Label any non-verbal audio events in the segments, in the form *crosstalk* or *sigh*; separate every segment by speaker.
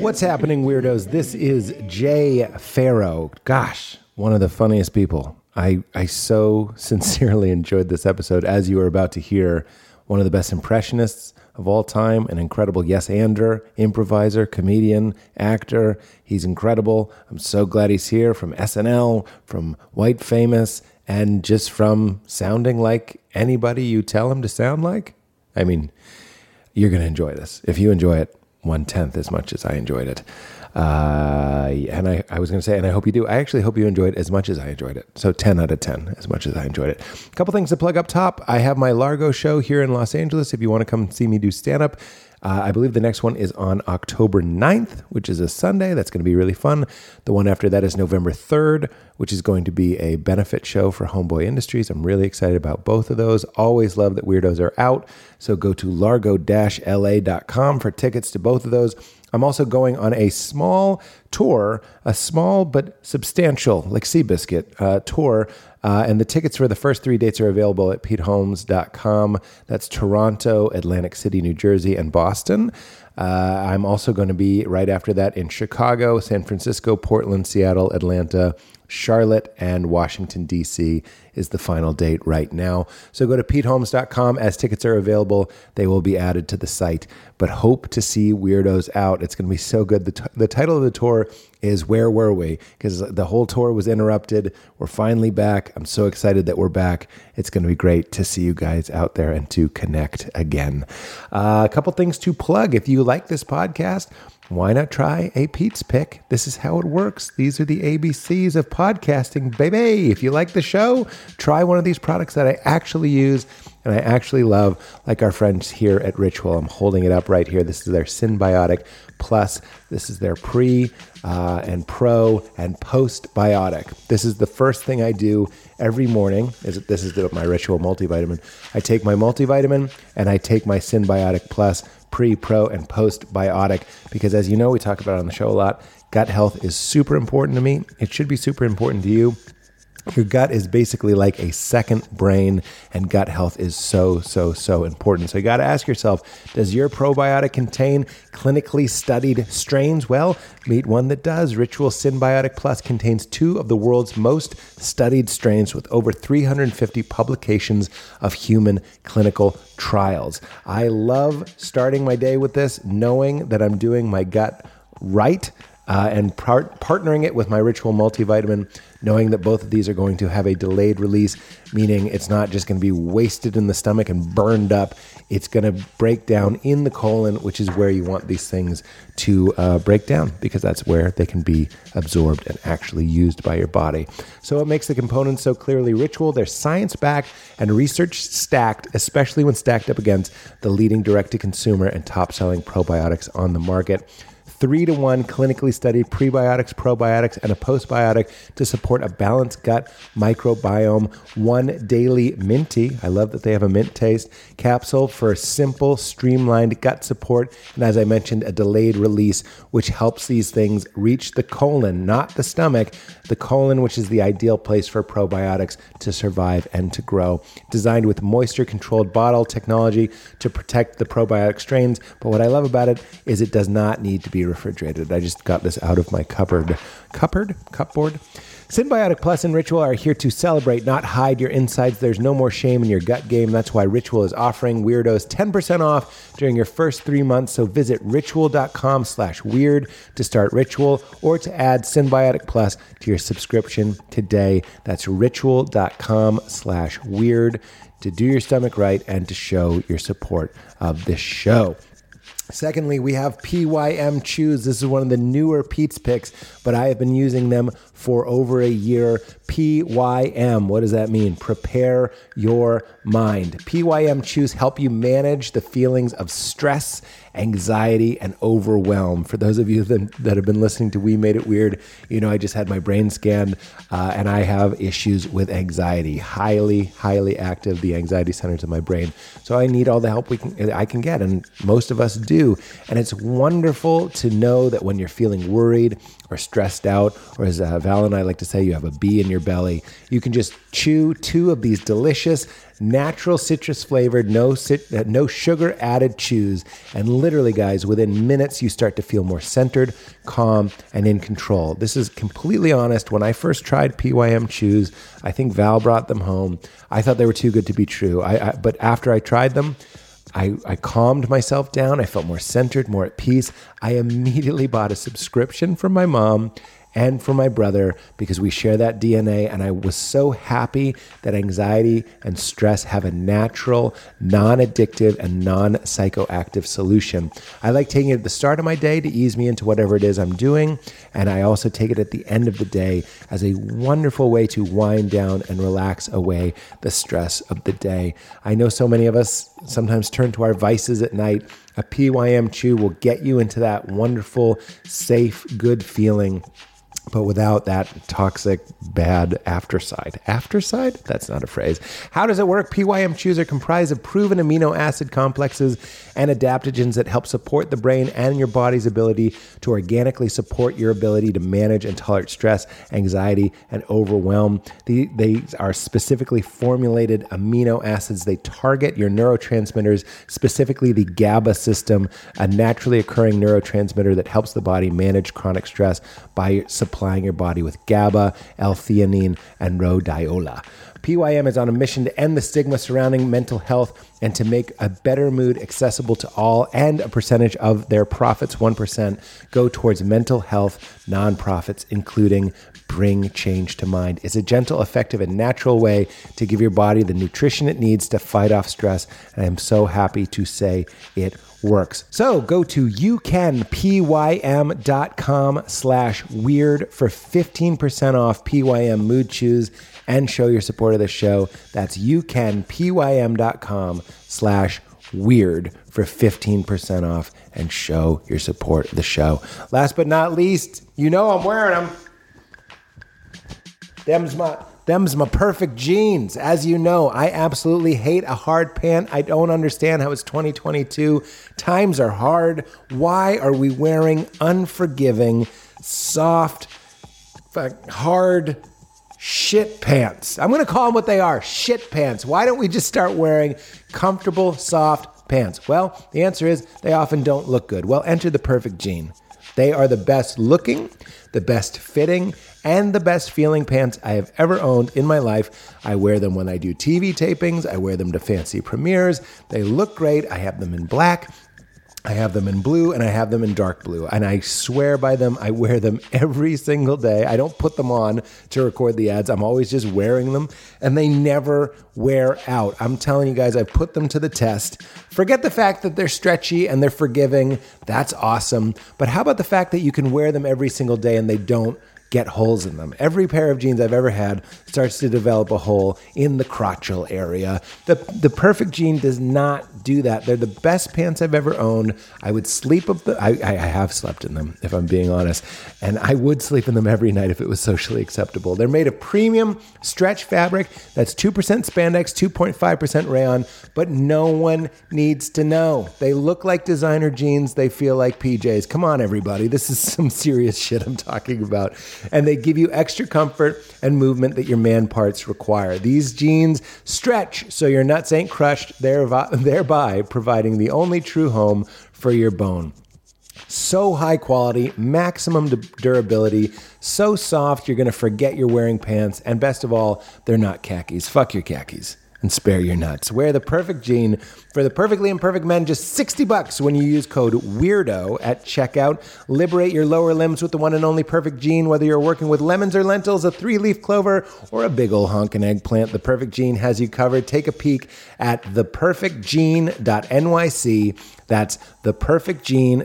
Speaker 1: What's happening, weirdos? This is Jay Farrow. Gosh, one of the funniest people. I, I so *laughs* sincerely enjoyed this episode. As you are about to hear, one of the best impressionists of all time, an incredible yes ander, improviser, comedian, actor. He's incredible. I'm so glad he's here from SNL, from White Famous, and just from sounding like anybody you tell him to sound like. I mean, you're going to enjoy this. If you enjoy it, one tenth as much as I enjoyed it. Uh, and I, I was going to say, and I hope you do. I actually hope you enjoy it as much as I enjoyed it. So 10 out of 10, as much as I enjoyed it. A couple things to plug up top. I have my Largo show here in Los Angeles. If you want to come see me do stand up, uh, I believe the next one is on October 9th, which is a Sunday. That's going to be really fun. The one after that is November 3rd, which is going to be a benefit show for Homeboy Industries. I'm really excited about both of those. Always love that weirdos are out. So go to largo la.com for tickets to both of those. I'm also going on a small tour, a small but substantial, like Seabiscuit, uh, tour. Uh, and the tickets for the first three dates are available at peteholmes.com. That's Toronto, Atlantic City, New Jersey, and Boston. Uh, I'm also going to be right after that in Chicago, San Francisco, Portland, Seattle, Atlanta, Charlotte, and Washington, D.C. is the final date right now. So go to peteholmes.com as tickets are available. They will be added to the site, but hope to see Weirdos out. It's going to be so good. The, t- the title of the tour is Where Were We? Because the whole tour was interrupted. We're finally back. I'm so excited that we're back. It's going to be great to see you guys out there and to connect again. Uh, a couple things to plug. If you like this podcast, why not try a Pete's Pick? This is how it works. These are the ABCs of podcasting, baby. If you like the show, try one of these products that I actually use and I actually love, like our friends here at Ritual. I'm holding it up right here. This is their Symbiotic Plus. This is their pre uh, and pro and postbiotic. This is the first thing I do every morning. Is this is the, my Ritual multivitamin? I take my multivitamin and I take my Symbiotic Plus pre, pro, and postbiotic because, as you know, we talk about it on the show a lot. Gut health is super important to me. It should be super important to you. Your gut is basically like a second brain, and gut health is so, so, so important. So you got to ask yourself Does your probiotic contain clinically studied strains? Well, meet one that does. Ritual Symbiotic Plus contains two of the world's most studied strains with over 350 publications of human clinical trials. I love starting my day with this, knowing that I'm doing my gut right. Uh, and par- partnering it with my ritual multivitamin, knowing that both of these are going to have a delayed release, meaning it's not just going to be wasted in the stomach and burned up. It's going to break down in the colon, which is where you want these things to uh, break down because that's where they can be absorbed and actually used by your body. So it makes the components so clearly ritual. They're science backed and research stacked, especially when stacked up against the leading direct to consumer and top selling probiotics on the market three to one clinically studied prebiotics, probiotics, and a postbiotic to support a balanced gut microbiome. One daily minty, I love that they have a mint taste, capsule for simple, streamlined gut support. And as I mentioned, a delayed release, which helps these things reach the colon, not the stomach, the colon, which is the ideal place for probiotics to survive and to grow. Designed with moisture controlled bottle technology to protect the probiotic strains. But what I love about it is it does not need to be refrigerated. I just got this out of my cupboard. Cupboard? Cupboard? Symbiotic Plus and Ritual are here to celebrate, not hide your insides. There's no more shame in your gut game. That's why Ritual is offering weirdos 10% off during your first three months. So visit ritual.com slash weird to start Ritual or to add Symbiotic Plus to your subscription today. That's ritual.com slash weird to do your stomach right and to show your support of this show. Secondly, we have PYM Choose. This is one of the newer Pete's picks, but I have been using them for over a year. PYM, what does that mean? Prepare your mind. PYM Choose help you manage the feelings of stress, anxiety, and overwhelm. For those of you that, that have been listening to We Made It Weird, you know I just had my brain scanned uh, and I have issues with anxiety. Highly, highly active, the anxiety centers of my brain. So I need all the help we can I can get, and most of us do. And it's wonderful to know that when you're feeling worried or stressed out, or as uh, Val and I like to say, you have a bee in your belly, you can just chew two of these delicious natural citrus flavored, no cit- uh, no sugar added chews. And literally, guys, within minutes, you start to feel more centered, calm, and in control. This is completely honest. When I first tried PYM chews, I think Val brought them home. I thought they were too good to be true. I, I but after I tried them. I, I calmed myself down. I felt more centered, more at peace. I immediately bought a subscription from my mom and for my brother because we share that DNA. And I was so happy that anxiety and stress have a natural, non addictive, and non psychoactive solution. I like taking it at the start of my day to ease me into whatever it is I'm doing. And I also take it at the end of the day as a wonderful way to wind down and relax away the stress of the day. I know so many of us sometimes turn to our vices at night. A PYM chew will get you into that wonderful, safe, good feeling but without that toxic bad afterside. Afterside? That's not a phrase. How does it work? PYM chews are comprised of proven amino acid complexes and adaptogens that help support the brain and your body's ability to organically support your ability to manage and tolerate stress, anxiety, and overwhelm. The, they are specifically formulated amino acids. They target your neurotransmitters, specifically the GABA system, a naturally occurring neurotransmitter that helps the body manage chronic stress by supplying supplying your body with GABA, L-theanine, and rhodiola. PYM is on a mission to end the stigma surrounding mental health and to make a better mood accessible to all, and a percentage of their profits, 1%, go towards mental health nonprofits, including Bring Change to Mind. It's a gentle, effective, and natural way to give your body the nutrition it needs to fight off stress. And I am so happy to say it works. So go to youcanpym.com slash weird for 15% off PYM Mood Chews and show your support of the show. That's youcanpym.com slash weird for 15% off and show your support of the show. Last but not least, you know I'm wearing them. Them's my them's my perfect jeans. As you know, I absolutely hate a hard pant. I don't understand how it's 2022. Times are hard. Why are we wearing unforgiving, soft, fuck, hard shit pants? I'm going to call them what they are, shit pants. Why don't we just start wearing comfortable, soft pants? Well, the answer is they often don't look good. Well, enter the perfect jean. They are the best looking, the best fitting, and the best feeling pants I have ever owned in my life. I wear them when I do TV tapings, I wear them to fancy premieres. They look great. I have them in black. I have them in blue and I have them in dark blue. And I swear by them, I wear them *laughs* every single day. I don't put them on to record the ads. I'm always just wearing them and they never wear out. I'm telling you guys, I put them to the test. Forget the fact that they're stretchy and they're forgiving. That's awesome. But how about the fact that you can wear them every single day and they don't? get holes in them. Every pair of jeans I've ever had starts to develop a hole in the crotchal area. The, the perfect jean does not do that. They're the best pants I've ever owned. I would sleep up the, I, I have slept in them, if I'm being honest, and I would sleep in them every night if it was socially acceptable. They're made of premium stretch fabric that's 2% spandex, 2.5% rayon, but no one needs to know. They look like designer jeans, they feel like PJs. Come on, everybody. This is *laughs* some serious shit I'm talking about and they give you extra comfort and movement that your man parts require. These jeans stretch so your nuts ain't crushed, thereby, *laughs* thereby providing the only true home for your bone. So high quality, maximum du- durability, so soft you're gonna forget you're wearing pants, and best of all, they're not khakis. Fuck your khakis and spare your nuts. Wear the perfect jean for the perfectly imperfect men just 60 bucks when you use code WEIRDO at checkout. Liberate your lower limbs with the one and only perfect jean, whether you're working with lemons or lentils, a three leaf clover, or a big ol' honkin' eggplant. The perfect jean has you covered. Take a peek at theperfectjean.nyc. That's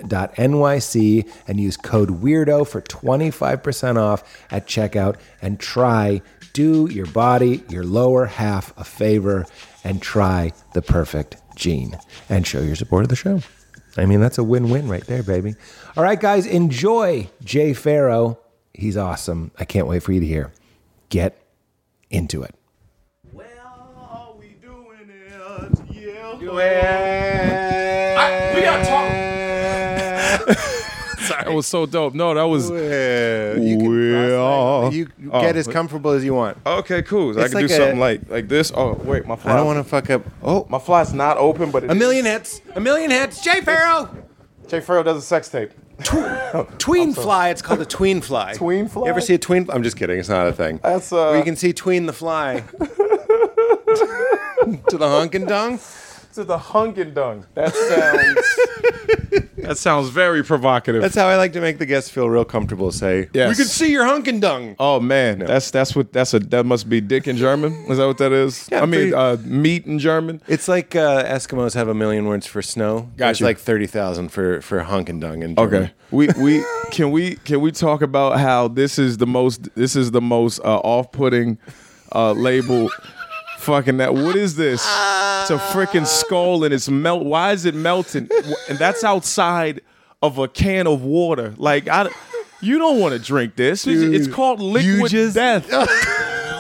Speaker 1: theperfectjean.nyc and use code WEIRDO for 25% off at checkout and try do your body, your lower half a favor and try the perfect gene and show your support of the show. I mean, that's a win win right there, baby. All right, guys, enjoy Jay Farrow. He's awesome. I can't wait for you to hear. Get into it.
Speaker 2: Well, all we doing is yeah.
Speaker 1: We
Speaker 2: I- we gotta
Speaker 1: talk. *laughs*
Speaker 2: Sorry,
Speaker 3: That was so dope. No, that was
Speaker 1: Yeah, you can
Speaker 3: Well,
Speaker 1: cross-leg. You you
Speaker 3: oh,
Speaker 1: get as
Speaker 3: but-
Speaker 1: comfortable as you want.
Speaker 3: okay. Cool. So I
Speaker 1: It's
Speaker 3: can do
Speaker 1: like a-
Speaker 3: something like like this. Oh wait, my fly.
Speaker 1: I don't want to fuck up. Oh,
Speaker 3: My fly's not open, but it
Speaker 1: a million hits. A million hits. Jay Farrow.
Speaker 3: Jay Farrow does a sex tape.
Speaker 1: Tween fly. It's called a tween fly.
Speaker 3: Tween fly?
Speaker 1: You ever see a tween? I'm just kidding. It's not a thing.
Speaker 3: That's, uh,
Speaker 1: Where you can see tween the
Speaker 3: *laughs*
Speaker 1: fly. to the honkin' dong.
Speaker 3: To the hunk and dung. That sounds. *laughs* that sounds very provocative.
Speaker 1: That's how I like to make the guests feel real comfortable. Say,
Speaker 3: Yes.
Speaker 1: we can see your honkin' dung.
Speaker 3: oh man, that's that's what that's a that must be dick in German. Is that what that is?
Speaker 1: Yeah,
Speaker 3: I mean,
Speaker 1: pretty-
Speaker 3: uh, meat in German.
Speaker 1: It's like uh, Eskimos have a million words for snow.
Speaker 3: Got
Speaker 1: There's
Speaker 3: you.
Speaker 1: like thirty thousand for for honkin' dung. In German.
Speaker 3: Okay. We we can we can we talk about how this is the most this is the most uh, off-putting uh, label fucking that what is this? It's a freaking skull and it's melt why is it melting? Wh- And that's outside of a can of water. Like I you don't want to drink this. It's- it's
Speaker 1: Dude,
Speaker 3: called liquid
Speaker 1: you just-
Speaker 3: death.
Speaker 1: *laughs*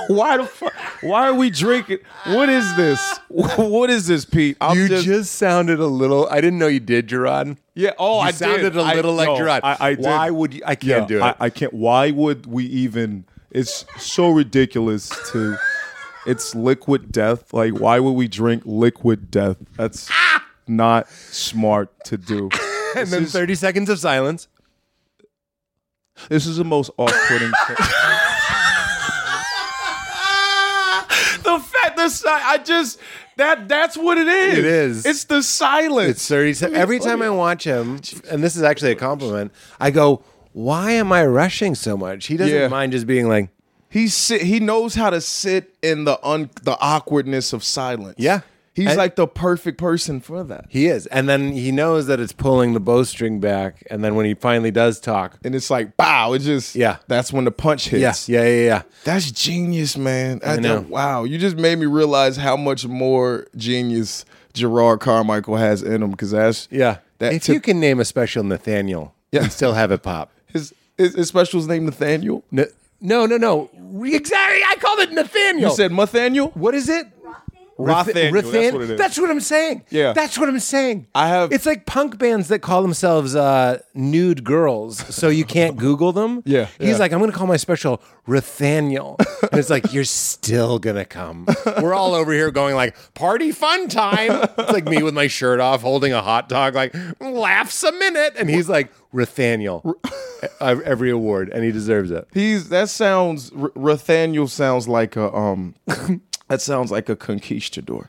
Speaker 3: why the fuck? Why are we drinking? What is
Speaker 1: *laughs*
Speaker 3: this? What is this, Pete? I'm
Speaker 1: You just, sounded a little. I didn't know you did, Gerard.
Speaker 3: yeah. Oh,
Speaker 1: You
Speaker 3: I
Speaker 1: sounded
Speaker 3: did.
Speaker 1: a little
Speaker 3: I,
Speaker 1: like
Speaker 3: no,
Speaker 1: Gerard.
Speaker 3: I, I did.
Speaker 1: Why would you- I can't do it.
Speaker 3: I, I can't. Why would we even? It's so ridiculous to. It's liquid death. Like, why would we drink liquid death? That's not smart to do.
Speaker 1: *laughs* And then thirty seconds of silence.
Speaker 3: This is the most
Speaker 1: *laughs*
Speaker 3: off-putting thing. the fact, the si- I just that that's what it is.
Speaker 1: It is.
Speaker 3: It's the silence.
Speaker 1: It's thirty. Se- every time I watch him, and this is actually a compliment. I go, "Why am I rushing so much?" He doesn't
Speaker 3: Yeah.
Speaker 1: mind just being like,
Speaker 3: He sit, he knows how to sit in the un, the awkwardness of silence.
Speaker 1: Yeah.
Speaker 3: He's
Speaker 1: And-
Speaker 3: like the perfect person for that.
Speaker 1: "He is," and then he knows that it's pulling the bowstring back. And then when he finally does talk,
Speaker 3: And it's like, bow, it just
Speaker 1: Yeah.
Speaker 3: That's when the punch hits.
Speaker 1: yes, yeah, yeah, yeah.
Speaker 3: That's genius, man. I
Speaker 1: know.
Speaker 3: don't- wow, you just made me realize how much more genius Gerard Carmichael has in him because that's
Speaker 1: Yeah.
Speaker 3: That
Speaker 1: if
Speaker 3: took-
Speaker 1: you can name a special Nathaniel,
Speaker 3: Yeah.
Speaker 1: and still have it pop.
Speaker 3: his his, his special's name Nathaniel.
Speaker 1: No, no, no, no. Re- Exactly. I called it Nathaniel.
Speaker 3: You said Nathaniel?
Speaker 1: what is it?
Speaker 3: Rothaniel, that's
Speaker 1: Rathan-
Speaker 3: what it is.
Speaker 1: That's what I'm saying.
Speaker 3: Yeah.
Speaker 1: That's what I'm saying.
Speaker 3: I have-
Speaker 1: It's like punk bands that call themselves uh, nude girls, so you
Speaker 3: *laughs*
Speaker 1: can't Google them.
Speaker 3: Yeah,
Speaker 1: He's
Speaker 3: yeah.
Speaker 1: like, I'm going to call my special
Speaker 3: *laughs*
Speaker 1: Rathaniel. and it's like, you're still going to come. We're all over here going like, party fun time. It's like me with my shirt off, holding a hot dog, like, laughs a minute. And he's like,
Speaker 3: *laughs*
Speaker 1: Rathaniel. Uh, Every award, and he deserves it.
Speaker 3: He's that sounds R- Nathaniel sounds like a
Speaker 1: *laughs*
Speaker 3: um that sounds like a conquistador.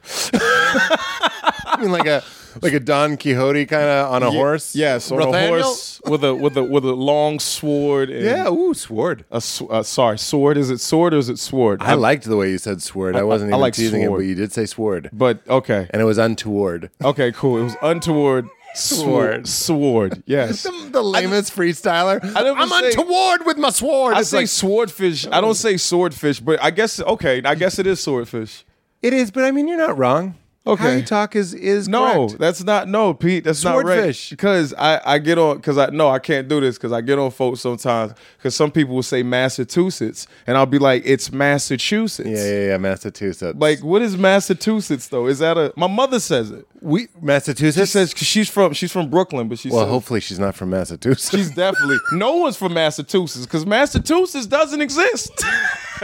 Speaker 1: I mean, like a like a Don Quixote kind of on a horse.
Speaker 3: Yes, on
Speaker 1: Rathaniel?
Speaker 3: a horse with a with a with a long sword. And
Speaker 1: Yeah, ooh, sword.
Speaker 3: A, sw- uh, sorry, sword. Is it sword or is it sword?
Speaker 1: I liked the way you said sword. I wasn't
Speaker 3: I
Speaker 1: even
Speaker 3: like
Speaker 1: teasing
Speaker 3: sword.
Speaker 1: it, but you did say sword,
Speaker 3: but okay,
Speaker 1: and it was untoward. *laughs*
Speaker 3: okay, cool. It was untoward sword. Sword. Yes.
Speaker 1: the lamest freestyler. I
Speaker 3: don't
Speaker 1: am
Speaker 3: even say-
Speaker 1: untoward with my sword.
Speaker 3: I
Speaker 1: It's
Speaker 3: say
Speaker 1: like-
Speaker 3: swordfish. I don't say swordfish, but I guess okay. I guess it is swordfish.
Speaker 1: it is, but I mean, you're not wrong.
Speaker 3: Okay.
Speaker 1: how you talk is is
Speaker 3: No,
Speaker 1: correct.
Speaker 3: that's not no, Pete. That's not right.
Speaker 1: Swordfish.
Speaker 3: Because I, I get on because I no, I can't do this because I get on folks sometimes because some people will say Massachusetts and I'll be like, it's Massachusetts.
Speaker 1: Yeah, yeah, yeah, Massachusetts.
Speaker 3: Like, what is Massachusetts though? Is that a? My mother says it.
Speaker 1: we
Speaker 3: She
Speaker 1: Massachusetts
Speaker 3: says she's from she's from Brooklyn, but she
Speaker 1: Well,
Speaker 3: says
Speaker 1: hopefully she's not from Massachusetts.
Speaker 3: *laughs* she's
Speaker 1: *laughs*
Speaker 3: definitely no one's from Massachusetts because Massachusetts doesn't exist. *laughs*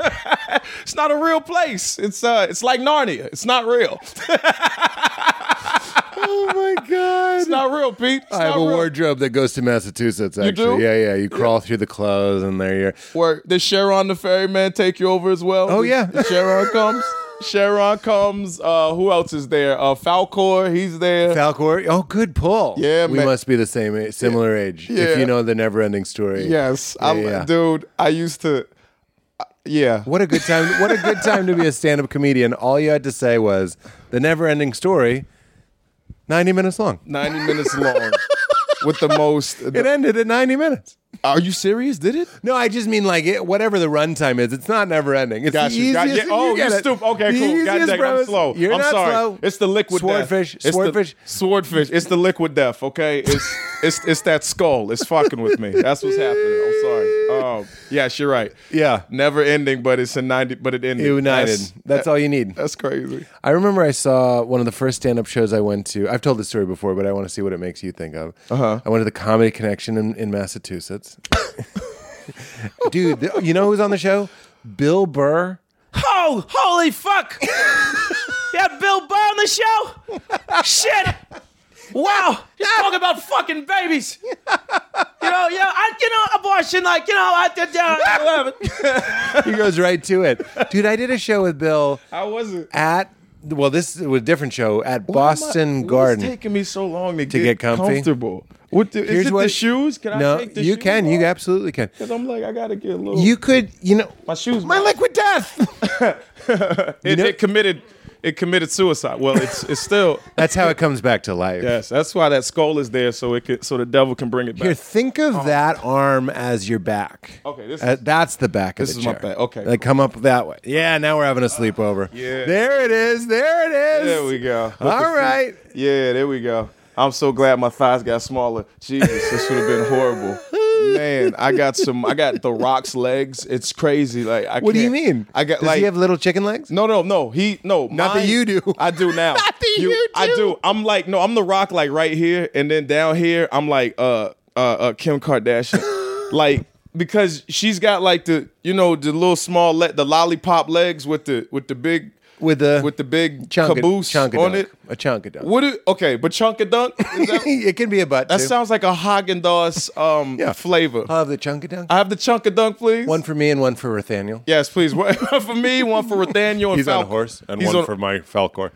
Speaker 3: it's not a real place. It's uh, it's like Narnia. It's not real.
Speaker 1: oh my god.
Speaker 3: It's not real, Pete. It's
Speaker 1: I have
Speaker 3: not
Speaker 1: a
Speaker 3: real.
Speaker 1: wardrobe that goes to Massachusetts. Actually,
Speaker 3: do?
Speaker 1: yeah, yeah. You crawl through the clothes, and there you're.
Speaker 3: Where did Sharon the ferryman take you over as well?
Speaker 1: Oh,
Speaker 3: Did-
Speaker 1: yeah.
Speaker 3: did Sharon
Speaker 1: *laughs*
Speaker 3: comes. Sharon comes. Uh, who else is there? Uh, Falcor, he's
Speaker 1: *laughs*
Speaker 3: there.
Speaker 1: Falcor. Oh, good pull.
Speaker 3: Yeah,
Speaker 1: we
Speaker 3: man.
Speaker 1: must be the same, a- similar age. If
Speaker 3: Yeah.
Speaker 1: you know the never-ending story.
Speaker 3: yes,
Speaker 1: Yeah,
Speaker 3: I,
Speaker 1: yeah.
Speaker 3: dude. I used to. uh, yeah.
Speaker 1: What a good time! What a good time to be a stand-up comedian. All you had to say was the never-ending story. Ninety minutes long.
Speaker 3: Ninety minutes long, with the
Speaker 1: *laughs*
Speaker 3: most.
Speaker 1: It ended at ninety minutes.
Speaker 3: Are you serious? Did it?
Speaker 4: No, I just mean like it, whatever the runtime is. It's not never ending. It's
Speaker 3: Got
Speaker 4: the
Speaker 3: you.
Speaker 4: easiest.
Speaker 3: Got- yeah.
Speaker 4: thing
Speaker 3: Oh,
Speaker 4: you
Speaker 3: you're
Speaker 4: get it.
Speaker 3: stupid. Okay,
Speaker 4: The
Speaker 3: cool. God
Speaker 4: easiest
Speaker 3: dang, I'm
Speaker 4: premise.
Speaker 3: slow.
Speaker 4: You're
Speaker 3: I'm
Speaker 4: not
Speaker 3: sorry.
Speaker 4: slow.
Speaker 3: It's the liquid
Speaker 4: swordfish.
Speaker 3: death. It's the-
Speaker 4: swordfish.
Speaker 3: swordfish. It's the liquid death. Okay, it's it's it's that skull. It's fucking with me. That's what's happening. I'm sorry. Oh, yes, you're right.
Speaker 4: Yeah.
Speaker 3: never ending, but it's a ninety. But it ended.
Speaker 4: United.
Speaker 3: That's,
Speaker 4: That's, all you need.
Speaker 3: that's crazy.
Speaker 4: I remember I saw one of the first stand up shows I went to. I've told this story before, but I want to see what it makes you think of. Uh-huh. I went to the Comedy Connection in, in Massachusetts. Dude, th- you know who's on the show? Bill Burr.
Speaker 5: Oh, holy fuck! yeah, Bill Burr on the show? Shit! Wow! Talk about fucking babies! You know, yeah, I, you know, abortion, like, you know, I did, uh, whatever.
Speaker 4: He goes right to it. Dude, I did a show with Bill
Speaker 3: How was it?
Speaker 4: at, well, this was a different show at Boston Garden.
Speaker 3: It's taking me so long to,
Speaker 4: get comfy?
Speaker 3: comfortable. What the, is it the shoes? Can
Speaker 4: no,
Speaker 3: I take the
Speaker 4: you
Speaker 3: shoes
Speaker 4: can. You
Speaker 3: off?
Speaker 4: absolutely can.
Speaker 3: 'Cause I'm like, I gotta get a little.
Speaker 4: You could, you know,
Speaker 3: my shoes.
Speaker 4: my liquid
Speaker 3: *laughs*
Speaker 4: death.
Speaker 3: it,
Speaker 4: know-
Speaker 3: it committed. It committed suicide. Well, it's
Speaker 4: *laughs*
Speaker 3: it's still.
Speaker 4: That's how it comes back to life.
Speaker 3: Yes, that's why that skull is there, so it could, so the devil can bring it back.
Speaker 4: Here, think of that arm as your back.
Speaker 3: Oh. Okay, this
Speaker 4: Uh,
Speaker 3: is-
Speaker 4: that's the back of
Speaker 3: this
Speaker 4: the
Speaker 3: is
Speaker 4: chair.
Speaker 3: my back. Okay, Uh,
Speaker 4: like come up that way. Yeah, now we're having a sleepover.
Speaker 3: yeah.
Speaker 4: there it is. There it is.
Speaker 3: there we go. Look
Speaker 4: All
Speaker 3: at the-
Speaker 4: right.
Speaker 3: Yeah, there we go. I'm so glad my thighs got smaller. Jesus, this would have been horrible. Man, I got some. I got the Rock's legs. It's crazy. Like, I
Speaker 4: What do you
Speaker 3: can't-
Speaker 4: mean?
Speaker 3: I got
Speaker 4: Does
Speaker 3: like
Speaker 4: he have little chicken legs?
Speaker 3: No, no, no. He no.
Speaker 4: Not that you do. *laughs*
Speaker 3: I do now.
Speaker 4: Not that you
Speaker 3: I
Speaker 4: do.
Speaker 3: do. I'm like no. I'm the Rock like right here, and then down here I'm like uh uh, uh Kim
Speaker 4: *laughs*
Speaker 3: Kardashian, like because she's got like the you know the little small le- the lollipop legs with the with the big
Speaker 4: With the
Speaker 3: with the big
Speaker 4: chunk of-
Speaker 3: caboose
Speaker 4: chunk of
Speaker 3: on
Speaker 4: dunk.
Speaker 3: it.
Speaker 4: A chunk of dunk.
Speaker 3: What? It, okay, but chunk of dunk.
Speaker 4: *laughs*
Speaker 3: Is that,
Speaker 4: it can be a butt.
Speaker 3: that
Speaker 4: too.
Speaker 3: sounds like a Haagen Dazs um
Speaker 4: Yeah.
Speaker 3: flavor.
Speaker 4: I'll have the chunk of dunk.
Speaker 3: I have the chunk of dunk, please.
Speaker 4: one for me and one for Nathaniel.
Speaker 3: Yes, please. *laughs* One for me, one for Nathaniel. and Falcon. He's on-
Speaker 4: my Falcor.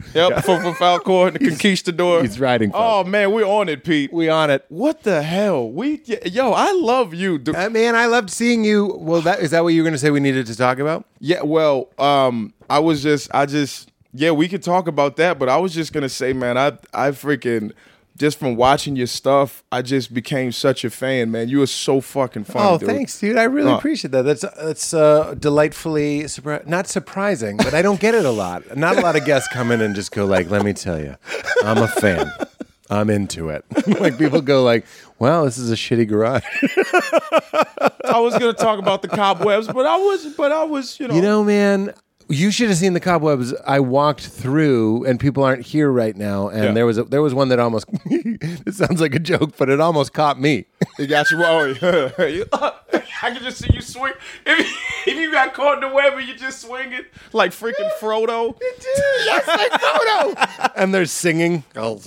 Speaker 4: *laughs*
Speaker 3: Yep, for, for Falcor and the Conquistador.
Speaker 4: he's riding
Speaker 3: Oh man, we're on it, Pete.
Speaker 4: We on it.
Speaker 3: what the hell? We yo, I love you. dude.
Speaker 4: Uh, man, I loved seeing you. Well, that is that what you were going to say we needed to talk about?
Speaker 3: Yeah, well, um, I was just, I just, yeah, we could talk about that, but I was just gonna say, man, I, I freaking, just from watching your stuff, I just became such a fan, man. You were so fucking fun.
Speaker 4: Oh,
Speaker 3: dude.
Speaker 4: thanks, dude. I really
Speaker 3: No.
Speaker 4: appreciate that. That's that's uh, delightfully surpri- not surprising, but I don't get it a lot. Not a lot of guests come in and just go like, "Let me tell you, I'm a fan. I'm into it." *laughs* like people go like, "Wow, this is a shitty garage." *laughs*
Speaker 3: I was gonna talk about the cobwebs, but I was, but I was, you know,
Speaker 4: you know, man. You should have seen the cobwebs I walked through, and people aren't here right now. And
Speaker 3: Yeah.
Speaker 4: there was a, there was one that almost. *laughs* it sounds like a joke, but it almost caught me.
Speaker 3: They got you. Oh, yeah. *laughs* You- I can just see you swing. If you, if you got caught in the web and you just swing it like freaking Frodo.
Speaker 4: yes, like photo. *laughs* and they're singing all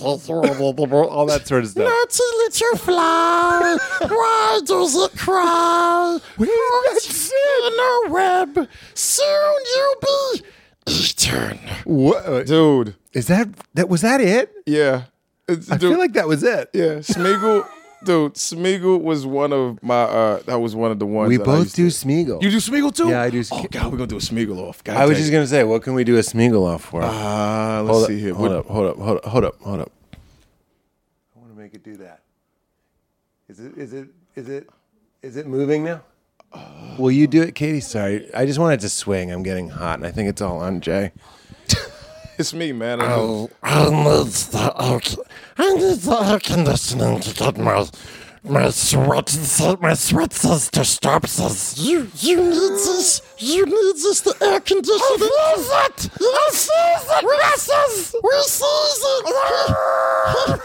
Speaker 4: that sort of stuff.
Speaker 6: Dirty little fly, why does it cry? Once in a web, soon you'll be eaten.
Speaker 4: What, uh,
Speaker 3: Dude.
Speaker 4: is that? That was that it?
Speaker 3: Yeah. It's,
Speaker 4: I feel like that was it.
Speaker 3: yeah. Smeagol. dude, Smeagol was one of my. uh That was one of the ones.
Speaker 4: We
Speaker 3: that I
Speaker 4: both
Speaker 3: used
Speaker 4: do
Speaker 3: to-
Speaker 4: Smeagol.
Speaker 3: You do Smeagol too?
Speaker 4: Yeah, I do
Speaker 3: Oh
Speaker 4: Smeagol.
Speaker 3: God, we're gonna do a Smeagol off. God
Speaker 4: I was
Speaker 3: dang
Speaker 4: just
Speaker 3: it.
Speaker 4: gonna say, what can we do a Smeagol off for?
Speaker 3: Uh, let's
Speaker 4: hold,
Speaker 3: see here.
Speaker 4: up, hold
Speaker 3: What-
Speaker 4: up, hold up, hold up, hold up, hold up. I want to make it do that. Is it? Is it? Is it? Is it moving now? Will you do it, Katie? Sorry, I just wanted to swing. I'm getting hot, and I think it's all on Jay.
Speaker 3: It's me, man. I know.
Speaker 6: Oh, I need the air, con- I need the air conditioning to get my my sweat my sweat says to stop says. You you need this you need this the air conditioning. I sees it. I sees it. We sees we sees it.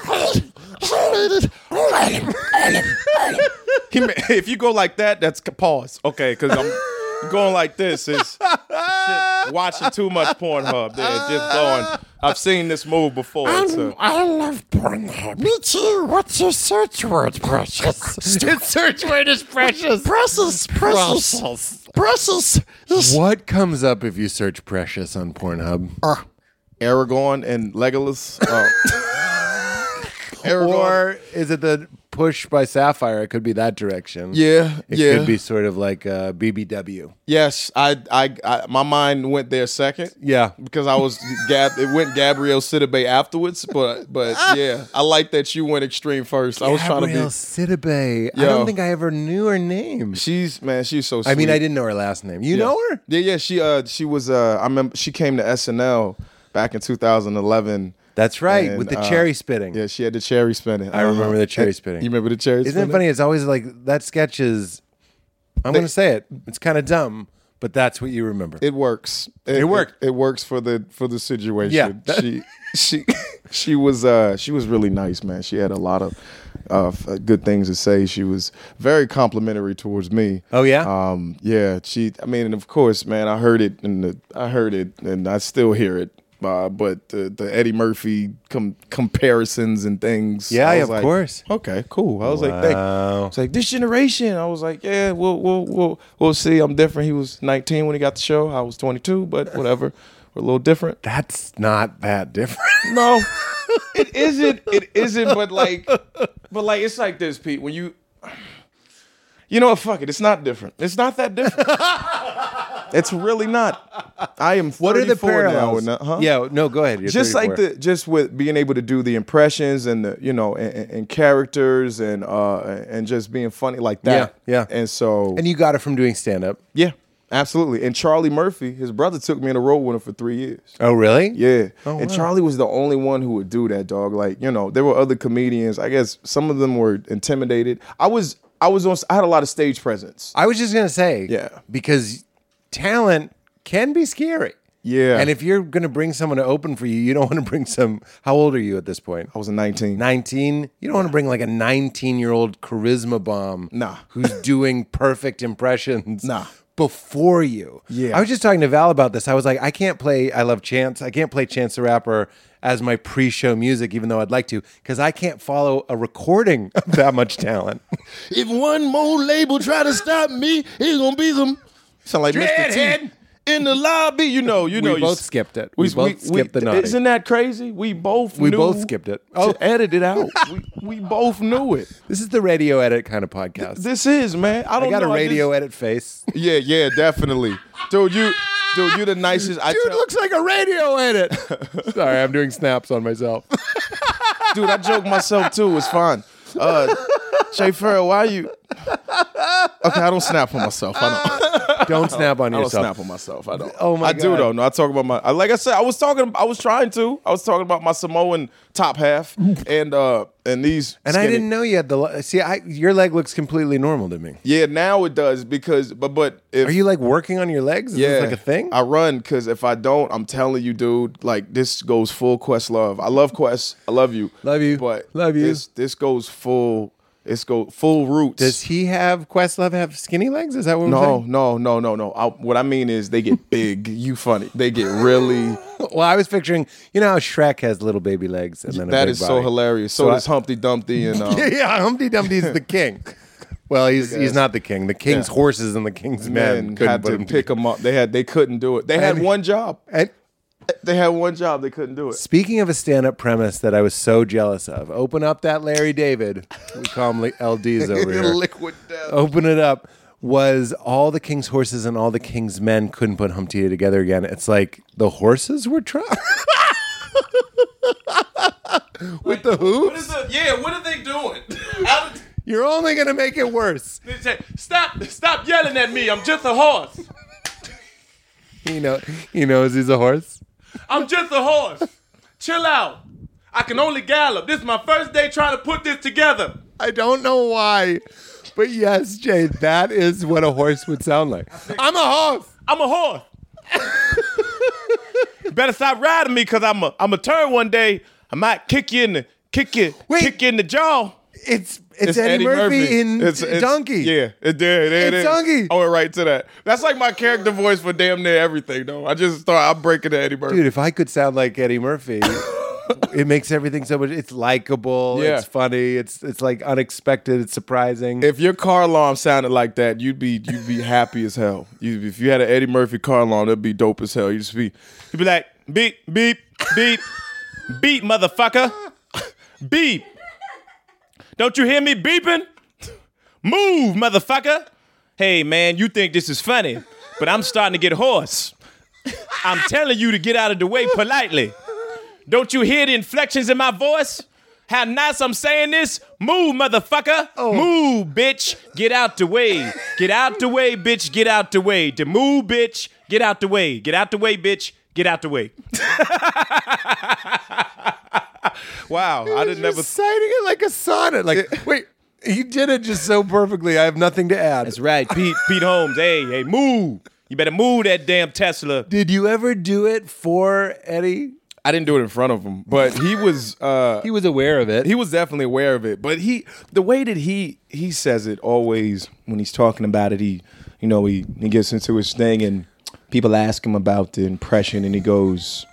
Speaker 6: Hold *laughs* it. Hold it. Hold it.
Speaker 3: He ma- *laughs* if you go like that, that's ca- pause.
Speaker 4: *laughs*
Speaker 3: Okay, because I'm going like this is shit, watching too much Pornhub. There, just going. I've seen this move before. It's
Speaker 6: I'm,
Speaker 3: a,
Speaker 6: I love Pornhub. Me too. What's your search word, precious? Its search word is precious. Precious, precious, precious. Yes.
Speaker 4: What comes up if you search Precious on Pornhub? uh,
Speaker 3: *laughs* Aragorn and Legolas. Oh. Eric
Speaker 4: or is it the push by Sapphire? It could be that direction.
Speaker 3: Yeah,
Speaker 4: It
Speaker 3: yeah.
Speaker 4: could be sort of like uh, BBW.
Speaker 3: Yes, I, I, I, my mind went there second.
Speaker 4: Yeah.
Speaker 3: because I was Gab. It went Gabrielle Sidibe afterwards, but
Speaker 4: *laughs*
Speaker 3: but yeah, I like that you went extreme first. I was trying to be.
Speaker 4: Sidibe. I
Speaker 3: Yo.
Speaker 4: don't think I ever knew her name.
Speaker 3: She's man, she's so. Sweet.
Speaker 4: I mean, I didn't know her last name. You
Speaker 3: Yeah.
Speaker 4: know her?
Speaker 3: Yeah, yeah. She uh, she was uh, I remember she came to SNL back in 2011.
Speaker 4: That's right,
Speaker 3: and,
Speaker 4: with the
Speaker 3: uh,
Speaker 4: cherry spitting.
Speaker 3: Yeah, she had the cherry spinning.
Speaker 4: I remember the cherry
Speaker 3: Uh,
Speaker 4: spinning.
Speaker 3: You remember the cherry?
Speaker 4: Isn't
Speaker 3: spinning?
Speaker 4: it funny? It's always like that sketch is. I'm going to say it. It's kind of dumb, but that's what you remember.
Speaker 3: It works. It,
Speaker 4: worked.
Speaker 3: It, it works for the for the situation.
Speaker 4: Yeah.
Speaker 3: *laughs* She she she was uh she was really nice, man. She had a lot of uh f- good things to say. She was very complimentary towards me.
Speaker 4: Oh, yeah?
Speaker 3: Um yeah, she I mean and of course, man, I heard it and the, I heard it and I still hear it. Uh, but the, the Eddie Murphy com- comparisons and things.
Speaker 4: Yeah,
Speaker 3: I was
Speaker 4: of
Speaker 3: like,
Speaker 4: course.
Speaker 3: Okay, cool. I was like, thank.
Speaker 4: Wow.
Speaker 3: I was like, this generation. I was like, yeah, we'll we'll we'll we'll see. I'm different. He was 19 when he got the show. I was 22, but whatever. We're a little different.
Speaker 4: that's not that different.
Speaker 3: No, it isn't. It isn't. But like, but like, it's like this, Pete. When you, you know what? Fuck it. It's not different. It's not
Speaker 4: *laughs*
Speaker 3: that different. it's really not. I am 34
Speaker 4: What are the
Speaker 3: now.
Speaker 4: parallels?
Speaker 3: and, uh, huh?
Speaker 4: Yeah, no, go ahead. You're
Speaker 3: just like
Speaker 4: 34.
Speaker 3: the just with being able to do the impressions and the you know and, and- and characters and uh and just being funny like that.
Speaker 4: Yeah, yeah.
Speaker 3: And so
Speaker 4: And you got it from doing stand up.
Speaker 3: yeah, absolutely. And Charlie Murphy, his brother, took me in a role with him for three years.
Speaker 4: Oh, really?
Speaker 3: Yeah.
Speaker 4: Oh,
Speaker 3: and
Speaker 4: wow.
Speaker 3: Charlie was the only one who would do that, dog. Like, you know, there were other comedians. I guess some of them were intimidated. I was I was on I had a lot of stage presence.
Speaker 4: I was just gonna say,
Speaker 3: Yeah.
Speaker 4: because talent can be scary.
Speaker 3: Yeah.
Speaker 4: and if you're gonna bring someone to open for you, you don't *laughs* want to bring some. How old are you at this point?
Speaker 3: I was a 19.
Speaker 4: 19 you don't want to bring like a 19 year old charisma bomb
Speaker 3: Nah. *laughs*
Speaker 4: who's doing perfect impressions
Speaker 3: Nah.
Speaker 4: before you
Speaker 3: Yeah.
Speaker 4: i was just talking to val about this i was like i can't play i love chance i can't play chance the rapper as my pre-show music even though i'd like to because i can't follow a recording *laughs* of that much talent
Speaker 3: If one more label try to stop me, it's gonna be some sound like Mr.
Speaker 4: Dreadhead.
Speaker 3: T in the lobby. You know, you
Speaker 4: We
Speaker 3: know. you
Speaker 4: both
Speaker 3: s-
Speaker 4: skipped it. We both skipped the naughty.
Speaker 3: Isn't that crazy? We both
Speaker 4: We
Speaker 3: knew
Speaker 4: both skipped it.
Speaker 3: to
Speaker 4: Oh.
Speaker 3: edit it out. we, we both knew it.
Speaker 4: this is the radio edit kind of podcast
Speaker 3: This is man. I
Speaker 4: i
Speaker 3: don't
Speaker 4: got
Speaker 3: know,
Speaker 4: a
Speaker 3: I just-
Speaker 4: radio edit face
Speaker 3: yeah, yeah, definitely, dude. You, *laughs* dude, you the nicest. I
Speaker 4: dude
Speaker 3: tell-
Speaker 4: looks like a radio
Speaker 3: *laughs*
Speaker 4: edit *laughs* sorry i'm doing snaps on myself
Speaker 3: dude. I joke myself too. It's fine. Uh, Jay Farrell, why you? Okay, I don't snap for myself. I don't. *laughs*
Speaker 4: don't snap on
Speaker 3: I don't
Speaker 4: yourself
Speaker 3: snap on myself. I don't.
Speaker 4: Oh my
Speaker 3: I do
Speaker 4: God.
Speaker 3: though. No, I talk about my. I, like I said, I was talking. I was trying to. I was talking about my Samoan top
Speaker 4: *laughs*
Speaker 3: half and uh and these.
Speaker 4: And I
Speaker 3: skinny-
Speaker 4: didn't know you had the le- see. I your leg looks completely normal to me.
Speaker 3: Yeah, now it does because but but if
Speaker 4: Are you like working on your legs? Is
Speaker 3: yeah
Speaker 4: this like a thing.
Speaker 3: I run because if I don't, I'm telling you, dude. Like this goes full Quest love. I love Quest. I love you.
Speaker 4: Love you.
Speaker 3: But
Speaker 4: Love you.
Speaker 3: This this goes full. It's go full roots.
Speaker 4: Does he have Questlove have skinny legs? Is that what?
Speaker 3: no,
Speaker 4: We're saying? *laughs*
Speaker 3: no, no, no, no. I, what I mean is they get big. you funny. They get really.
Speaker 4: Well, I was picturing you know how Shrek has little baby legs and then a
Speaker 3: That
Speaker 4: big
Speaker 3: is so
Speaker 4: body.
Speaker 3: hilarious. So,
Speaker 4: So I-
Speaker 3: does Humpty Dumpty
Speaker 4: *laughs*
Speaker 3: and um,
Speaker 4: yeah, Humpty Dumpty is the
Speaker 3: *laughs*
Speaker 4: king. Well, he's he's not the king. The king's
Speaker 3: Yeah.
Speaker 4: horses and the king's men,
Speaker 3: men
Speaker 4: couldn't
Speaker 3: had
Speaker 4: put
Speaker 3: to
Speaker 4: him
Speaker 3: pick them up. They had they couldn't do it. They had
Speaker 4: And-
Speaker 3: one job.
Speaker 4: And
Speaker 3: They had one job. They couldn't do it.
Speaker 4: speaking of a stand-up premise that I was so jealous of, open up that Larry David. We call him like
Speaker 3: *laughs*
Speaker 7: *laughs*
Speaker 4: LDs over here. Uh,
Speaker 3: Liquid death.
Speaker 4: open it up was all the king's horses and all the king's men couldn't put Humpty together again. It's like the horses were trying. With the
Speaker 7: What is
Speaker 4: hooves,
Speaker 7: the, yeah, what are they doing? *laughs* How did-
Speaker 4: *laughs* you're only gonna make it worse.
Speaker 7: they say, stop! Stop yelling at me! I'm just a horse.
Speaker 4: He know he knows he's a horse.
Speaker 7: I'm just a horse. Chill out. I can only gallop. This is my first day trying to put this together.
Speaker 4: I don't know why, but yes, Jay, that is what a horse would sound like. I'm a horse.
Speaker 7: I'm a
Speaker 3: *laughs*
Speaker 7: horse. you better stop riding me, cause I'm a I'm a turn one day. I might kick you in the kick you
Speaker 4: Wait.
Speaker 7: kick you in the jaw.
Speaker 4: It's it's, Eddie, Murphy, in Donkey.
Speaker 3: Yeah, it there, there it
Speaker 4: It's
Speaker 3: is.
Speaker 4: Donkey.
Speaker 3: I went right to that. That's like my character voice for damn near everything, though. I just thought I'm breaking to Eddie Murphy.
Speaker 4: dude, if I could sound like Eddie Murphy, *laughs* it makes everything so much. It's likable.
Speaker 3: Yeah.
Speaker 4: It's funny. It's it's like unexpected. It's surprising.
Speaker 3: If your car alarm sounded like that, you'd be you'd be happy as hell. You, if you had an Eddie Murphy car alarm, that'd be dope as hell. You'd just be
Speaker 7: You be like beep beep beep beep motherfucker beep
Speaker 8: Don't you hear me beeping? Move, motherfucker. Hey, man, you think this is funny, but I'm starting to get hoarse. I'm telling you to get out of the way politely. Don't you hear the inflections in my voice? How nice I'm saying this? Move, motherfucker. Move, bitch. Get out the way. Get out the way, bitch. Get out the way. To move, bitch. Get out the way. Get out the way, bitch. Get out the way. *laughs*
Speaker 3: Wow, I didn't
Speaker 4: You're
Speaker 3: ever.
Speaker 4: citing it like a sonnet. Like, wait, he did it just so perfectly. I have nothing to add.
Speaker 8: That's right, Pete. Pete Holmes. Hey, hey, move. You better move that damn Tesla.
Speaker 4: *laughs* Did you ever do it for Eddie?
Speaker 3: I didn't do it in front of him, but he was. Uh,
Speaker 4: He was aware of it.
Speaker 3: he was definitely aware of it. But he, the way that he he says it always when he's talking about it, he you know he he gets into his thing and people ask him about the impression, and he goes,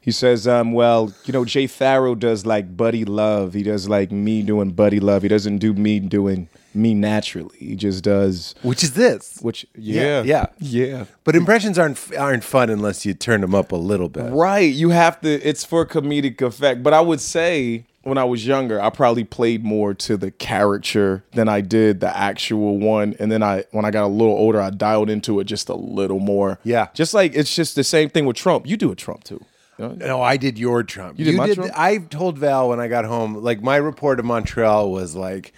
Speaker 3: he says, um, well, you know, Jay Farrow does like Buddy Love. He does like me doing Buddy Love. He doesn't do me doing me naturally. He just does.
Speaker 4: Which is this.
Speaker 3: Which
Speaker 4: Yeah,
Speaker 3: yeah
Speaker 4: yeah.
Speaker 3: yeah
Speaker 4: But impressions aren't aren't fun unless you turn them up a little bit.
Speaker 3: Right. You have to, it's for comedic effect. But I would say when I was younger, I probably played more to the caricature than I did the actual one. And then I, when I got a little older, I dialed into it just a little more.
Speaker 4: Yeah.
Speaker 3: Just like it's just the same thing with Trump. You do a Trump too.
Speaker 4: No, I did your Trump. You
Speaker 3: did my Trump?
Speaker 4: I told Val when I got home, like my report of Montreal was like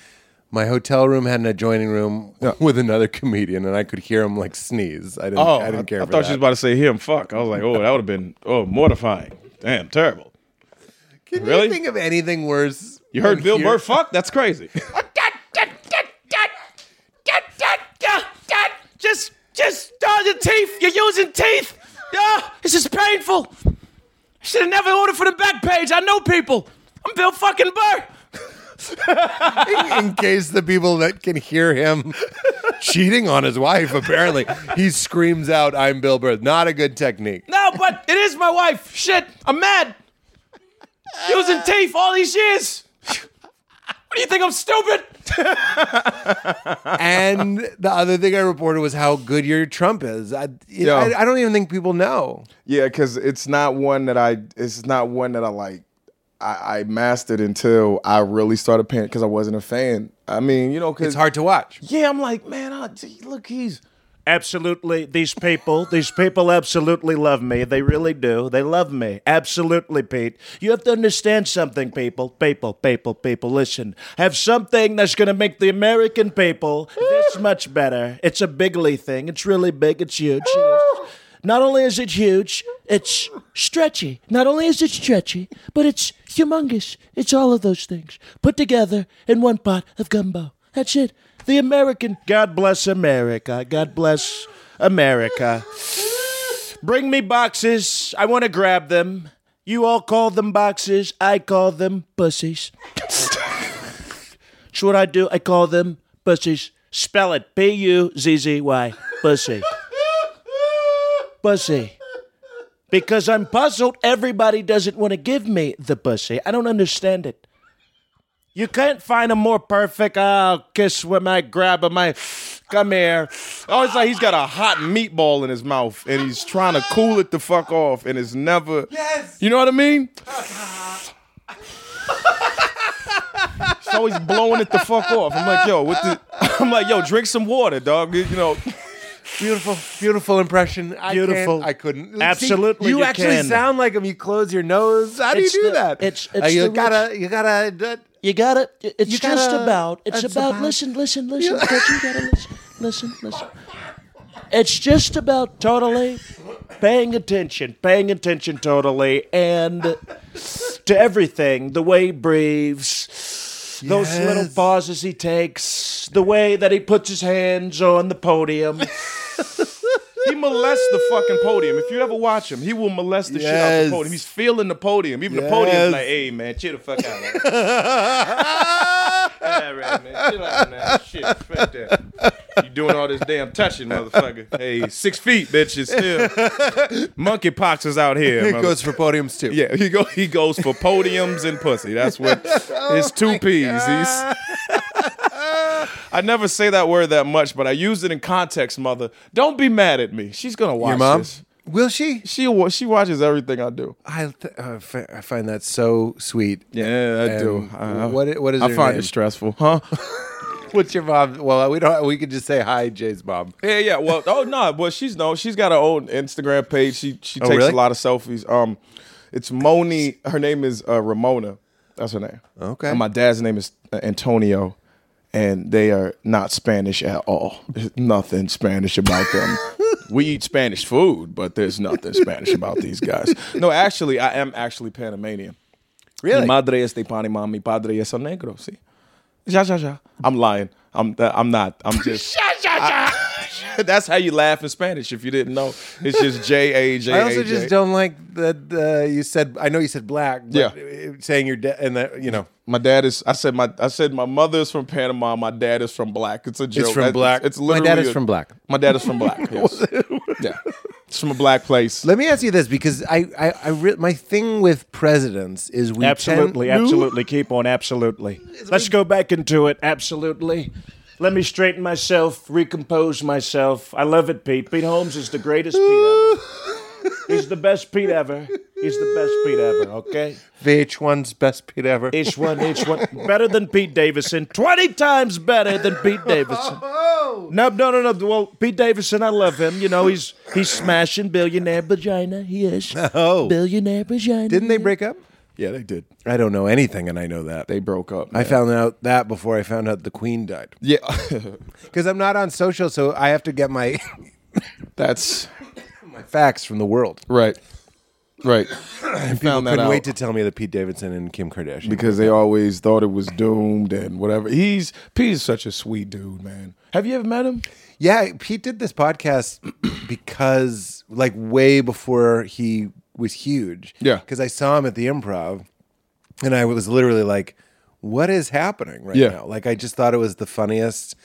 Speaker 4: my hotel room had an adjoining room *laughs* with another comedian, and I could hear him like sneeze. I didn't. I didn't care.
Speaker 3: Oh, I
Speaker 4: for
Speaker 3: thought
Speaker 4: that.
Speaker 3: she was about to say him. Fuck. I was like, oh, that would have been, oh, mortifying. Damn, terrible.
Speaker 4: Can
Speaker 3: Really?
Speaker 4: you think of anything worse?
Speaker 3: You heard *laughs*
Speaker 4: than
Speaker 3: Bill
Speaker 4: hear-
Speaker 3: Burr? Fuck. That's *laughs* crazy.
Speaker 8: Just, just, oh, your teeth. You're using teeth. Oh, this is painful. I should have never ordered for the back page. I know people. I'm Bill fucking Burr.
Speaker 4: *laughs* in case the people that can hear
Speaker 3: *laughs*
Speaker 4: him cheating on his wife. Apparently, he screams out, "I'm Bill Burr." Not a good technique.
Speaker 8: No, but it is my wife. Shit, I'm mad. Using teeth all these years. What do you think? I'm stupid.
Speaker 4: And the other thing I reported was how good your Trump is. I,
Speaker 3: Yeah.
Speaker 4: I, I don't even think people know.
Speaker 3: Yeah, because it's not one that I. It's not one that I like. I, I mastered until I really started paying because I wasn't a fan. I mean, you know, because
Speaker 4: It's hard to watch.
Speaker 3: Yeah, I'm like, man, I, gee, look, he's
Speaker 9: Absolutely, these people, these people absolutely love me. They really do. They love me. Absolutely, Pete. You have to understand something, people. People, people, people. Listen, have something that's going to make the American people
Speaker 3: *laughs*
Speaker 9: this much better. It's a bigly thing. It's really big. It's huge. It is. Not only is it huge, it's stretchy. Not only is it stretchy, but it's humongous. It's all of those things put together in one pot of gumbo. That's it. The American. God bless America. God bless America. Bring me boxes. I want to grab them. You all call them boxes. I call them pussies. That's what I do. I call them pussies. Spell it P U Z Z Y. Pussy. Pussy. Because I'm puzzled, everybody doesn't want to give me the pussy. I don't understand it. You can't find a more perfect. I'll kiss with my grab of my. Come here.
Speaker 3: oh, it's like he's got a hot meatball in his mouth and he's trying to cool it the fuck off and it's never. Yes. You know what
Speaker 4: *laughs*
Speaker 3: I mean? It's always blowing it the fuck off. I'm like, yo, what the? *laughs* I'm like, yo, drink some water, dog. You know.
Speaker 4: Beautiful, beautiful impression. I can't-
Speaker 9: Beautiful.
Speaker 4: I couldn't.
Speaker 9: Absolutely,
Speaker 4: you,
Speaker 9: you
Speaker 4: actually
Speaker 9: can.
Speaker 4: sound like him. You close your nose. How do
Speaker 9: It's
Speaker 4: you do
Speaker 9: the-
Speaker 4: that?
Speaker 9: it's-
Speaker 4: Uh,
Speaker 9: it's
Speaker 4: you
Speaker 9: the
Speaker 4: gotta, you gotta. that-
Speaker 9: You gotta. It's
Speaker 4: You
Speaker 9: just
Speaker 4: gotta-
Speaker 9: about. It's,
Speaker 4: it's
Speaker 9: about,
Speaker 4: about- *laughs*
Speaker 9: Listen, listen, listen. Coach, you gotta listen, listen, listen. It's just about totally paying attention, paying attention totally, and to everything. The way he breathes, those little
Speaker 4: Yes.
Speaker 9: pauses he takes, the way that he puts his hands on the podium.
Speaker 3: He molests the fucking podium. If you ever watch him, he will molest the shit out
Speaker 4: Yes.
Speaker 3: the podium. He's feeling the podium. Even the
Speaker 4: Yes.
Speaker 3: podium's like, hey man, chill the fuck out. Man.
Speaker 4: uh,
Speaker 3: *laughs* All right, man. Chill out, man. Shit, fuck that. You doing all this damn touching, motherfucker. Hey, six feet, bitch. It's still monkeypox is out here.
Speaker 4: It
Speaker 3: mother-
Speaker 4: goes for podiums too.
Speaker 3: yeah, he go he goes for podiums and pussy. That's *laughs* what his two P's. He's I never say that word that much, but I use it in context, mother. Don't be mad at me. She's gonna watch
Speaker 4: mom?
Speaker 3: this.
Speaker 4: Will she?
Speaker 3: She wa- she watches everything I do.
Speaker 4: I th- uh, fi- I find that so sweet.
Speaker 3: Yeah, I do.
Speaker 4: And
Speaker 3: I,
Speaker 4: what i- what is
Speaker 3: I
Speaker 4: her
Speaker 3: find
Speaker 4: name?
Speaker 3: it stressful, *laughs* huh?
Speaker 4: *laughs* What's your mom? Well, we don't. We could just say hi, Jay's mom.
Speaker 3: yeah, yeah. Well, oh no, but she's no. She's got her own Instagram page. She she
Speaker 4: Oh,
Speaker 3: takes
Speaker 4: really?
Speaker 3: a lot of selfies. Um, it's Moni. Her name is uh, Ramona. That's her name.
Speaker 4: Okay.
Speaker 3: And my dad's name is uh, Antonio, and they are not Spanish at all. There's nothing Spanish about
Speaker 4: *laughs*
Speaker 3: them. we eat Spanish food, but there's nothing Spanish about these guys. No, actually, I am actually Panamanian. Mi madre es de Panama, mi padre es el negro. See, ja ja ja. I'm lying. I'm th- I'm not. I'm just. I- *laughs* that's how you laugh in Spanish if you didn't know. It's just J A J A.
Speaker 4: I also just don't like that uh, you said. I know you said black. But
Speaker 3: Yeah.
Speaker 4: uh, Saying you're dead, and that you know.
Speaker 3: My dad is. I said my. I said my mother is from Panama. My dad is from black. It's a joke.
Speaker 4: from
Speaker 3: That's-
Speaker 4: black.
Speaker 3: It's,
Speaker 4: My dad
Speaker 3: literally.
Speaker 4: is
Speaker 3: a-
Speaker 4: from black.
Speaker 3: My dad is
Speaker 4: *laughs*
Speaker 3: from black. Yes. yeah. It's from a black place.
Speaker 4: Let me ask you this because I I, I re- my thing with presidents is we
Speaker 9: Absolutely,
Speaker 4: tend-
Speaker 9: absolutely. Keep on, absolutely. Let's go back into it, absolutely. Let me straighten myself, recompose myself. I love it, Pete. Pete Holmes is the greatest Pete ever.
Speaker 4: *laughs*
Speaker 9: He's the best Pete ever. He's the best Pete ever, okay?
Speaker 4: VH1's best Pete ever.
Speaker 9: Each one, each one. Better than Pete Davison. 20 times better than Pete Davison. No, no, no, no. Well, Pete Davison, I love him. You know, he's he's smashing billionaire vagina. He is.
Speaker 4: Oh.
Speaker 9: Billionaire vagina.
Speaker 4: Didn't they break up?
Speaker 3: Yeah, they did.
Speaker 4: I don't know anything, and I know that.
Speaker 3: They broke up.
Speaker 4: I
Speaker 3: man.
Speaker 4: found out that before I found out the Queen died.
Speaker 3: Yeah. *laughs*
Speaker 4: Because I'm not on social, so I have to get my, *laughs*
Speaker 3: That's
Speaker 4: my facts from the world.
Speaker 3: right. Right. I found that
Speaker 4: Couldn't
Speaker 3: out
Speaker 4: wait to tell me that Pete Davidson and Kim Kardashian.
Speaker 3: because they always thought it was doomed and whatever. He's Pete is such a sweet dude, man. Have you ever met him?
Speaker 4: yeah, Pete did this podcast *clears throat* because, like, way before he was huge.
Speaker 3: Yeah.
Speaker 4: Because I saw him at the improv and I was literally like, what is happening right
Speaker 3: Yeah.
Speaker 4: now? Like, I just thought it was the funniest.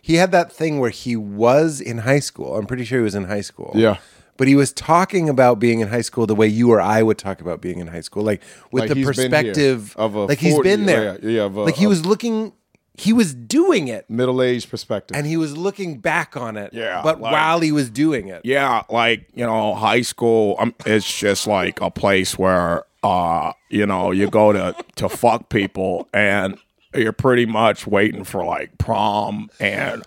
Speaker 4: He had that thing where he was in high school. I'm pretty sure he was in high school.
Speaker 3: Yeah.
Speaker 4: But he was talking about being in high school the way you or I would talk about being in high school, like with
Speaker 3: Like
Speaker 4: the
Speaker 3: he's been here
Speaker 4: perspective
Speaker 3: of a
Speaker 4: like he's
Speaker 3: 40
Speaker 4: been there.
Speaker 3: yeah, yeah, of a-
Speaker 4: like he
Speaker 3: of-
Speaker 4: was looking, he was doing it,
Speaker 3: Middle aged perspective.
Speaker 4: and he was looking back on it.
Speaker 3: Yeah,
Speaker 4: but
Speaker 3: like-
Speaker 4: while he was doing it,
Speaker 3: yeah, like you know, high school. Um, it's just like a place where uh, you know, you go to to fuck people, and you're pretty much waiting for like prom, and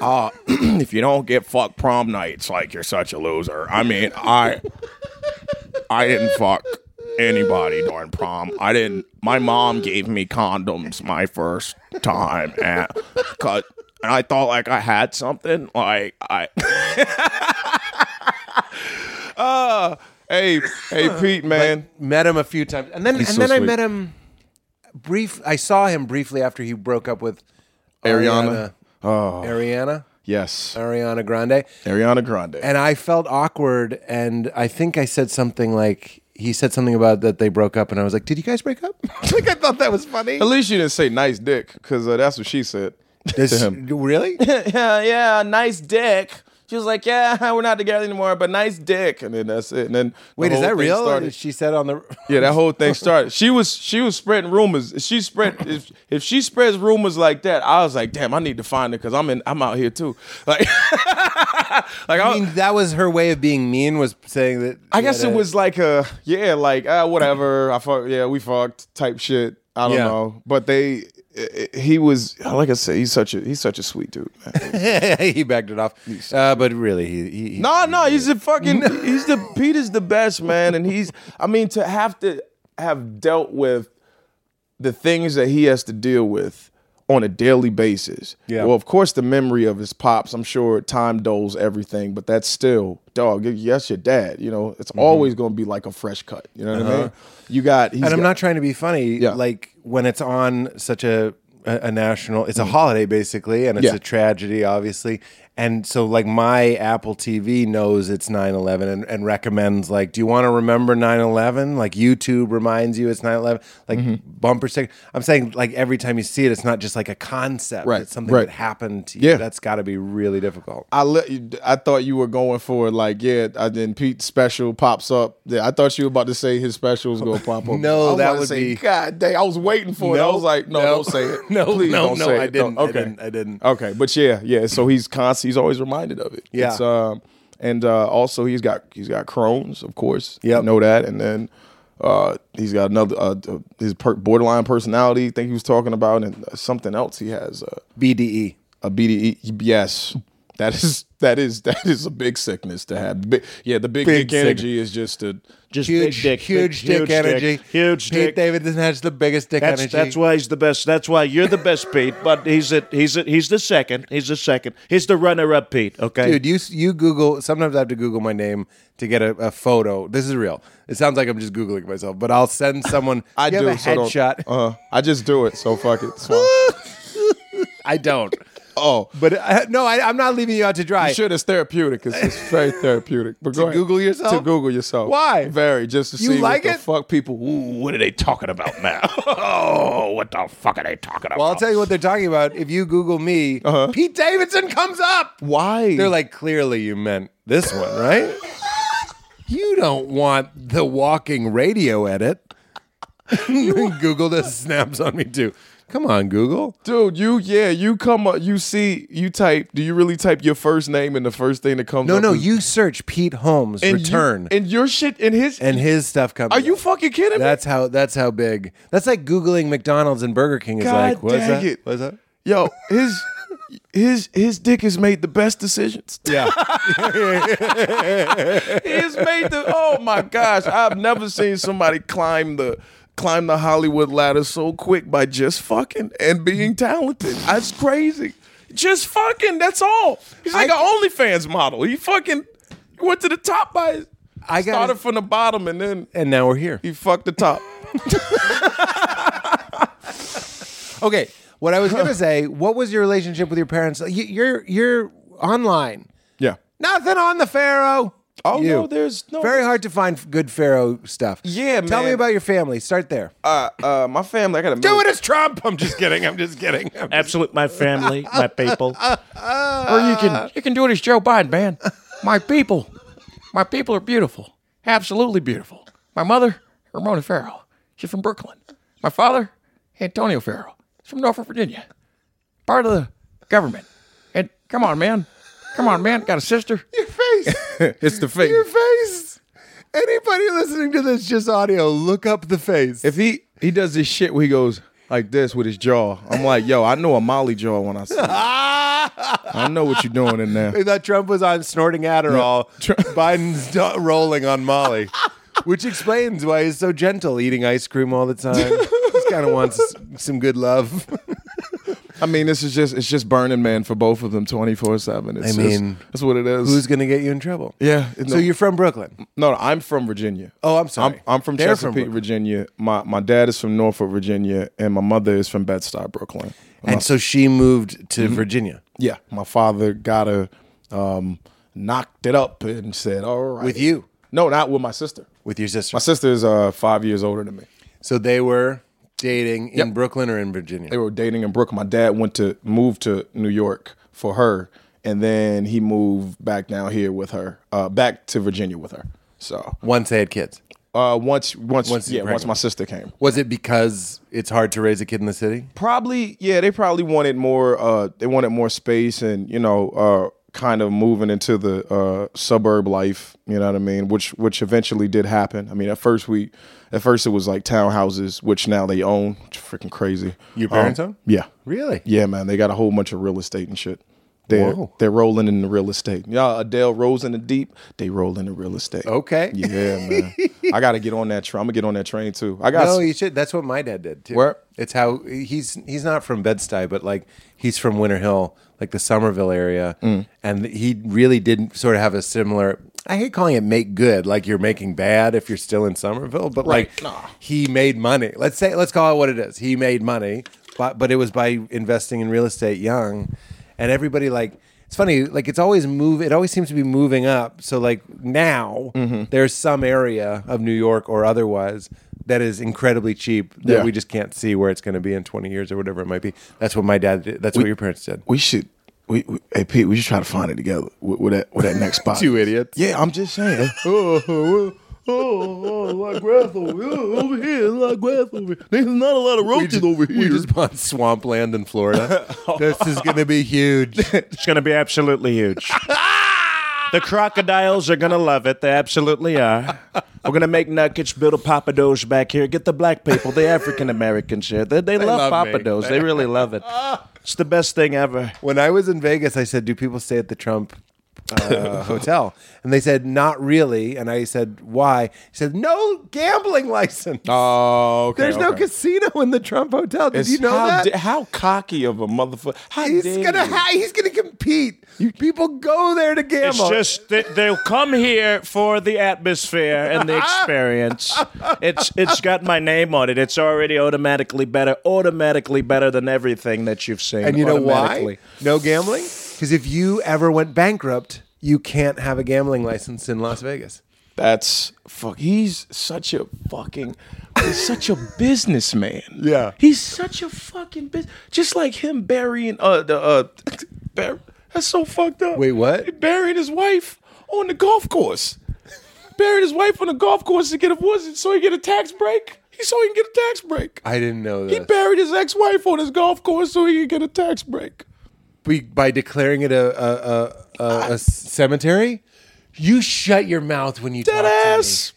Speaker 3: uh, *clears throat* if you don't get fucked prom night, it's like you're such a loser. I mean, I I didn't fuck anybody during prom. I didn't. My mom gave me condoms my first time, and cause. And I thought like I had something, like I *laughs* hey, hey, Pete, man.
Speaker 4: met him a few times, and then
Speaker 3: He's
Speaker 4: and
Speaker 3: so
Speaker 4: then I
Speaker 3: sweet.
Speaker 4: met him brief. I saw him briefly after he broke up with
Speaker 3: Ariana. Oh.
Speaker 4: Ariana, Ariana,
Speaker 3: Yes,
Speaker 4: Ariana Grande,
Speaker 3: Ariana Grande.
Speaker 4: and I felt awkward, and I think I said something like. He said something about that they broke up, and I was like, "Did you guys break up?" *laughs* like I thought that was funny.
Speaker 3: At least you didn't say nice dick, because uh, that's what she said to
Speaker 4: This-
Speaker 3: him.
Speaker 4: Really?
Speaker 3: *laughs* yeah, yeah, nice dick. She was like, yeah, *laughs* we're not together anymore, but nice dick. And then that's it. And then the
Speaker 4: Wait, is
Speaker 3: whole
Speaker 4: that
Speaker 3: thing
Speaker 4: real?
Speaker 3: started.
Speaker 4: She said on the.
Speaker 3: Yeah, that
Speaker 4: *laughs*
Speaker 3: whole thing started. She was she was spreading rumors. If She spread if if she spreads rumors like that, I was like, damn, I need to find her because I'm in I'm out here too. *laughs* Like, like
Speaker 4: I mean, that was her way of being mean. Was saying that. uh,
Speaker 3: I
Speaker 4: she
Speaker 3: guess
Speaker 4: had
Speaker 3: it
Speaker 4: a-
Speaker 3: was like a yeah, like uh, whatever. I fuck yeah, we fucked type shit. I don't
Speaker 4: Yeah.
Speaker 3: know, but they i- i- he was like I said, he's such a he's such a sweet dude. man.
Speaker 4: *laughs* he backed it off, uh, but really, he. he, he
Speaker 3: no, no, he's
Speaker 4: *laughs*
Speaker 3: a fucking he's the Peter's the best man, and he's I mean to have to have dealt with the things that he has to deal with on a daily basis.
Speaker 4: Yeah.
Speaker 3: Well, of course, the memory of his pops, I'm sure time doles everything, but that's still, dog, y- that's your dad. You know,
Speaker 4: Mm-hmm.
Speaker 3: it's always going to be like a fresh cut. You know what I mean? You got, he's
Speaker 4: Uh-huh. and I'm
Speaker 3: got-
Speaker 4: not trying to be funny.
Speaker 3: Yeah.
Speaker 4: Like when it's on such a a, a national, it's a holiday basically, and it's
Speaker 3: Yeah.
Speaker 4: a tragedy, obviously. And so, like my Apple TV knows it's 9/11 and, and recommends like, do you want to remember 9/11? Like YouTube reminds you it's 9/11. Like bumper sticker. I'm saying like every time you see it, it's not just like a concept.
Speaker 3: Right,
Speaker 4: It's something
Speaker 3: right.
Speaker 4: that happened to you.
Speaker 3: Yeah.
Speaker 4: That's got to be really difficult.
Speaker 3: I let you, I thought you were going for like, yeah, I, then Pete's special pops up. Yeah, I thought you were about to say his special was going to pop up.
Speaker 4: *laughs* No,
Speaker 3: I was
Speaker 4: that
Speaker 3: about to
Speaker 4: would
Speaker 3: say,
Speaker 4: be-
Speaker 3: God dang, I was waiting for it. I was like, no, don't say it.
Speaker 4: *laughs* No,
Speaker 3: Please
Speaker 4: no,
Speaker 3: don't
Speaker 4: no,
Speaker 3: say
Speaker 4: I
Speaker 3: it. Don't-
Speaker 4: didn't. I
Speaker 3: okay.
Speaker 4: didn't. I didn't.
Speaker 3: Okay, but yeah, yeah. So he's constant. He's always reminded of it.
Speaker 4: Yeah.
Speaker 3: It's, um, and uh, also he's got he's got Crohn's, of course.
Speaker 4: Yep.
Speaker 3: you know that. And then uh, he's got another uh, his per- borderline personality. thing he was talking about, and uh, something else he has. Uh,
Speaker 4: BDE.
Speaker 3: a BDE. Yes, that is that is that is a big sickness to have. Big, yeah, the big,
Speaker 4: Big
Speaker 3: dick energy is just a.
Speaker 9: Just
Speaker 4: Huge,
Speaker 9: big dick, big-
Speaker 4: huge dick energy.
Speaker 9: huge
Speaker 4: Pete
Speaker 9: dick.
Speaker 4: Davidson has the biggest dick
Speaker 9: That's
Speaker 4: energy.
Speaker 9: that's why he's the best. That's why you're the best, Pete. But he's a, he's a, he's the second. He's the second. He's the runner-up, Pete. Okay,
Speaker 4: Dude, you you Google. Sometimes I have to Google my name to get a, a photo. This is real. It sounds like I'm just googling myself, but I'll send someone.
Speaker 3: I
Speaker 4: you
Speaker 3: do
Speaker 4: have a
Speaker 3: so don't-
Speaker 4: headshot.
Speaker 3: *laughs* Uh-huh. I just do it. So fuck it. It's
Speaker 4: *laughs*
Speaker 3: fine.
Speaker 4: I don't.
Speaker 3: oh,
Speaker 4: But I, no, I, I'm not leaving you out to dry.
Speaker 3: Sure, it's therapeutic. It's, it's very therapeutic. But go ahead.
Speaker 4: Google yourself?
Speaker 3: To Google yourself.
Speaker 4: Why?
Speaker 3: Very. Just to
Speaker 4: You
Speaker 3: see
Speaker 4: like
Speaker 3: what
Speaker 4: it?
Speaker 3: the fuck people. Ooh, what are they talking about now? oh, what the fuck are they talking about?
Speaker 4: Well, I'll tell you what they're talking about. If you Google me, Pete Davidson comes up.
Speaker 3: Why?
Speaker 4: They're like, clearly you meant this one, *laughs* right? you don't want the walking radio edit. *laughs* Google just snaps on me too. Come on, Google.
Speaker 3: dude, you yeah, you come up, you see, you type. Do you really type your first name and the first thing that comes?
Speaker 4: No,
Speaker 3: up
Speaker 4: no,
Speaker 3: is-
Speaker 4: you search Pete Holmes
Speaker 3: and you-
Speaker 4: return, and,
Speaker 3: and your shit and his.
Speaker 4: his stuff comes.
Speaker 3: are you
Speaker 4: up.
Speaker 3: fucking kidding me?
Speaker 4: That's how. That's how big. That's like googling McDonald's and Burger King is
Speaker 3: God
Speaker 4: like. What's
Speaker 3: dang
Speaker 4: that?
Speaker 3: it.
Speaker 4: What's that?
Speaker 3: Yo, his his his dick has made the best decisions. *laughs*
Speaker 4: Yeah.
Speaker 3: He has made the oh my gosh, I've never seen somebody climb the climb the Hollywood ladder so quick by just fucking and being talented. That's crazy. Just fucking, that's all. He's like an OnlyFans model. He fucking went to the top by his
Speaker 4: I got
Speaker 3: started from the bottom and then
Speaker 4: And now we're *laughs* here.
Speaker 3: he fucked the top.
Speaker 4: Okay, what I was
Speaker 3: *laughs*
Speaker 4: gonna say, what was your relationship with your parents? You, you're you're online.
Speaker 3: Yeah.
Speaker 4: Nothing on the Pharaoh.
Speaker 3: Oh, no, there's no-
Speaker 4: very hard to find f- good Pharaoh stuff.
Speaker 3: Yeah,
Speaker 4: Tell me
Speaker 3: man.
Speaker 4: about your family. Start there.
Speaker 3: Uh uh my family, I got a
Speaker 4: Do it as Trump. I'm just kidding. I'm just kidding. I'm just-
Speaker 9: absolute. My family, my people.
Speaker 10: or you can you can do it as Joe Biden, man. My people, my people are beautiful, absolutely beautiful. My mother, Ramona Farrow, she's from Brooklyn. My father, Antonio Farrow, he's from Norfolk, Virginia, part of the government. And come on, man, come on, man. Got a sister?
Speaker 3: It's the fake.
Speaker 4: your face. Anybody listening to this just audio, look up the *laughs* face.
Speaker 3: If he he does this shit where he goes like this with his jaw, I'm like, yo, I know a Molly jaw when I
Speaker 4: *laughs*
Speaker 3: see. it. I know what you're doing in there.
Speaker 4: I thought Trump was on snorting Adderall. *laughs* Biden's do- rolling on Molly, which explains why he's so gentle, eating ice cream all the time. Just kind of wants s- some good love.
Speaker 3: I mean, this is just it's just Burning Man for both of them, 24 seven.
Speaker 4: I mean,
Speaker 3: that's what it is.
Speaker 4: Who's gonna get you in trouble?
Speaker 3: yeah.
Speaker 4: So you're from Brooklyn.
Speaker 3: no, no, I'm from Virginia.
Speaker 4: Oh, I'm sorry.
Speaker 3: I'm, I'm from
Speaker 4: They're from
Speaker 3: Chesapeake,
Speaker 4: Brooklyn.
Speaker 3: Virginia. My my dad is from Norfolk, Virginia, and my mother is from Bed Stuy, Brooklyn.
Speaker 4: And so she moved
Speaker 3: Mm-hmm.
Speaker 4: to Virginia
Speaker 3: Yeah, my father got a um, knocked it up and said, "All right."
Speaker 4: With you?
Speaker 3: No, not with my sister.
Speaker 4: with your sister.
Speaker 3: My sister is uh, five years older than me.
Speaker 4: So they were dating in
Speaker 3: Yep.
Speaker 4: Brooklyn or in Virginia.
Speaker 3: they were dating in Brooklyn. My dad went to move to New York for her, and then he moved back down here with her, uh, back to Virginia with her. So
Speaker 4: Once they had kids.
Speaker 3: uh, once, once,
Speaker 4: Once you
Speaker 3: yeah, once
Speaker 4: pregnant.
Speaker 3: my sister came,
Speaker 4: Was it because it's hard to raise a kid in the city?
Speaker 3: probably yeah, they probably wanted more. Uh, they wanted more space, and you know, uh, kind of moving into the uh, suburb life. You know what I mean? Which which eventually did happen. I mean, at first we, at first it was like townhouses, which now they own. Which is freaking crazy.
Speaker 4: Your parents
Speaker 3: Um,
Speaker 4: own?
Speaker 3: Yeah.
Speaker 4: Really?
Speaker 3: Yeah, man, they got a whole bunch of real estate and shit. They're
Speaker 4: Whoa.
Speaker 3: they're rolling in the real estate. Y'all, Adele rolls in the deep. They roll in the real estate.
Speaker 4: Okay. *laughs*
Speaker 3: Yeah, man. I gotta get on that train. I'm gonna get on that train too. I got.
Speaker 4: No, Oh, you should. That's what my dad did too.
Speaker 3: Where-
Speaker 4: It's how he's he's not from Bed Stuy, but like he's from Winter Hill, like the Somerville area, and he really did sort of have a similar. I hate calling it make good, like you're making bad if you're still in Somerville, but like he made money. Let's say let's call it what it is. He made money, but but it was by investing in real estate young, and everybody like. It's funny, like it's always move. It always seems to be moving up. So like now, there's some area of New York or otherwise that is incredibly cheap that
Speaker 3: Yeah.
Speaker 4: we just can't see where it's going to be in 20 years or whatever it might be. That's what my dad did. That's what your parents
Speaker 3: *laughs*
Speaker 4: did.
Speaker 3: we should. We, we hey Pete, we should try to find it together with, with that with that *laughs* next spot.
Speaker 4: You idiots.
Speaker 3: Yeah, I'm just saying. *laughs* oh, oh, oh, oh, like grass over here, over here, like grass over here. There's not a lot of
Speaker 4: We just, we just bought swampland in
Speaker 3: *laughs*
Speaker 4: Florida. this is going to be huge.
Speaker 9: It's going to be absolutely huge. The crocodiles are gonna love it. They absolutely are. We're gonna make nuggets, build a papados back here. Get the black people, the African Americans here. They, they, love,
Speaker 3: love me.
Speaker 9: papados. They really love it. It's the best thing ever.
Speaker 4: *laughs* When I was in Vegas, I said, "Do people stay at the Trump
Speaker 3: *laughs*
Speaker 4: uh, hotel?" And they said, "Not really." And I said, "Why?" He said, "No gambling license.
Speaker 3: Oh, okay.
Speaker 4: There's no
Speaker 3: okay.
Speaker 4: casino in the Trump hotel. Did
Speaker 3: It's-
Speaker 4: you know
Speaker 3: how
Speaker 4: that?"
Speaker 3: da- how cocky of a motherfucker! How
Speaker 4: He's
Speaker 3: dare
Speaker 4: gonna
Speaker 3: you.
Speaker 4: ha- he's gonna compete. People go there to
Speaker 9: It's
Speaker 4: gamble.
Speaker 9: just that they'll come here for the atmosphere
Speaker 3: *laughs*
Speaker 9: and the experience. It's it's got my name on it. It's already automatically better, automatically better than everything that you've seen.
Speaker 4: and you know
Speaker 9: automatically.
Speaker 4: why? No gambling? Because if you ever went bankrupt, you can't have a gambling license in Las Vegas.
Speaker 3: That's fuck. He's such a fucking. He's such a businessman.
Speaker 4: Yeah.
Speaker 3: He's such a fucking business. Just like him burying uh the uh. Bur- that's so fucked up.
Speaker 4: Wait, what?
Speaker 3: He buried his wife on the golf course. buried his wife on the golf course to get a was it so he get a tax break. He so he can get a tax break.
Speaker 4: I didn't know
Speaker 3: He
Speaker 4: that.
Speaker 3: buried his ex-wife on his golf course so he could get a tax break.
Speaker 4: Be- by declaring it a a, a, a, a cemetery. You shut your mouth when you talk
Speaker 3: Dead
Speaker 4: to me.
Speaker 3: ass.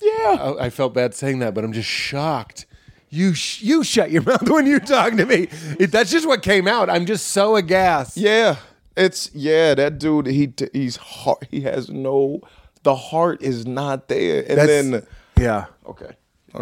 Speaker 3: Yeah.
Speaker 4: Oh, I, I felt bad saying that, but I'm just shocked. You sh- you shut your *laughs* mouth when you're talking to me. If that's just what came out. I'm just so aghast.
Speaker 3: Yeah, it's yeah. That dude, he he's heart. He has no. The heart is not there. And
Speaker 4: That's-
Speaker 3: then
Speaker 4: yeah.
Speaker 3: okay,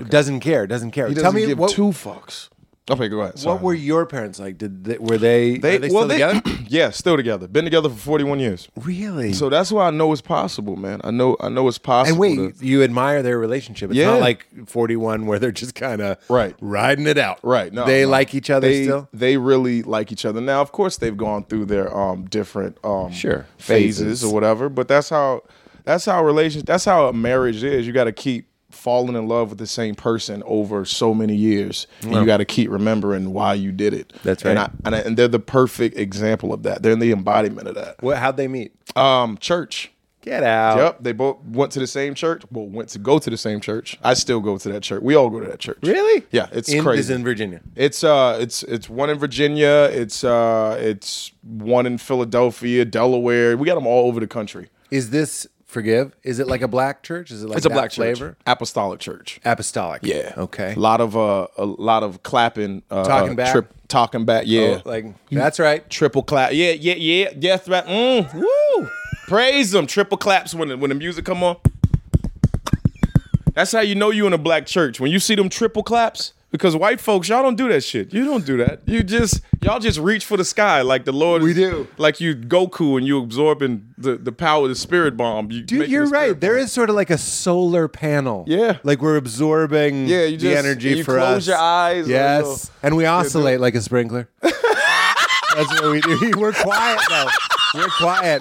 Speaker 4: Doesn't care. Doesn't care.
Speaker 3: he doesn't
Speaker 4: Tell me
Speaker 3: give
Speaker 4: what,
Speaker 3: two fucks. Okay, go ahead.
Speaker 4: what were your parents like? Did they, were they are they still together? *clears throat*
Speaker 3: *clears throat* yeah, still together. Been together for forty one years.
Speaker 4: really?
Speaker 3: So that's why I know it's possible, man. I know I know it's possible.
Speaker 4: and wait,
Speaker 3: to-
Speaker 4: you admire their relationship. It's
Speaker 3: Yeah.
Speaker 4: not like 41 where they're just kind of
Speaker 3: Right.
Speaker 4: riding it out.
Speaker 3: Right. No,
Speaker 4: they
Speaker 3: no.
Speaker 4: like each other
Speaker 3: they,
Speaker 4: still.
Speaker 3: They really like each other. Now, of course, they've gone through their um different um
Speaker 4: Sure.
Speaker 3: phases,
Speaker 4: Phases.
Speaker 3: or whatever. But that's how that's how relations that's how a marriage is. You got to keep falling in love with the same person over so many years. And you got to keep remembering why you did it.
Speaker 4: That's
Speaker 3: And,
Speaker 4: right.
Speaker 3: I, and, I, and they're the perfect example of that. They're the embodiment of that.
Speaker 4: What, how'd they meet?
Speaker 3: Um, church.
Speaker 4: Get out.
Speaker 3: Yep, they both went to the same church. Well, went to go to the same church. I still go to that church. We all go to that church.
Speaker 4: Really?
Speaker 3: Yeah, it's
Speaker 4: in,
Speaker 3: crazy.
Speaker 4: Is in Virginia.
Speaker 3: It's uh, it's it's one in Virginia. It's uh, it's one in Philadelphia, Delaware. We got them all over the country.
Speaker 4: Is this forgive? Is it like a black church? Is it like that flavor?
Speaker 3: apostolic church.
Speaker 4: Apostolic.
Speaker 3: Yeah.
Speaker 4: Okay.
Speaker 3: A lot of uh, a lot of clapping, uh,
Speaker 4: Talking
Speaker 3: uh,
Speaker 4: back?
Speaker 3: talking back. Yeah,
Speaker 4: Oh, like that's right.
Speaker 3: triple clap. Yeah, yeah, yeah. Death rap. Mm, woo! Praise them. Triple claps when the, when the music come on. That's how you know you in a black church when you see them triple claps. Because white folks, y'all don't do that shit. You don't do that. You just y'all just reach for the sky like the Lord.
Speaker 4: We do.
Speaker 3: Like you Goku and you absorbing the, the power of the spirit bomb. You
Speaker 4: Dude,
Speaker 3: making
Speaker 4: you're
Speaker 3: the spirit
Speaker 4: right. There
Speaker 3: bomb.
Speaker 4: is sort of like a solar panel.
Speaker 3: Yeah.
Speaker 4: Like we're absorbing
Speaker 3: Yeah, you
Speaker 4: the
Speaker 3: just-
Speaker 4: energy
Speaker 3: you
Speaker 4: for
Speaker 3: close
Speaker 4: us.
Speaker 3: your eyes,
Speaker 4: Yes.
Speaker 3: like, oh.
Speaker 4: And we oscillate like a
Speaker 3: *laughs*
Speaker 4: sprinkler. That's what we do. We're quiet though. We're quiet.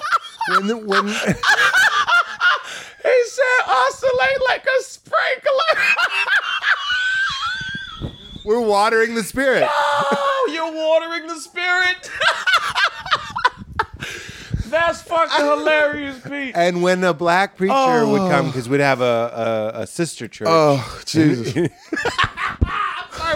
Speaker 4: When the, when
Speaker 3: He said oscillate like a sprinkler.
Speaker 4: *laughs* we're watering the
Speaker 3: *laughs*
Speaker 4: spirit.
Speaker 3: Oh, you're watering the spirit. That's fucking hilarious, Pete.
Speaker 4: And when a black preacher would come, because we'd have a, a, a sister church.
Speaker 3: Oh, *laughs* Jesus.
Speaker 4: Sorry,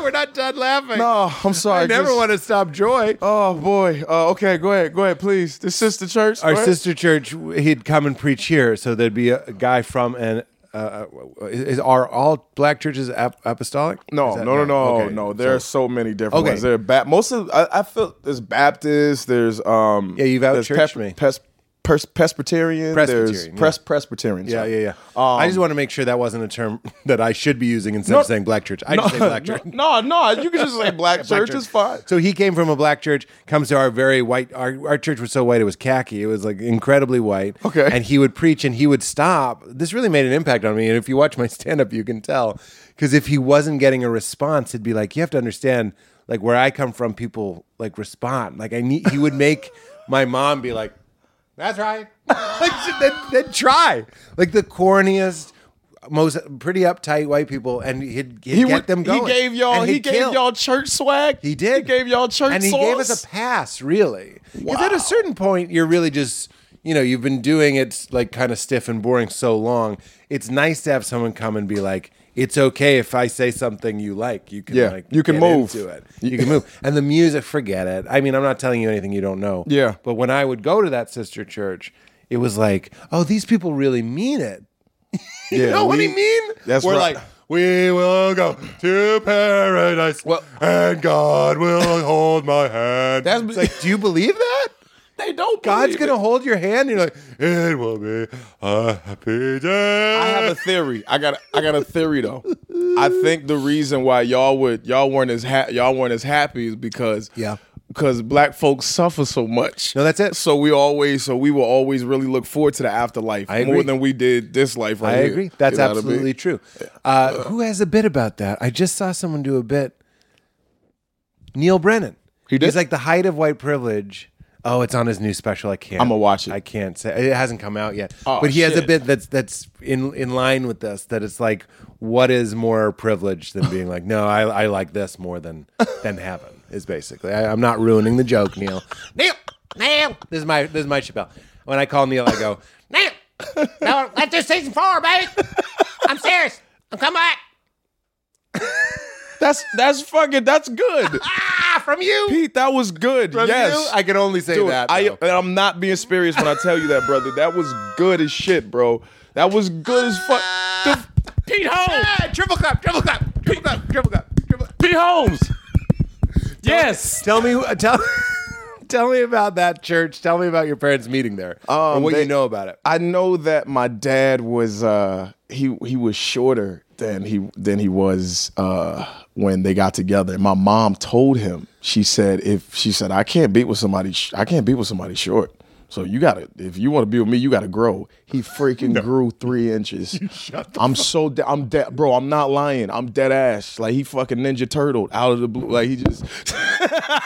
Speaker 4: we're not done laughing.
Speaker 3: No, I'm sorry.
Speaker 4: I never
Speaker 3: Just-
Speaker 4: want to stop joy.
Speaker 3: Oh boy. Uh, okay, go ahead. Go ahead, please. The sister church.
Speaker 4: Our
Speaker 3: right?
Speaker 4: sister church, he'd come and preach here. So there'd be a, a guy from an. Uh, uh, is, are all black churches ap- apostolic?
Speaker 3: No,
Speaker 4: Is that-
Speaker 3: no, no, no,
Speaker 4: Okay.
Speaker 3: no. There are so many different
Speaker 4: Okay.
Speaker 3: ones. There are ba- most of I, I feel there's Baptist. There's um.
Speaker 4: Yeah, you've
Speaker 3: there's
Speaker 4: out-churched me.
Speaker 3: Pres- pres- Presbyterian. There's
Speaker 4: Presbyterian,
Speaker 3: pres- Presbyterian.
Speaker 4: Yeah,
Speaker 3: sorry.
Speaker 4: yeah, yeah. I just want to make sure that wasn't a term *laughs* that I should be using instead of
Speaker 3: um, No.
Speaker 4: saying black church. I just say black church.
Speaker 3: *laughs* No, no. You can just
Speaker 4: *laughs*
Speaker 3: say black
Speaker 4: Black
Speaker 3: church is fine.
Speaker 4: So he came from a black church, comes to our very white. Our, our church was so white it was khaki. It was like incredibly white.
Speaker 3: Okay.
Speaker 4: And he would preach and he would stop. This really made an impact on me. And if you watch my stand up, you can tell. Because if he wasn't getting a response, it'd be like, you have to understand, like where I come from, people like respond. Like I need, he would make *laughs* my mom be like, that's right. *laughs* like, then, then try. Like the corniest. Most pretty uptight white people, and he'd, he'd
Speaker 3: He
Speaker 4: get
Speaker 3: would-
Speaker 4: them going.
Speaker 3: He gave y'all.
Speaker 4: And
Speaker 3: He
Speaker 4: he'd
Speaker 3: gave
Speaker 4: kill.
Speaker 3: y'all church swag.
Speaker 4: He did.
Speaker 3: He gave y'all church.
Speaker 4: and he
Speaker 3: sauce.
Speaker 4: gave us a pass, really. Because at a certain point, you're really just, you know, you've been doing it like kind of stiff and boring so long. It's nice to have someone come and be like, "It's okay if I say something you like. You can,
Speaker 3: Yeah,
Speaker 4: like,
Speaker 3: you can
Speaker 4: get
Speaker 3: move.
Speaker 4: into it. You can move." And the music, forget it. I mean, I'm not telling you anything you don't know.
Speaker 3: Yeah.
Speaker 4: But when I would go to that sister church. it was like, oh, these people really mean it.
Speaker 3: Yeah,
Speaker 4: You know what I
Speaker 3: we-
Speaker 4: mean?
Speaker 3: that's
Speaker 4: We're
Speaker 3: right.
Speaker 4: like, we will go to paradise,
Speaker 3: *laughs* Well-
Speaker 4: and God will hold my hand.
Speaker 3: That's-
Speaker 4: It's like, do you believe that?
Speaker 3: They don't.
Speaker 4: God's
Speaker 3: believe it.
Speaker 4: gonna hold your hand, and you're like, it will be a happy day.
Speaker 3: I
Speaker 4: *laughs*
Speaker 3: have a theory. I got I got a theory though. I think the reason why y'all would y'all weren't as ha- y'all weren't as happy is because
Speaker 4: Yeah.
Speaker 3: because black folks suffer so much.
Speaker 4: No, that's it.
Speaker 3: So we always so we will always really look forward to the afterlife
Speaker 4: I
Speaker 3: more
Speaker 4: agree.
Speaker 3: than we did this life. Right
Speaker 4: I
Speaker 3: here.
Speaker 4: agree. That's
Speaker 3: You know what I mean?
Speaker 4: absolutely true. Uh, who has a bit about that? I just saw someone do a bit. Neil Brennan.
Speaker 3: He did?
Speaker 4: He's like the height of white privilege. Oh, it's on his new special. I can't.
Speaker 3: I'ma watch it.
Speaker 4: I can't say it hasn't come out yet.
Speaker 3: Oh,
Speaker 4: but he has a
Speaker 3: shit.
Speaker 4: bit that's that's in in line with this. That it's like, what is more privilege than being like, no, I, I like this more than than heaven is basically. I, I'm not ruining the joke, Neil. Neil, Neil. This is my this is my Chappelle. When I call Neil, I go, Neil. No, let's do season four, baby. I'm serious. I'm coming back.
Speaker 3: That's that's fucking that's good.
Speaker 4: *laughs* Ah, from you.
Speaker 3: Pete, that was good.
Speaker 4: From
Speaker 3: yes.
Speaker 4: you? I can only say
Speaker 3: Dude,
Speaker 4: that.
Speaker 3: I,
Speaker 4: though.
Speaker 3: and I'm not being serious when I tell you that, brother. That was good as shit, bro. That was good as fuck. The-
Speaker 11: Pete Holmes.
Speaker 4: Ah, triple clap, triple clap, triple clap, triple clap, triple clap.
Speaker 11: Pete Holmes. Yes.
Speaker 4: Tell me, who- tell, *laughs* tell me about that church. Tell me about your parents meeting there and what
Speaker 3: they-
Speaker 4: you know about it.
Speaker 3: I know that my dad was uh he he was shorter than he than he was uh when they got together. My mom told him. She said if she said I can't beat with somebody sh- I can't beat with somebody short. So you gotta if you want to be with me, you gotta grow. He freaking grew three inches. I'm so de- I'm dead, bro. I'm not lying. I'm dead ass. Like he fucking ninja turtled out of the blue. Like he just *laughs*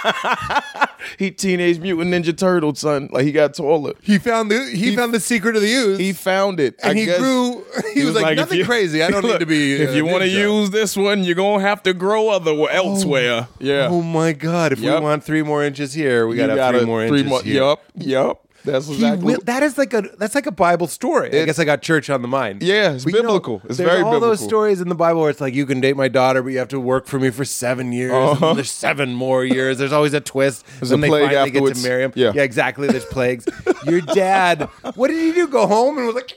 Speaker 3: he teenage mutant ninja turtled son. Like he got taller.
Speaker 4: He found the he, found the secret of the use.
Speaker 3: He found it.
Speaker 4: And
Speaker 3: I
Speaker 4: he
Speaker 3: guess.
Speaker 4: grew- *laughs* he was like,
Speaker 3: if
Speaker 4: "Nothing crazy.
Speaker 3: *laughs*
Speaker 4: I don't need to be, uh,
Speaker 3: If you want to
Speaker 4: ninja."
Speaker 3: use this one, you're gonna have to grow other elsewhere. Yeah,
Speaker 4: oh my god! If we
Speaker 3: Yep.
Speaker 4: want three more inches here, we
Speaker 3: You
Speaker 4: got to have three more inches here.
Speaker 3: Yep, yep. That's
Speaker 4: He
Speaker 3: exactly.
Speaker 4: will- that is like a that's like a Bible story. I
Speaker 3: It-
Speaker 4: guess I got church on the mind.
Speaker 3: Yeah, it's
Speaker 4: you
Speaker 3: biblical. It's
Speaker 4: there's
Speaker 3: very
Speaker 4: all those
Speaker 3: biblical.
Speaker 4: stories in the Bible where it's like you can date my daughter, but you have to work for me for seven years. and then there's seven more years. There's always a twist.
Speaker 3: Uh-huh. There's
Speaker 4: when
Speaker 3: a
Speaker 4: they
Speaker 3: plague
Speaker 4: finally get
Speaker 3: afterwards.
Speaker 4: to marry him.
Speaker 3: Yeah.
Speaker 4: exactly. There's plagues. Your dad, what did he do? Go home and was
Speaker 3: *laughs*
Speaker 4: like,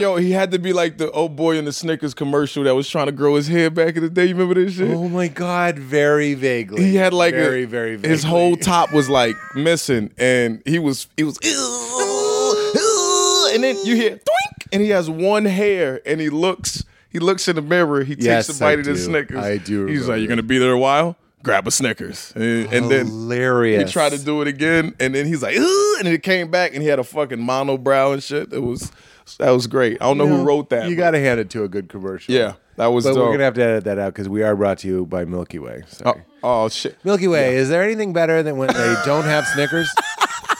Speaker 3: Yo, he had to be like the old boy in the Snickers commercial that was trying to grow his hair back in the day. You remember this shit?
Speaker 4: oh my god, very vaguely.
Speaker 3: He had like a-
Speaker 4: very very vaguely.
Speaker 3: his whole top was like missing, and he was he was "Ew, ew," and then you hear twink, and he has one hair, and he looks he looks in the mirror. He
Speaker 4: Yes,
Speaker 3: takes a bite
Speaker 4: I
Speaker 3: of the
Speaker 4: do.
Speaker 3: Snickers.
Speaker 4: I do
Speaker 3: He's
Speaker 4: remember
Speaker 3: like,
Speaker 4: that.
Speaker 3: "You're gonna be there a while. Grab a Snickers," and, and then. He
Speaker 4: hilarious.
Speaker 3: tried to do it again, and then he's like, "Ew," and it came back, and he had a fucking monobrow and shit. It was that was great. I don't know who wrote that.
Speaker 4: You
Speaker 3: but-
Speaker 4: got to hand it to a good commercial.
Speaker 3: yeah, that was.
Speaker 4: But we're
Speaker 3: dope.
Speaker 4: gonna have to edit that out because we are brought to you by Milky Way. Sorry.
Speaker 3: oh, oh shit.
Speaker 4: Milky Way, is there anything better than when
Speaker 3: *laughs*
Speaker 4: they don't have Snickers?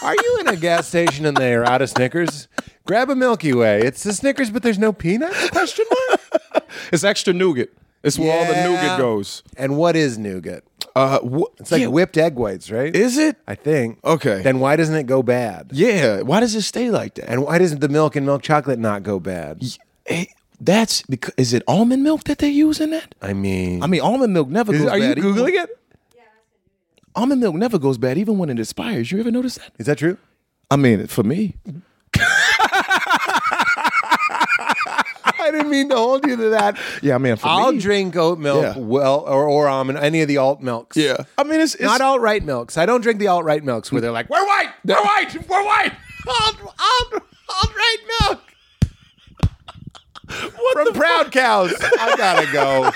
Speaker 4: Are you in a gas station and they are out of Snickers? Grab a Milky Way. It's the Snickers, but there's no peanuts? Question mark.
Speaker 3: It's extra nougat. It's where all the nougat goes.
Speaker 4: And what is nougat?
Speaker 3: Uh, wh-
Speaker 4: It's like whipped egg whites, right?
Speaker 3: Is it?
Speaker 4: I think.
Speaker 3: Okay.
Speaker 4: Then why doesn't it go bad?
Speaker 3: Yeah. Why does it stay like that?
Speaker 4: And why doesn't the milk and milk chocolate not go bad?
Speaker 3: Eh, that's because is it almond milk that they use in that?
Speaker 4: I mean,
Speaker 3: I mean, almond milk never
Speaker 4: Is
Speaker 3: goes.
Speaker 4: it
Speaker 3: Are you
Speaker 4: bad?
Speaker 3: googling it? Almond milk never goes bad, even when it expires. You ever notice that?
Speaker 4: is that true?
Speaker 3: I mean, for *laughs* me,
Speaker 4: I didn't mean to hold you to that.
Speaker 3: yeah. I mean, for
Speaker 4: I'll
Speaker 3: me,
Speaker 4: drink oat milk,
Speaker 3: Yeah.
Speaker 4: well, or, or almond, any of the alt milks.
Speaker 3: Yeah, I mean, it's, it's
Speaker 4: Not alt right milks. I don't drink the alt right milks where they're like,
Speaker 3: We're white. We're white. We're white.
Speaker 4: I'll, I'll, I'll write milk. From Proud Cows. I gotta go.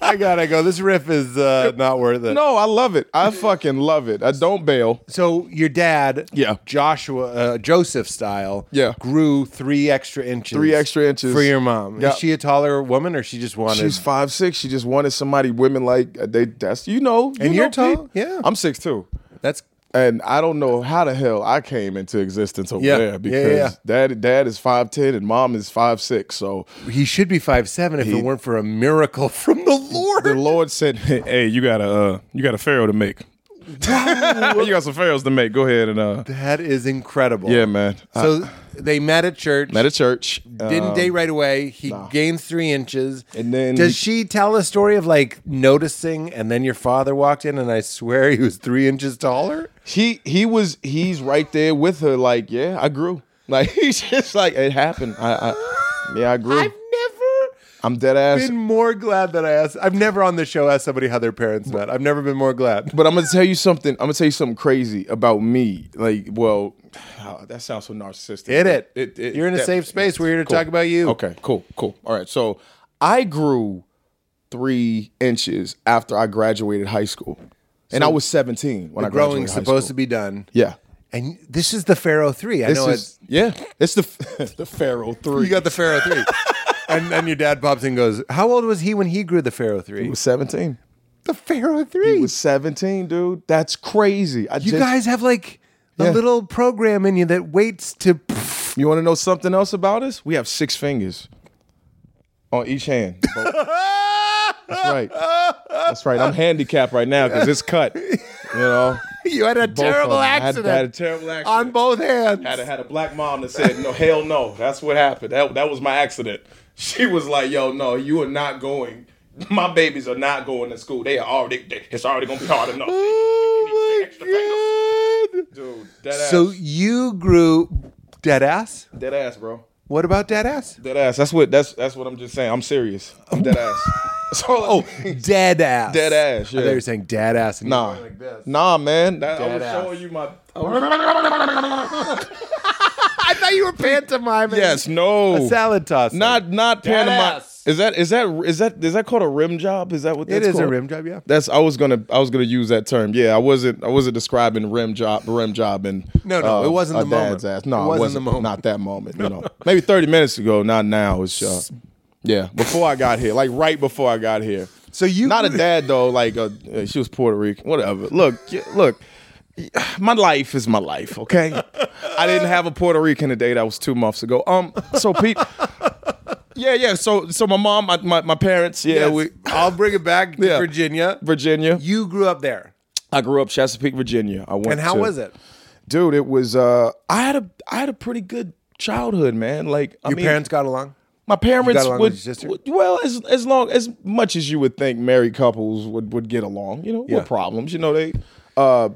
Speaker 4: I gotta go. This riff is uh, not worth it.
Speaker 3: No, I love it. I fucking love it. I don't bail.
Speaker 4: So your dad,
Speaker 3: Yeah.
Speaker 4: Joshua, uh, Joseph style,
Speaker 3: Yeah.
Speaker 4: grew three extra inches,
Speaker 3: Three extra inches.
Speaker 4: for your mom.
Speaker 3: Yeah.
Speaker 4: Is she a taller woman, or she just wanted?
Speaker 3: She's five six. She just wanted somebody. Women like uh, they. That's you know. you
Speaker 4: And you're
Speaker 3: know people.
Speaker 4: tall? Yeah.
Speaker 3: I'm six two.
Speaker 4: that's
Speaker 3: and I don't know how the hell I came into existence over
Speaker 4: Yeah. Yeah,
Speaker 3: there because
Speaker 4: yeah.
Speaker 3: dad dad is five ten and mom is five six. So
Speaker 4: he should be five seven if it weren't for a miracle *laughs* from the Lord. *laughs*
Speaker 3: the Lord said, "Hey, you got a uh, you got a pharaoh to make." *laughs* you got some fails to make. Go ahead and uh,
Speaker 4: That is incredible.
Speaker 3: yeah, man. So
Speaker 4: So they met at church.
Speaker 3: met at church.
Speaker 4: Didn't
Speaker 3: Um,
Speaker 4: date right away. He gains three inches.
Speaker 3: And then-
Speaker 4: does she tell a story of like noticing? And then your father walked in, and I swear he was three inches taller.
Speaker 3: he he was he's right there with her. Like yeah, I grew. *laughs* Like he's just like it happened. I, I yeah, I grew.
Speaker 4: I've never
Speaker 3: I'm dead ass.
Speaker 4: been more glad that I asked. I've never on the show asked somebody how their parents met. I've never been more glad.
Speaker 3: But I'm gonna tell you something. I'm gonna tell you something crazy about me. Like, well, *sighs* ah, that sounds so narcissistic.
Speaker 4: Hit it.
Speaker 3: It- it-
Speaker 4: You're in a
Speaker 3: that-
Speaker 4: safe space. We're here to
Speaker 3: Cool.
Speaker 4: talk about you.
Speaker 3: Okay, cool, cool. All right. So I grew three inches after I graduated high school, and I was 17 when I graduated.
Speaker 4: Growing's
Speaker 3: high
Speaker 4: supposed
Speaker 3: school.
Speaker 4: to be done.
Speaker 3: Yeah.
Speaker 4: And this is the Pharaoh three. I
Speaker 3: This
Speaker 4: know
Speaker 3: is yeah. It's the *laughs* the Pharaoh
Speaker 4: it's,
Speaker 3: three.
Speaker 4: you got the Pharaoh
Speaker 3: *laughs*
Speaker 4: three. and then your dad pops in and goes, "How old was he when he grew the Pharaoh
Speaker 3: He
Speaker 4: three?
Speaker 3: was 17.
Speaker 4: The Pharaoh
Speaker 3: He
Speaker 4: three.
Speaker 3: was 17, dude. That's crazy. I
Speaker 4: You
Speaker 3: just,
Speaker 4: guys have like a
Speaker 3: Yeah.
Speaker 4: little program in you that waits to. *laughs*
Speaker 3: You want to know something else about us? We have six fingers on
Speaker 4: *laughs*
Speaker 3: each hand. That's right. That's right. I'm handicapped right now because it's cut. You know,
Speaker 4: you had a
Speaker 3: Both of
Speaker 4: terrible
Speaker 3: them. I had- I
Speaker 4: accident
Speaker 3: had a terrible accident.
Speaker 4: on both hands.
Speaker 3: had a, had a black mom that said, "No, hell no." That's what happened. That that was my accident. She was like, "Yo, no, you are not going. My babies are not going to school. They are already. they- it's already gonna be hard enough."
Speaker 4: Oh my god!
Speaker 3: Dude, dead ass.
Speaker 4: So you grew dead ass.
Speaker 3: dead ass, bro.
Speaker 4: What about dead ass?
Speaker 3: Dead ass. That's what. That's that's what I'm just saying. I'm serious. I'm dead
Speaker 4: *laughs*
Speaker 3: ass. That's all I-
Speaker 4: Oh, Dead ass.
Speaker 3: Dead ass,
Speaker 4: I thought
Speaker 3: yeah.
Speaker 4: you were saying dead ass. and you
Speaker 3: Nah,
Speaker 4: were like this.
Speaker 3: nah, man. That, I
Speaker 4: Dead
Speaker 3: was
Speaker 4: ass.
Speaker 3: showing you my.
Speaker 4: I thought you were pantomiming.
Speaker 3: Yes, no.
Speaker 4: A salad toss.
Speaker 3: Not not
Speaker 4: Dead
Speaker 3: Panama.
Speaker 4: ass.
Speaker 3: Is that is that is that is that called a rim job? Is that what
Speaker 4: It
Speaker 3: that's
Speaker 4: is a
Speaker 3: called?
Speaker 4: rim job. Yeah.
Speaker 3: That's I was gonna I was gonna use that term. Yeah, I wasn't I wasn't describing rim job rim job and um,
Speaker 4: No, no, it wasn't
Speaker 3: a
Speaker 4: the moment.
Speaker 3: dad's ass.
Speaker 4: It
Speaker 3: No, it
Speaker 4: wasn't
Speaker 3: wasn't,
Speaker 4: the moment.
Speaker 3: Not that moment. You know,
Speaker 4: *laughs*
Speaker 3: maybe thirty minutes ago. Not now. It's uh, yeah, before I got here, like right before I got here.
Speaker 4: So you
Speaker 3: not a dad though. Like uh, uh, she was Puerto Rican. Whatever. Look, y- look. My life is my life. Okay. I didn't have a Puerto Rican today. That was two months ago. Um. So
Speaker 4: *laughs*
Speaker 3: Pete. Yeah, yeah. So, so my mom, my, my, my parents. Yeah,
Speaker 4: Yes.
Speaker 3: we
Speaker 4: I'll bring it back to
Speaker 3: Yeah.
Speaker 4: Virginia.
Speaker 3: Virginia.
Speaker 4: You grew up there.
Speaker 3: I grew up Chesapeake, Virginia. I went.
Speaker 4: And how
Speaker 3: to-
Speaker 4: was it?
Speaker 3: dude? It was. Uh, I had a I had a pretty good childhood, man. Like I
Speaker 4: Your
Speaker 3: mean,
Speaker 4: parents got along?
Speaker 3: my
Speaker 4: You
Speaker 3: parents
Speaker 4: got along
Speaker 3: would,
Speaker 4: with your sister?
Speaker 3: would- well as as long as much as you would think married couples would would get along. You know,
Speaker 4: Yeah.
Speaker 3: what problems? You know, they uh,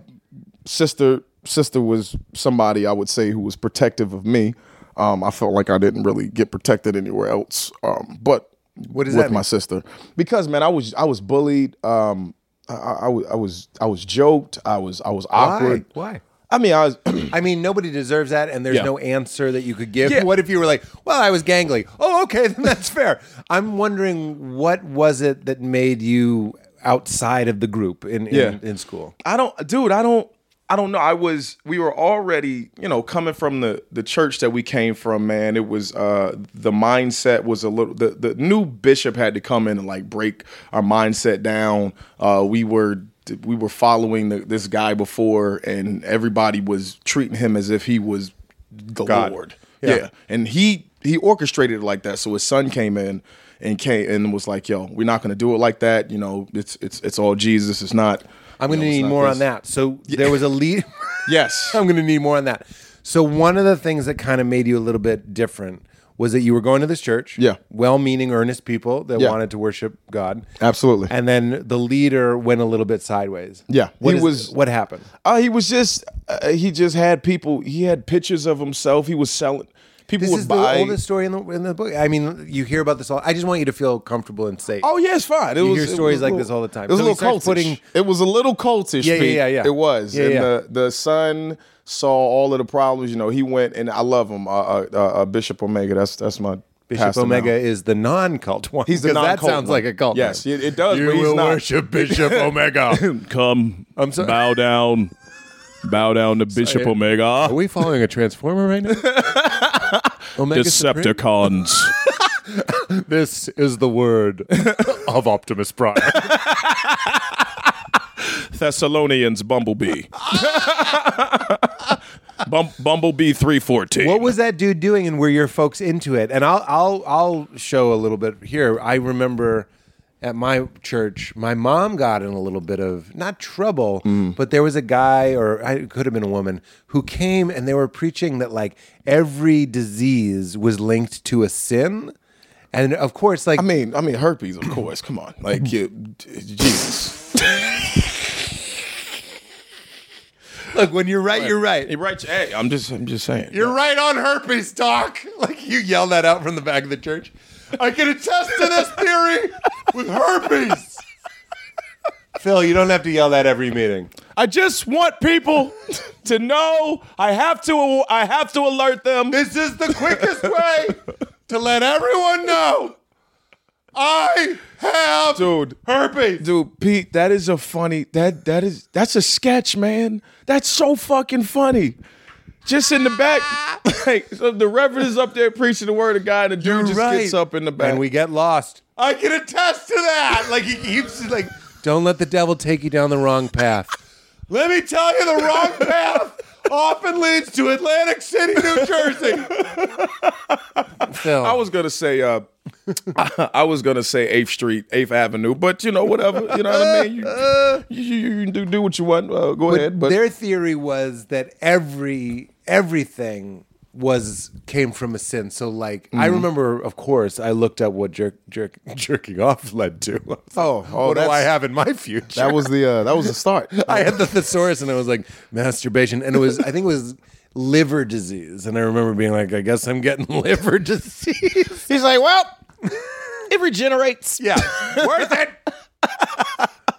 Speaker 3: sister sister was somebody I would say who was protective of me. Um, I felt like I didn't really get protected anywhere else. Um, but
Speaker 4: What does
Speaker 3: with
Speaker 4: that
Speaker 3: my
Speaker 4: mean?
Speaker 3: sister because man, I was I was bullied. Um, I, I, I was I was I was joked. I was I was awkward.
Speaker 4: Why?
Speaker 3: I mean, I was *clears throat*
Speaker 4: I mean, nobody deserves that, and there's
Speaker 3: Yeah.
Speaker 4: no answer that you could give.
Speaker 3: Yeah.
Speaker 4: What if you were like, "Well, I was gangly." Oh, okay, *laughs* then that's fair. I'm wondering what was it that made you outside of the group in in,
Speaker 3: Yeah.
Speaker 4: in school?
Speaker 3: I don't, dude. I don't. I don't know. I was. We were already, you know, coming from the the church that we came from. Man, it was. uh The mindset was a little. The the new bishop had to come in and like break our mindset down. Uh We were we were following the, this guy before, and everybody was treating him as if he was the
Speaker 4: God.
Speaker 3: Lord.
Speaker 4: Yeah.
Speaker 3: Yeah. and he he orchestrated it like that. So his son came in and came and was like, "Yo, we're not going to do it like that. You know, it's it's it's all Jesus. It's not."
Speaker 4: I'm going to
Speaker 3: you know, it's
Speaker 4: need
Speaker 3: not
Speaker 4: more on
Speaker 3: this."
Speaker 4: that. So there was a lead.
Speaker 3: Yes.
Speaker 4: *laughs* I'm going to need more on that. So one of the things that kind of made you a little bit different was that you were going to this church.
Speaker 3: Yeah.
Speaker 4: Well-meaning, earnest people that
Speaker 3: Yeah.
Speaker 4: wanted to worship God.
Speaker 3: Absolutely.
Speaker 4: And then the leader went a little bit sideways.
Speaker 3: Yeah.
Speaker 4: What
Speaker 3: He
Speaker 4: is-
Speaker 3: was-
Speaker 4: what happened?
Speaker 3: Uh, he was just uh, he just had people. He had pictures of himself. He was selling. People
Speaker 4: This
Speaker 3: would
Speaker 4: is
Speaker 3: buy.
Speaker 4: the oldest story in the in the book. I mean, you hear about this all. I just want you to feel comfortable and safe.
Speaker 3: Oh yeah, it's fine. It
Speaker 4: You
Speaker 3: was,
Speaker 4: hear
Speaker 3: it
Speaker 4: stories
Speaker 3: was a
Speaker 4: like
Speaker 3: little-
Speaker 4: this all the time.
Speaker 3: It was
Speaker 4: So
Speaker 3: a
Speaker 4: he
Speaker 3: little
Speaker 4: starts
Speaker 3: cultish.
Speaker 4: putting-
Speaker 3: it was a little cultish.
Speaker 4: Yeah, yeah,
Speaker 3: Pete.
Speaker 4: yeah, yeah.
Speaker 3: It was.
Speaker 4: Yeah,
Speaker 3: and
Speaker 4: yeah.
Speaker 3: The, the son saw all of the problems. You know, he went and I love him. Uh, uh, uh, uh, Bishop Omega. That's that's my
Speaker 4: Bishop
Speaker 3: pastor now.
Speaker 4: Omega is the non-cult one.
Speaker 3: He's the
Speaker 4: 'cause That
Speaker 3: non-cult
Speaker 4: sounds
Speaker 3: one.
Speaker 4: like a cult.
Speaker 3: Yes,
Speaker 4: name.
Speaker 3: it- it does, but he's not. *laughs*
Speaker 4: Bishop Omega.
Speaker 12: Come,
Speaker 4: I'm sorry.
Speaker 12: bow down, bow down to Bishop
Speaker 4: Are
Speaker 12: Omega,
Speaker 4: we following a transformer right now?
Speaker 3: *laughs*
Speaker 4: Omega Supreme?
Speaker 12: Decepticons.
Speaker 4: This is the
Speaker 3: *laughs*
Speaker 4: word of Optimus Prime.
Speaker 12: Thessalonians
Speaker 3: *laughs*
Speaker 12: Bumblebee. Bum- Bumblebee 314.
Speaker 4: what was that dude doing, and were your folks into it? And I'll I'll I'll show a little bit here. I remember at my church, my mom got in a little bit of not trouble, but there was a guy, or I, it could have been a woman, who came and they were preaching that like every disease was linked to a sin. And of course, like
Speaker 3: I mean, I mean herpes, of course. Come on, like you, Jesus.
Speaker 4: look, when you're right, you're right.
Speaker 3: Hey, right? Hey, I'm just, I'm just saying.
Speaker 4: You're right on herpes, Doc. *laughs* Like you yell that out from the back of the church. I can attest to this theory with herpes. *laughs* Phil, you don't have to yell that every meeting.
Speaker 3: I just want people to know. I have to, I have to alert them.
Speaker 4: This is the quickest way to let everyone know I have
Speaker 3: Dude.
Speaker 4: herpes.
Speaker 3: Dude, Pete, that is a funny that that is that's a sketch, man. That's so fucking funny. Just in the back, *laughs* like so the reverend is up there preaching the word of God, and the dude
Speaker 4: You're
Speaker 3: just
Speaker 4: right.
Speaker 3: gets up in the back.
Speaker 4: And we get lost. I can attest to that. Like he keeps like, don't let the devil take you down the wrong path. let me tell you, the wrong
Speaker 3: *laughs*
Speaker 4: path often leads to Atlantic City, New Jersey. Phil,
Speaker 3: I was gonna say, uh, I was gonna say Eighth Street, Eighth Avenue, but you know, whatever. You know what I mean? You, you, you, you do do what you want. Uh, go ahead, but
Speaker 4: their theory was that every everything was came from a sin. So like I
Speaker 3: Mm-hmm.
Speaker 4: remember, of course, I looked up what jerk jerk *laughs* jerking off led to. *laughs*
Speaker 3: Oh, oh,
Speaker 4: what do
Speaker 3: that's-
Speaker 4: I have in my future?
Speaker 3: was the uh, that was the start.
Speaker 4: *laughs* I
Speaker 3: *laughs*
Speaker 4: had the thesaurus and I was like masturbation, and it was I think it was liver disease, and I remember being like, I guess I'm getting *laughs* liver disease.
Speaker 3: He's like, well,
Speaker 4: *laughs*
Speaker 13: It regenerates.
Speaker 4: *laughs* yeah, worth
Speaker 3: *laughs*
Speaker 4: it.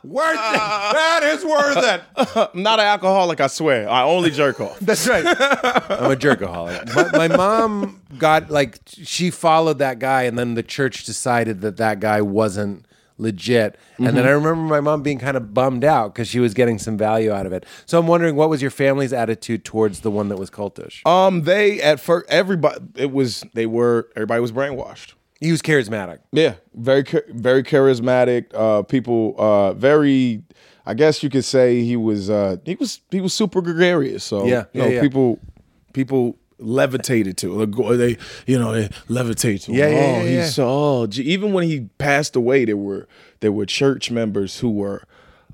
Speaker 4: Worth it.
Speaker 3: Uh,
Speaker 4: That is worth it.
Speaker 3: I'm *laughs* not an alcoholic. I swear, I only jerk off.
Speaker 4: That's right. *laughs* I'm a jerkaholic. My, my mom got like she followed that guy, and then the church decided that that guy wasn't legit. And then I remember my mom being kind of bummed out because she was getting some value out of it. So I'm wondering, what was your family's attitude towards the one that was cultish?
Speaker 3: Um, they at first everybody it was they were everybody was brainwashed.
Speaker 4: he was charismatic.
Speaker 3: Yeah, very char- very charismatic. Uh, people, uh, very. I guess you could say he was uh, he was he was super gregarious. So
Speaker 4: Yeah,
Speaker 3: you know,
Speaker 4: yeah, yeah.
Speaker 3: people people levitated to like, go- they you know they levitate to. him.
Speaker 4: Yeah, yeah,
Speaker 3: oh,
Speaker 4: yeah,
Speaker 3: he's
Speaker 4: yeah.
Speaker 3: so oh, gee. even when he passed away, there were there were church members who were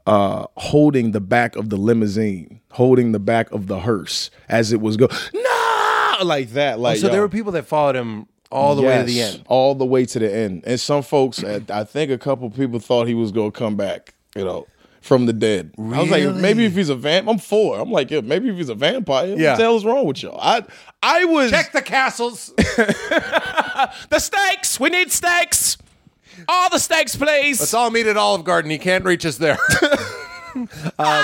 Speaker 3: uh, holding the back of the limousine, holding the back of the hearse as it was go no like that. Like
Speaker 4: Oh, So
Speaker 3: yo.
Speaker 4: there were people that followed him all the way to the
Speaker 3: Yes,
Speaker 4: end.
Speaker 3: All the way to the end. And some folks, I I think a couple people thought he was going to come back, you know, from the dead. I was like, maybe if he's a vamp, I'm four. I'm like, yeah, maybe if he's a vampire,
Speaker 4: Yeah.
Speaker 3: what the hell is wrong with y'all? I, I was.
Speaker 4: the castles.
Speaker 13: The steaks. We need steaks. All the steaks, please.
Speaker 4: Let's all meet at Olive Garden. He can't reach us there. *laughs* Um,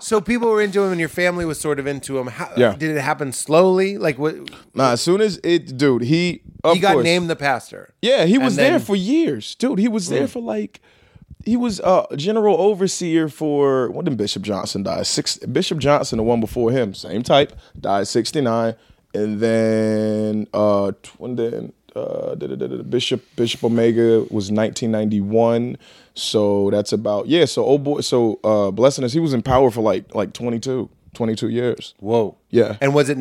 Speaker 4: so people were into him, and your family was sort of into him. How,
Speaker 3: Yeah.
Speaker 4: Did it happen slowly? Like what?
Speaker 3: Nah, as soon as it, dude, he. Of
Speaker 4: he got
Speaker 3: course.
Speaker 4: named the pastor.
Speaker 3: Yeah, he was
Speaker 4: And then- Mm.
Speaker 3: there for years, dude. He was there for like, he was uh, general overseer for when did Bishop Johnson die? Six Bishop Johnson, the one before him, same type, died sixty nine, and then uh, tw- and then uh, da- da- da- da- da- Bishop Bishop Omega was nineteen ninety one, so that's about yeah. So old boy, so uh, blessing us, he was in power for like like 22, 22 years.
Speaker 4: Whoa.
Speaker 3: Yeah.
Speaker 4: And was it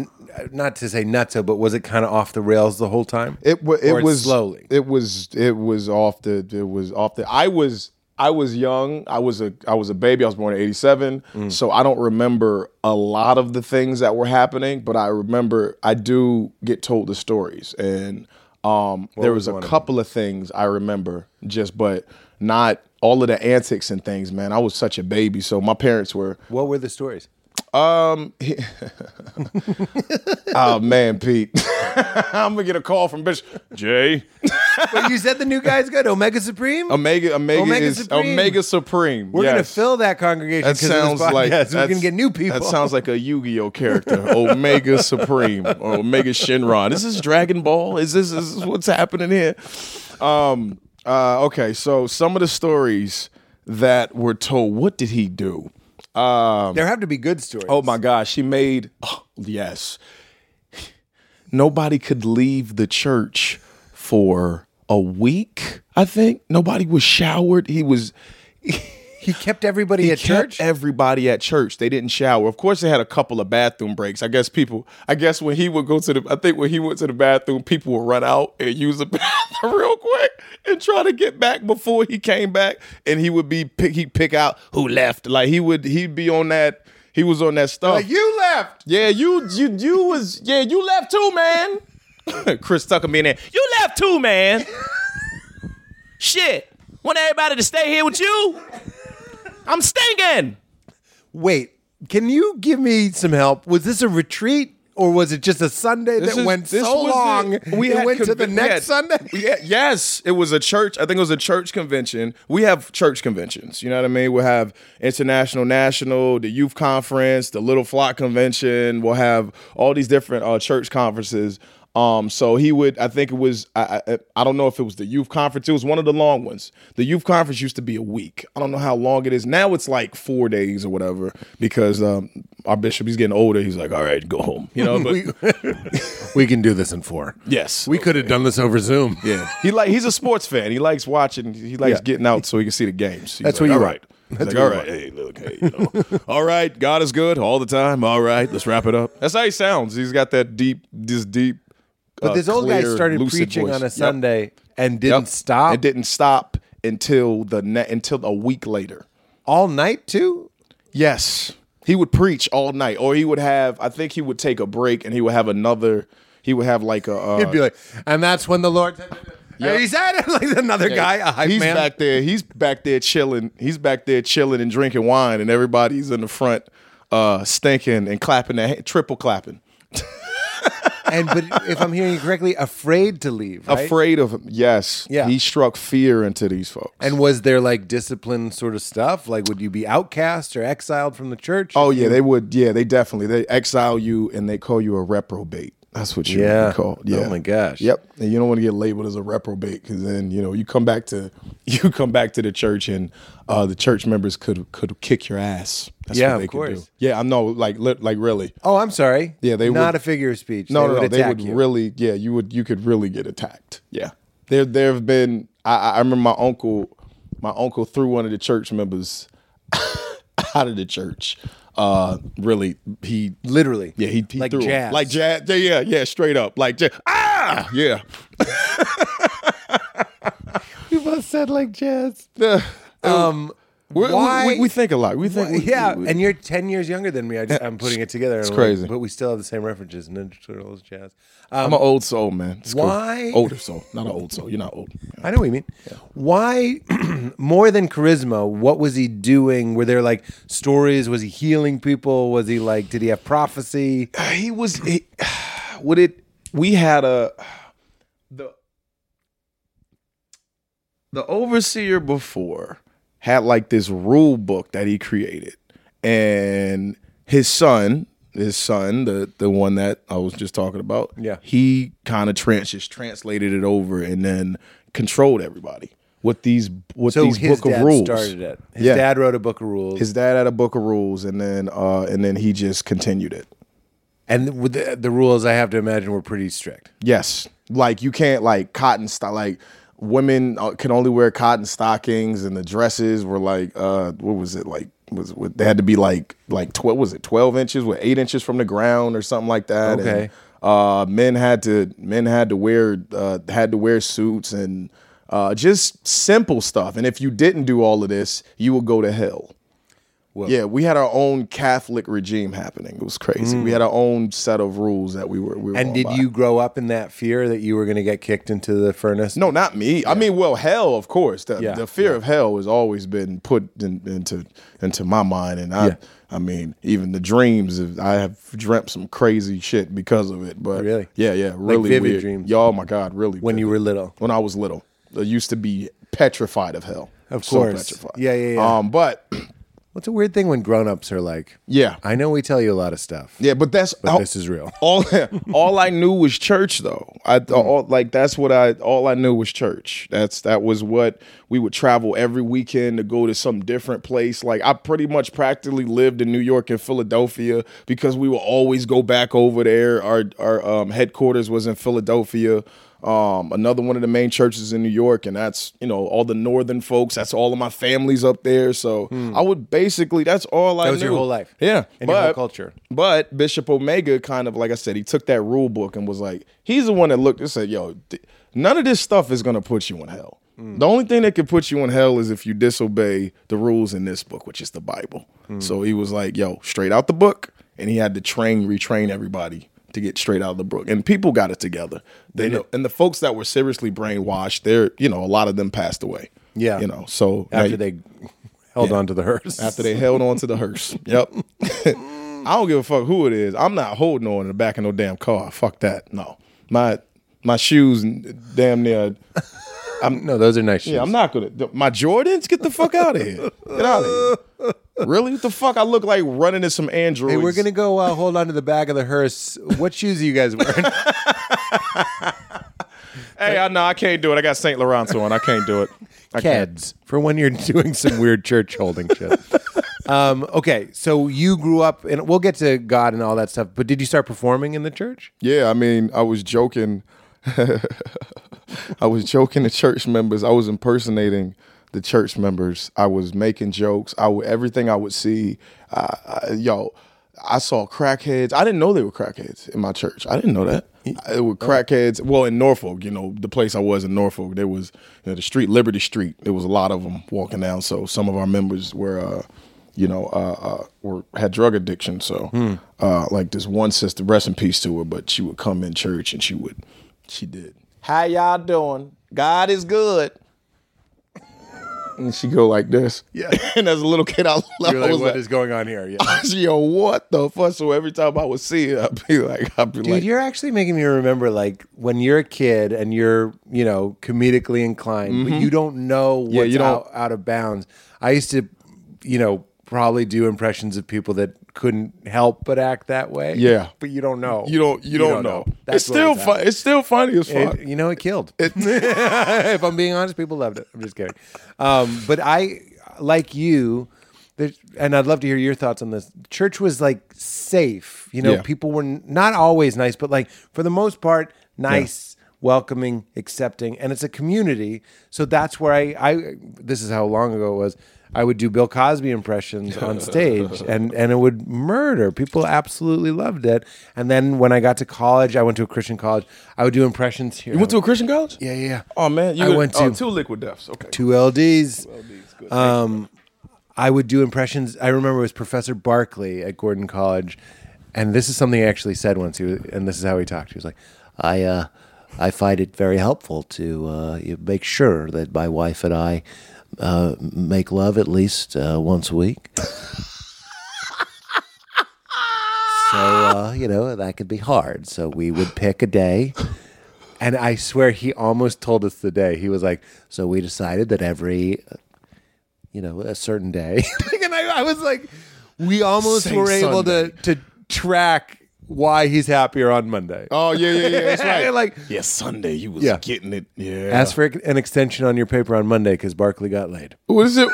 Speaker 4: not to say nutso, but was it kind of off the rails the whole time?
Speaker 3: It was. It
Speaker 4: Or
Speaker 3: was
Speaker 4: slowly.
Speaker 3: It was. It was off the. It was off the. I was. I was young. I was a. I was a baby. I was born in '87,
Speaker 4: Mm.
Speaker 3: so I don't remember a lot of the things that were happening. But I remember. I do get told the stories, and um, there was, a couple of things I remember just, but not all of the antics and things. Man, I was such a baby, so my
Speaker 4: *laughs*
Speaker 3: parents were.
Speaker 4: what were the stories?
Speaker 3: Oh man, Pete, *laughs* I'm gonna get a call from Bishop Jay.
Speaker 4: but you said the new guy's good. Omega Supreme.
Speaker 3: Omega, Omega,
Speaker 4: Omega
Speaker 3: is
Speaker 4: Supreme.
Speaker 3: Omega Supreme.
Speaker 4: we're gonna
Speaker 3: Um, yes.
Speaker 4: fill that congregation.
Speaker 3: That
Speaker 4: 'cause of this
Speaker 3: sounds like
Speaker 4: podcast. we're gonna
Speaker 3: that's-
Speaker 4: get new people.
Speaker 3: That sounds like a Yu-Gi-Oh character,
Speaker 4: *laughs*
Speaker 3: Omega Supreme or Omega Shinron. Is this Dragon Ball? Is this, is this what's happening here? Um. Uh. Okay. So some of the stories that were told. What did he do?
Speaker 4: there have to be good stories.
Speaker 3: Oh my gosh, she made oh, yes. Nobody could leave the church for a week. I think nobody was showered. He was. He
Speaker 4: He kept everybody at
Speaker 3: kept
Speaker 4: church.
Speaker 3: Everybody at church. They didn't shower. Of course, they had a couple of bathroom breaks. I guess people. I guess when he would go to the. I think when he went to the bathroom, people would run out and use the *laughs* bathroom real quick and try to get back before he came back. And he would be pick. He would pick out who left. Like he would. He'd be on that. He was on that stuff.
Speaker 4: Like, you left.
Speaker 3: yeah, you you you was yeah you left too, man. *laughs* Chris Tucker being there.
Speaker 9: You left too,
Speaker 4: *laughs*
Speaker 9: man. Shit. Want everybody to stay here with you? I'm stinking.
Speaker 4: Wait, can you give me some help? Was this a retreat or was it just a Sunday
Speaker 3: This
Speaker 4: that
Speaker 3: is-
Speaker 4: went
Speaker 3: this
Speaker 4: so
Speaker 3: was
Speaker 4: long?
Speaker 3: it.
Speaker 4: it
Speaker 3: had
Speaker 4: went to the
Speaker 3: conven- we
Speaker 4: next
Speaker 3: had-
Speaker 4: Sunday. *laughs*
Speaker 3: Yeah, yes, it was a church. I think it was a church convention. We have church conventions. You know what I mean? We'll have international, national, the youth conference, the little flock convention. We'll have all these different uh, church conferences. Um, so he would. I think it was. I, I I don't know if it was the youth conference. It was one of the long ones. The youth conference used to be a week. I don't know how long it is now. It's like four days or whatever because um, our bishop he's getting older. He's like, all right, go home. You
Speaker 4: *laughs*
Speaker 3: know. But,
Speaker 14: *laughs*
Speaker 4: We can do this in four.
Speaker 3: yes,
Speaker 14: We could have done this over Zoom.
Speaker 3: yeah, he like he's a sports fan. He likes watching. He likes
Speaker 4: Yeah.
Speaker 3: getting out so he can see the games. He's
Speaker 4: That's
Speaker 3: like,
Speaker 4: what you
Speaker 3: all
Speaker 4: want.
Speaker 3: right. He's like, all right, hey, look, hey, you know. *laughs* all right, God is good all the time. All right, let's wrap it up. That's how he sounds. He's got that deep, this deep.
Speaker 4: *laughs*
Speaker 3: uh,
Speaker 4: But this old guy started preaching on a Sunday and didn't stop
Speaker 3: It didn't stop until the ne- until a week later.
Speaker 4: all night too.
Speaker 3: Yes. He would preach all night, or he would have. I think he would take a break, and he would have another. He would have like a. Uh,
Speaker 4: He'd be like, and that's when the Lord.
Speaker 3: Yep.
Speaker 4: He's at it *laughs* like another guy, a hype
Speaker 3: he's
Speaker 4: man.
Speaker 3: back there. He's back there chilling. He's back there chilling and drinking wine, and everybody's in the front, uh, stinking and clapping, their ha- triple clapping,
Speaker 4: And but if I'm hearing you correctly, afraid to leave. Right?
Speaker 3: afraid of him. Yes,
Speaker 4: Yeah.
Speaker 3: He struck fear into these folks.
Speaker 4: And was there like discipline sort of stuff? Like, would you be outcast or exiled from the church?
Speaker 3: oh yeah, they would. Yeah, they definitely they exile you and they call you a reprobate. That's what you
Speaker 4: Yeah.
Speaker 3: would be called.
Speaker 4: Oh
Speaker 3: Yeah.
Speaker 4: my gosh.
Speaker 3: Yep. And you don't want to get labeled as a reprobate because then you know you come back to *laughs* you come back to the church and uh, the church members could could kick your ass. That's
Speaker 4: Yeah,
Speaker 3: what
Speaker 4: of
Speaker 3: they could do.
Speaker 4: course.
Speaker 3: Yeah, I know. Like li- like really.
Speaker 4: Oh, I'm sorry.
Speaker 3: Yeah, they
Speaker 4: not
Speaker 3: would-
Speaker 4: a figure of speech.
Speaker 3: No,
Speaker 4: they
Speaker 3: no,
Speaker 4: would
Speaker 3: no. They
Speaker 4: attack
Speaker 3: would
Speaker 4: you.
Speaker 3: really, yeah, you would, you could really get attacked. Yeah, there, there have been. I, I I remember my uncle, my uncle threw one of the church members *laughs* out of the church. Uh, really, he
Speaker 4: literally.
Speaker 3: yeah, he, he
Speaker 4: like
Speaker 3: threw him.
Speaker 4: jazz.
Speaker 3: like jazz, yeah, yeah, yeah, straight up, like jazz. ah, yeah.
Speaker 4: *laughs* You both said like
Speaker 3: *laughs*
Speaker 4: jazz.
Speaker 3: Uh,
Speaker 4: Um,
Speaker 3: we- we-
Speaker 4: why?
Speaker 3: We, we think a lot. We think, we-
Speaker 4: yeah,
Speaker 3: we-
Speaker 4: and you're ten years younger than me. I
Speaker 3: *laughs*
Speaker 4: just, I'm putting it together. It's
Speaker 3: crazy.
Speaker 4: but we still have the same references. Ninja Turtles, jazz. Um,
Speaker 3: I'm an old soul, man. It's cool.
Speaker 4: Why-
Speaker 3: older soul? Not an old soul. You're not old.
Speaker 4: I know what you mean. Why, *clears throat* more than charisma, what was he doing? Were there like stories? Was he healing people? Was he like, did he have prophecy?
Speaker 3: he was he, would it we had a the the overseer before had like this rule book that he created and his son his son the the one that i was just talking about
Speaker 4: Yeah.
Speaker 3: he kind of trans just translated it over and then controlled everybody with these with
Speaker 4: So
Speaker 3: these
Speaker 4: his
Speaker 3: book of
Speaker 4: dad
Speaker 3: rules
Speaker 4: started it. His
Speaker 3: Yeah.
Speaker 4: dad wrote a book of rules,
Speaker 3: his dad had a book of rules and then uh and then he just continued it
Speaker 4: and with the, the rules, I have to imagine were pretty strict.
Speaker 3: Yes, like you can't like cotton stock. Like women uh, can only wear cotton stockings, and the dresses were like uh, what was it like? Was what, they had to be like like twelve? Was it twelve inches? With eight inches from the ground or something like that?
Speaker 4: Okay.
Speaker 3: And, uh, men had to men had to wear uh, had to wear suits and uh, just simple stuff. And if you didn't do all of this, you would go to hell. Yeah, we had our own Catholic regime happening. It was crazy. We had our own set of rules that we were. We were
Speaker 4: Mm. And
Speaker 3: going
Speaker 4: did
Speaker 3: by.
Speaker 4: you grow up in that fear that you were going to get kicked into the furnace?
Speaker 3: No, not me. I mean, well, hell, of course. The,
Speaker 4: Yeah,
Speaker 3: the fear of hell has always been put in, into into my mind, and I,
Speaker 4: Yeah.
Speaker 3: I mean, even the dreams. Of, I have dreamt some crazy shit because of it. But
Speaker 4: Really?
Speaker 3: yeah, yeah, really
Speaker 4: vivid
Speaker 3: weird.
Speaker 4: dreams?
Speaker 3: Yeah, Oh my god, really.
Speaker 4: when you were little.
Speaker 3: when I was little, I used to be petrified of hell.
Speaker 4: Of
Speaker 3: So
Speaker 4: course.
Speaker 3: petrified.
Speaker 4: Yeah, yeah, yeah.
Speaker 3: Um, but *clears throat*
Speaker 4: What's a weird thing when grown-ups are like,
Speaker 3: yeah,
Speaker 4: I know we tell you a lot of stuff.
Speaker 3: yeah, but that's
Speaker 4: But
Speaker 3: oh,
Speaker 4: this is real.
Speaker 3: *laughs*
Speaker 4: Mm.
Speaker 3: all all I knew was church though. I all, like that's what I all I knew was church. That's that was what we would travel every weekend to go to some different place. Like I pretty much practically lived in New York and Philadelphia because we would always go back over there. Our our um, headquarters was in Philadelphia. um, another one of the main churches in New York, and that's you know all the northern folks. That's all of my families up there. So I would basically that's all I
Speaker 4: Hmm. That was your
Speaker 3: knew.
Speaker 4: whole life.
Speaker 3: yeah,
Speaker 4: And your whole
Speaker 3: but-
Speaker 4: culture.
Speaker 3: But Bishop Omega kind of like I said, he took that rule book and was like, he's the one that looked and said, "Yo, th- none of this stuff is gonna put you in hell. The only thing that could put you in hell is if you disobey the rules in this book, which is the Bible."
Speaker 4: Hmm.
Speaker 3: So he was like, "Yo, straight out the book," and he had to train, retrain everybody to get straight out of the book. And people got it together. They know, and the folks that were seriously brainwashed, they're you know a lot of them passed away.
Speaker 4: Yeah.
Speaker 3: you know, so now
Speaker 4: after
Speaker 3: you-
Speaker 4: they held on to the hearse.
Speaker 3: after they held on to the
Speaker 4: *laughs*
Speaker 3: hearse. Yep. *laughs* I don't give a fuck who it is. I'm not holding on in the back of no damn car. Fuck that. No. My my shoes n- damn near
Speaker 4: no, those are nice shoes.
Speaker 3: Yeah, I'm not gonna my Jordans, get the fuck out of here. Get out of here. Really? What the fuck? I look like running into some androids.
Speaker 4: Hey, we're gonna go uh, hold on to the back of the hearse. What shoes are you guys
Speaker 3: *laughs*
Speaker 4: wearing?
Speaker 3: Hey, I know I can't do it. I got Saint Laurent on. I can't
Speaker 4: *laughs*
Speaker 3: do it. I can't.
Speaker 4: Keds for when you're doing some weird church holding shit. Um, okay, so you grew up, and we'll get to God and all that stuff. But did you start performing in the church?
Speaker 3: Yeah, I mean, I was joking. *laughs* I was joking to church members. I was impersonating the church members. I was making jokes. I would, everything I would see, uh, I, yo, I saw crackheads. I didn't know they were crackheads in my church. I didn't know that. It were crackheads. Well, in Norfolk, you know, the place I was in Norfolk, there was you know, the street, Liberty Street. There was a lot of them walking down. So some of our members were. Uh, you know, uh, uh, were had drug addiction. So,
Speaker 4: Hmm.
Speaker 3: uh, like this one sister, rest in peace to her, but she would come in church and she would, she did. How y'all doing? God is good. And she go like this. Yeah. *laughs* and as a little kid, I, I
Speaker 4: You're like,
Speaker 3: was
Speaker 4: what
Speaker 3: like, *laughs*
Speaker 4: is going on here? Yeah.
Speaker 3: yo, what the fuck? So every time I would see her, *laughs* I'd be like, I'd be
Speaker 4: Dude,
Speaker 3: like,
Speaker 4: you're actually making me remember like when you're a kid and you're, you know, comedically inclined, but you don't know what's
Speaker 3: Mm-hmm. you don't-
Speaker 4: out, out of bounds. I used to, you know, probably do impressions of people that couldn't help but act that way.
Speaker 3: Yeah.
Speaker 4: But you don't know.
Speaker 3: you don't, you, don't, know. It's
Speaker 4: what
Speaker 3: still
Speaker 4: at.
Speaker 3: fun. It's still funny as fuck.
Speaker 4: *laughs* It, you know, it killed. *laughs* if I'm being honest, people loved it. I'm just kidding. Um, but I, like you, there's- and I'd love to hear your thoughts on this. Church was like safe. You know,
Speaker 3: Yeah.
Speaker 4: people were n- not always nice, but like for the most part, nice, welcoming, accepting, and it's a community. So that's where I, I, this is how long ago it was. I would do Bill Cosby impressions
Speaker 3: *laughs*
Speaker 4: on stage and, and it would murder. People absolutely loved it. And then when I got to college, I went to a Christian college. I would do impressions here.
Speaker 3: you went to a Christian college?
Speaker 4: Yeah, yeah, yeah.
Speaker 3: Oh man, you
Speaker 4: I
Speaker 3: would-
Speaker 4: went
Speaker 3: oh,
Speaker 4: to-
Speaker 3: two liquid deaths. Okay.
Speaker 4: two LDs. Um, I would do impressions. I remember it was Professor Barkley at Gordon College, and this is something he actually said once. He was, and this is how he talked. He was like, "I, uh, I find it very helpful to uh, you make sure that my wife and I uh, make love at least uh, once a
Speaker 3: *laughs*
Speaker 4: week." So uh, you know that could be hard. So we would pick a day, and I swear he almost told us the day. He was like, "So we decided that every, uh, you know, a certain day." *laughs* Like, and I, I was like, "We almost
Speaker 3: Say
Speaker 4: were able to to track why he's happier on Monday."
Speaker 3: Oh yeah, yeah, yeah.
Speaker 4: *laughs*
Speaker 3: That's right.
Speaker 4: like,
Speaker 3: Yeah, Sunday you was
Speaker 4: Yeah.
Speaker 3: getting it. Yeah.
Speaker 4: ask for an extension on your paper on Monday because Barkley got laid.
Speaker 3: what is it?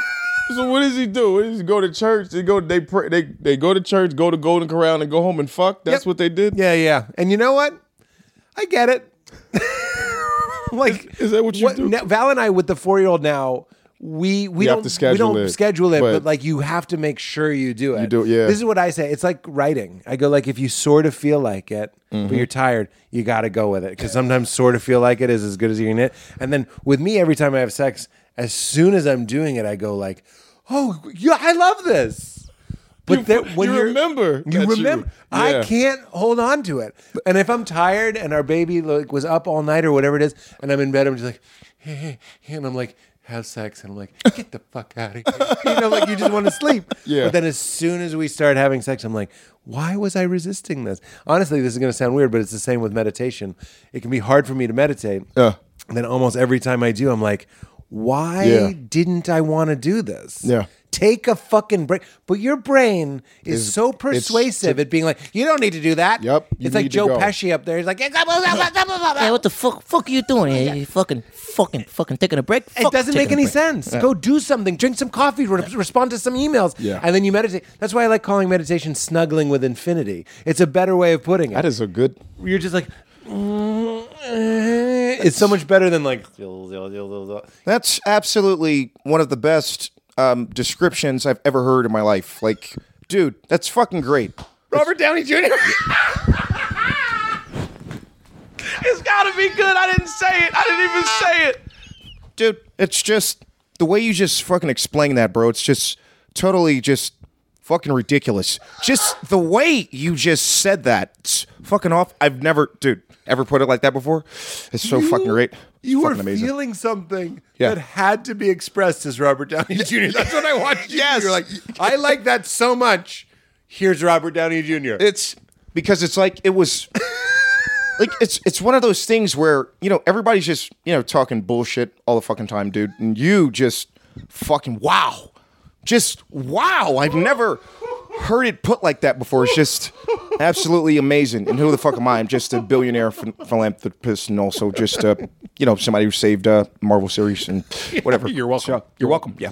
Speaker 3: So what does he do? What does he go to church? They go. They pray. They they go to church. Go to Golden Corral and go home and fuck. That's
Speaker 4: Yep.
Speaker 3: what they did.
Speaker 4: Yeah, yeah. And you know what? I get
Speaker 3: *laughs*
Speaker 4: it. like,
Speaker 3: Is- is that what you do?
Speaker 4: now- Val and I, with the four year old now, we we
Speaker 3: You have
Speaker 4: don't
Speaker 3: to schedule
Speaker 4: we don't
Speaker 3: it,
Speaker 4: schedule it, but,
Speaker 3: but-
Speaker 4: like you have to make sure you do it.
Speaker 3: do it, yeah.
Speaker 4: This is what I say. It's like writing. I go like if you sort of feel like it,
Speaker 3: Mm-hmm.
Speaker 4: but you're tired, you got to go with it because sometimes sort of feel like it is as good as you can get. And then with me, every time I have sex, as soon as I'm doing it, I go like, oh, yeah, I love this. But
Speaker 3: You-
Speaker 4: that, when
Speaker 3: you
Speaker 4: you're-
Speaker 3: remember
Speaker 4: you
Speaker 3: that you-
Speaker 4: remember.
Speaker 3: yeah.
Speaker 4: I can't hold on to it. And if I'm tired and our baby like was up all night or whatever it is, and I'm in bed, I'm just like, and I'm like, have sex, and I'm like, get the fuck out of here. *laughs* You know, like you just want to sleep.
Speaker 3: Yeah.
Speaker 4: But then as soon as we start having sex, I'm like, why was I resisting this? Honestly, this is going to sound weird, but it's the same with meditation. It can be hard for me to meditate.
Speaker 3: Yeah.
Speaker 4: And then almost every time I do, I'm like, why
Speaker 3: Yeah.
Speaker 4: didn't I want to do this?
Speaker 3: Yeah.
Speaker 4: Take a fucking break. But your brain is
Speaker 3: Is-
Speaker 4: so
Speaker 3: it's-
Speaker 4: persuasive at being like, you don't need to do that.
Speaker 3: Yep, you
Speaker 4: It's like
Speaker 3: need to
Speaker 4: Joe
Speaker 3: go.
Speaker 4: Pesci up there. He's like,
Speaker 6: Hey, what the fuck? Fuck you doing? here? You fucking, fucking, fucking taking a break.
Speaker 4: it
Speaker 6: Fuck
Speaker 4: doesn't
Speaker 6: taking
Speaker 4: make
Speaker 6: a
Speaker 4: any
Speaker 6: break.
Speaker 4: sense. Go do something. Drink some coffee. Re- Respond to some emails.
Speaker 3: Yeah.
Speaker 4: And then you meditate. That's why I like calling meditation snuggling with infinity. It's a better way of putting it.
Speaker 3: That is a good.
Speaker 4: You're just like,
Speaker 1: it? *laughs* It's so much better than like.
Speaker 10: That's absolutely one of the best um, descriptions I've ever heard in my life. Like, dude, that's fucking great.
Speaker 1: Robert Downey Jr.
Speaker 15: It's gotta be good. I didn't say it. I didn't even say it.
Speaker 10: Dude, it's just the way you just fucking explain that, bro. It's just totally just fucking ridiculous. Just the way you just said that. It's fucking off. I've never, dude, ever put it like that before. It's so fucking great.
Speaker 1: You were
Speaker 10: fucking amazing.
Speaker 1: feeling something
Speaker 10: Yeah.
Speaker 1: that had to be expressed as Robert Downey Jr. That's what I watched. you do.
Speaker 10: Yes.
Speaker 1: You're like, I like that so much. Here's Robert Downey Jr.
Speaker 10: It's because it's like it was like it's it's one of those things where, you know, everybody's just, you know, talking bullshit all the fucking time, dude. And you just fucking wow. Just wow. I've never heard it put like that before. It's just absolutely amazing. And who the fuck am I? I'm just a billionaire ph- philanthropist and also just uh, you know, somebody who saved uh Marvel series *laughs* and whatever. You're welcome. you're welcome. Yeah.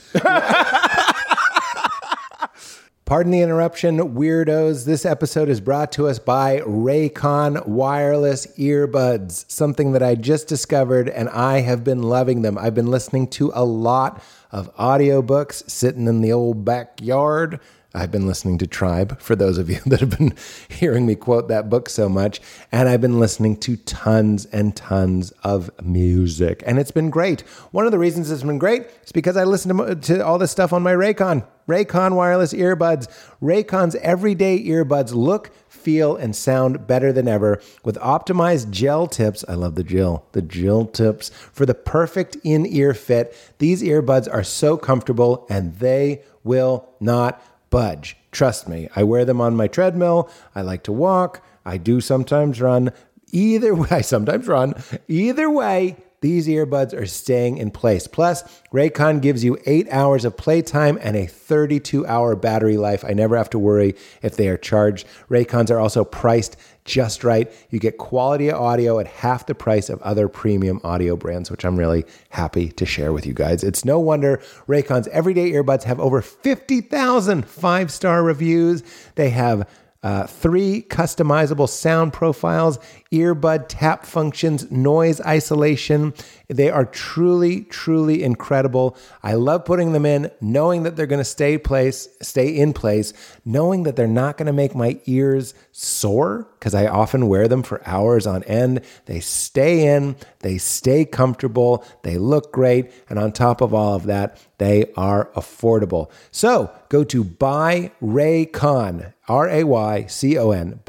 Speaker 1: Pardon the interruption, weirdos. This episode is brought to us by Raycon wireless earbuds, something that I just discovered and I have been loving them. I've been listening to a lot of audiobooks sitting in the old backyard. I've been listening to Tribe for those of you *laughs* that have been hearing me quote that book so much. And I've been listening to tons and tons of music. And it's been great. One of the reasons it's been great is because I listen to, mo- to all this stuff on my Raycon. Raycon wireless earbuds. Raycon's everyday earbuds look, feel, and sound better than ever with optimized gel tips. I love the gel, the gel tips for the perfect in ear fit. These earbuds are so comfortable and they will not budge. Trust me, I wear them on my treadmill. I like to walk. I do sometimes run. Either *laughs* way, I sometimes run. Either way, these earbuds are staying in place. Plus, Raycon gives you eight hours of playtime and a 32 hour battery life. I never have to worry if they are charged. Raycons are also priced just right. You get quality audio at half the price of other premium audio brands, which I'm really happy to share with you guys. It's no wonder Raycon's everyday earbuds have over 50,000 five star reviews. They have uh, three customizable sound profiles, earbud tap functions, noise isolation. They are truly, truly incredible. I love putting them in, knowing that they're going to stay place, stay in place, knowing that they're not going to make my ears sore because I often wear them for hours on end. They stay in, they stay comfortable, they look great, and on top of all of that, they are affordable. So go to buyraycon, R A Y C O N,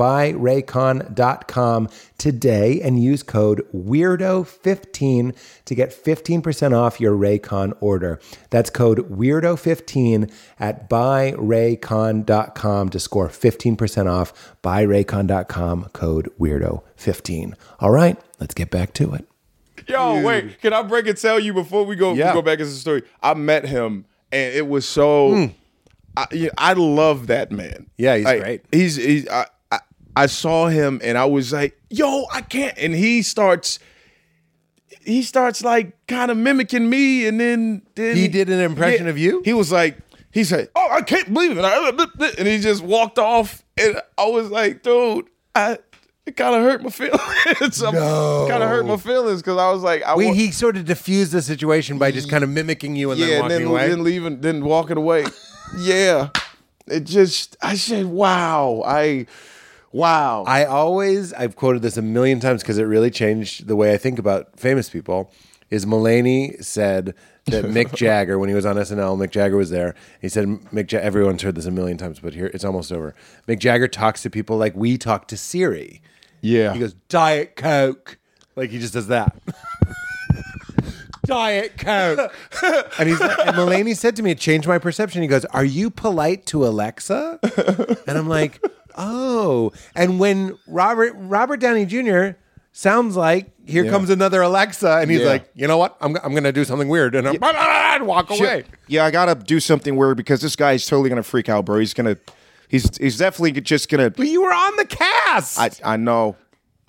Speaker 1: buyraycon.com today and use code WEIRDO15 to get 15% off your Raycon order. That's code WEIRDO15 at buyraycon.com to score 15% off. Buyraycon.com, code WEIRDO15. All right, let's get back to it.
Speaker 3: Yo, wait, can I break and tell you before we go we
Speaker 10: Yeah.
Speaker 3: go back into the story? I met him and it was so I, you know, I love that man.
Speaker 1: Hmm. Yeah, he's
Speaker 3: Like,
Speaker 1: great.
Speaker 3: He's he's I, I I saw him and I was like, yo, I can't and he starts he starts like kind of mimicking me and then, then
Speaker 1: He did an impression of you?
Speaker 3: He was like he said, "Oh, I can't believe it." And he just walked off and I was like, "Dude, I it kind of hurt my feelings. *laughs* no. Kind of hurt my feelings because I was like, I
Speaker 1: Wait,
Speaker 3: wa-
Speaker 1: he sort of diffused the situation by just kind of mimicking you and then
Speaker 3: yeah,
Speaker 1: walking
Speaker 3: and then,
Speaker 1: away.
Speaker 3: then leaving, then walking away. yeah, it just I said, wow, I, wow,
Speaker 1: I always, I've quoted this a million times because it really changed the way I think about famous people. Is Mulaney said that Mick Jagger, when he was on SNL, Mick Jagger was there. He said, Mick ja- everyone's heard this a million times, but here it's almost over. Mick Jagger talks to people like we talk to Siri.
Speaker 3: yeah.
Speaker 1: He goes, Diet Coke. Like he just does that. Diet Coke. *laughs* and he's like, and Mulaney said to me, it changed my perception. He goes, Are you polite to Alexa? And I'm like, Oh. And when Robert Robert Downey Jr. sounds like here comes another Alexa, and he's
Speaker 3: Yeah.
Speaker 1: like, you know what? I'm, I'm gonna do something weird and I'm blah, blah, blah, and walk
Speaker 10: Sure.
Speaker 1: away.
Speaker 10: Yeah, I gotta do something weird because this guy's totally gonna freak out, bro. He's gonna, he's he's definitely just gonna.
Speaker 1: But you were on the cast.
Speaker 10: I I know,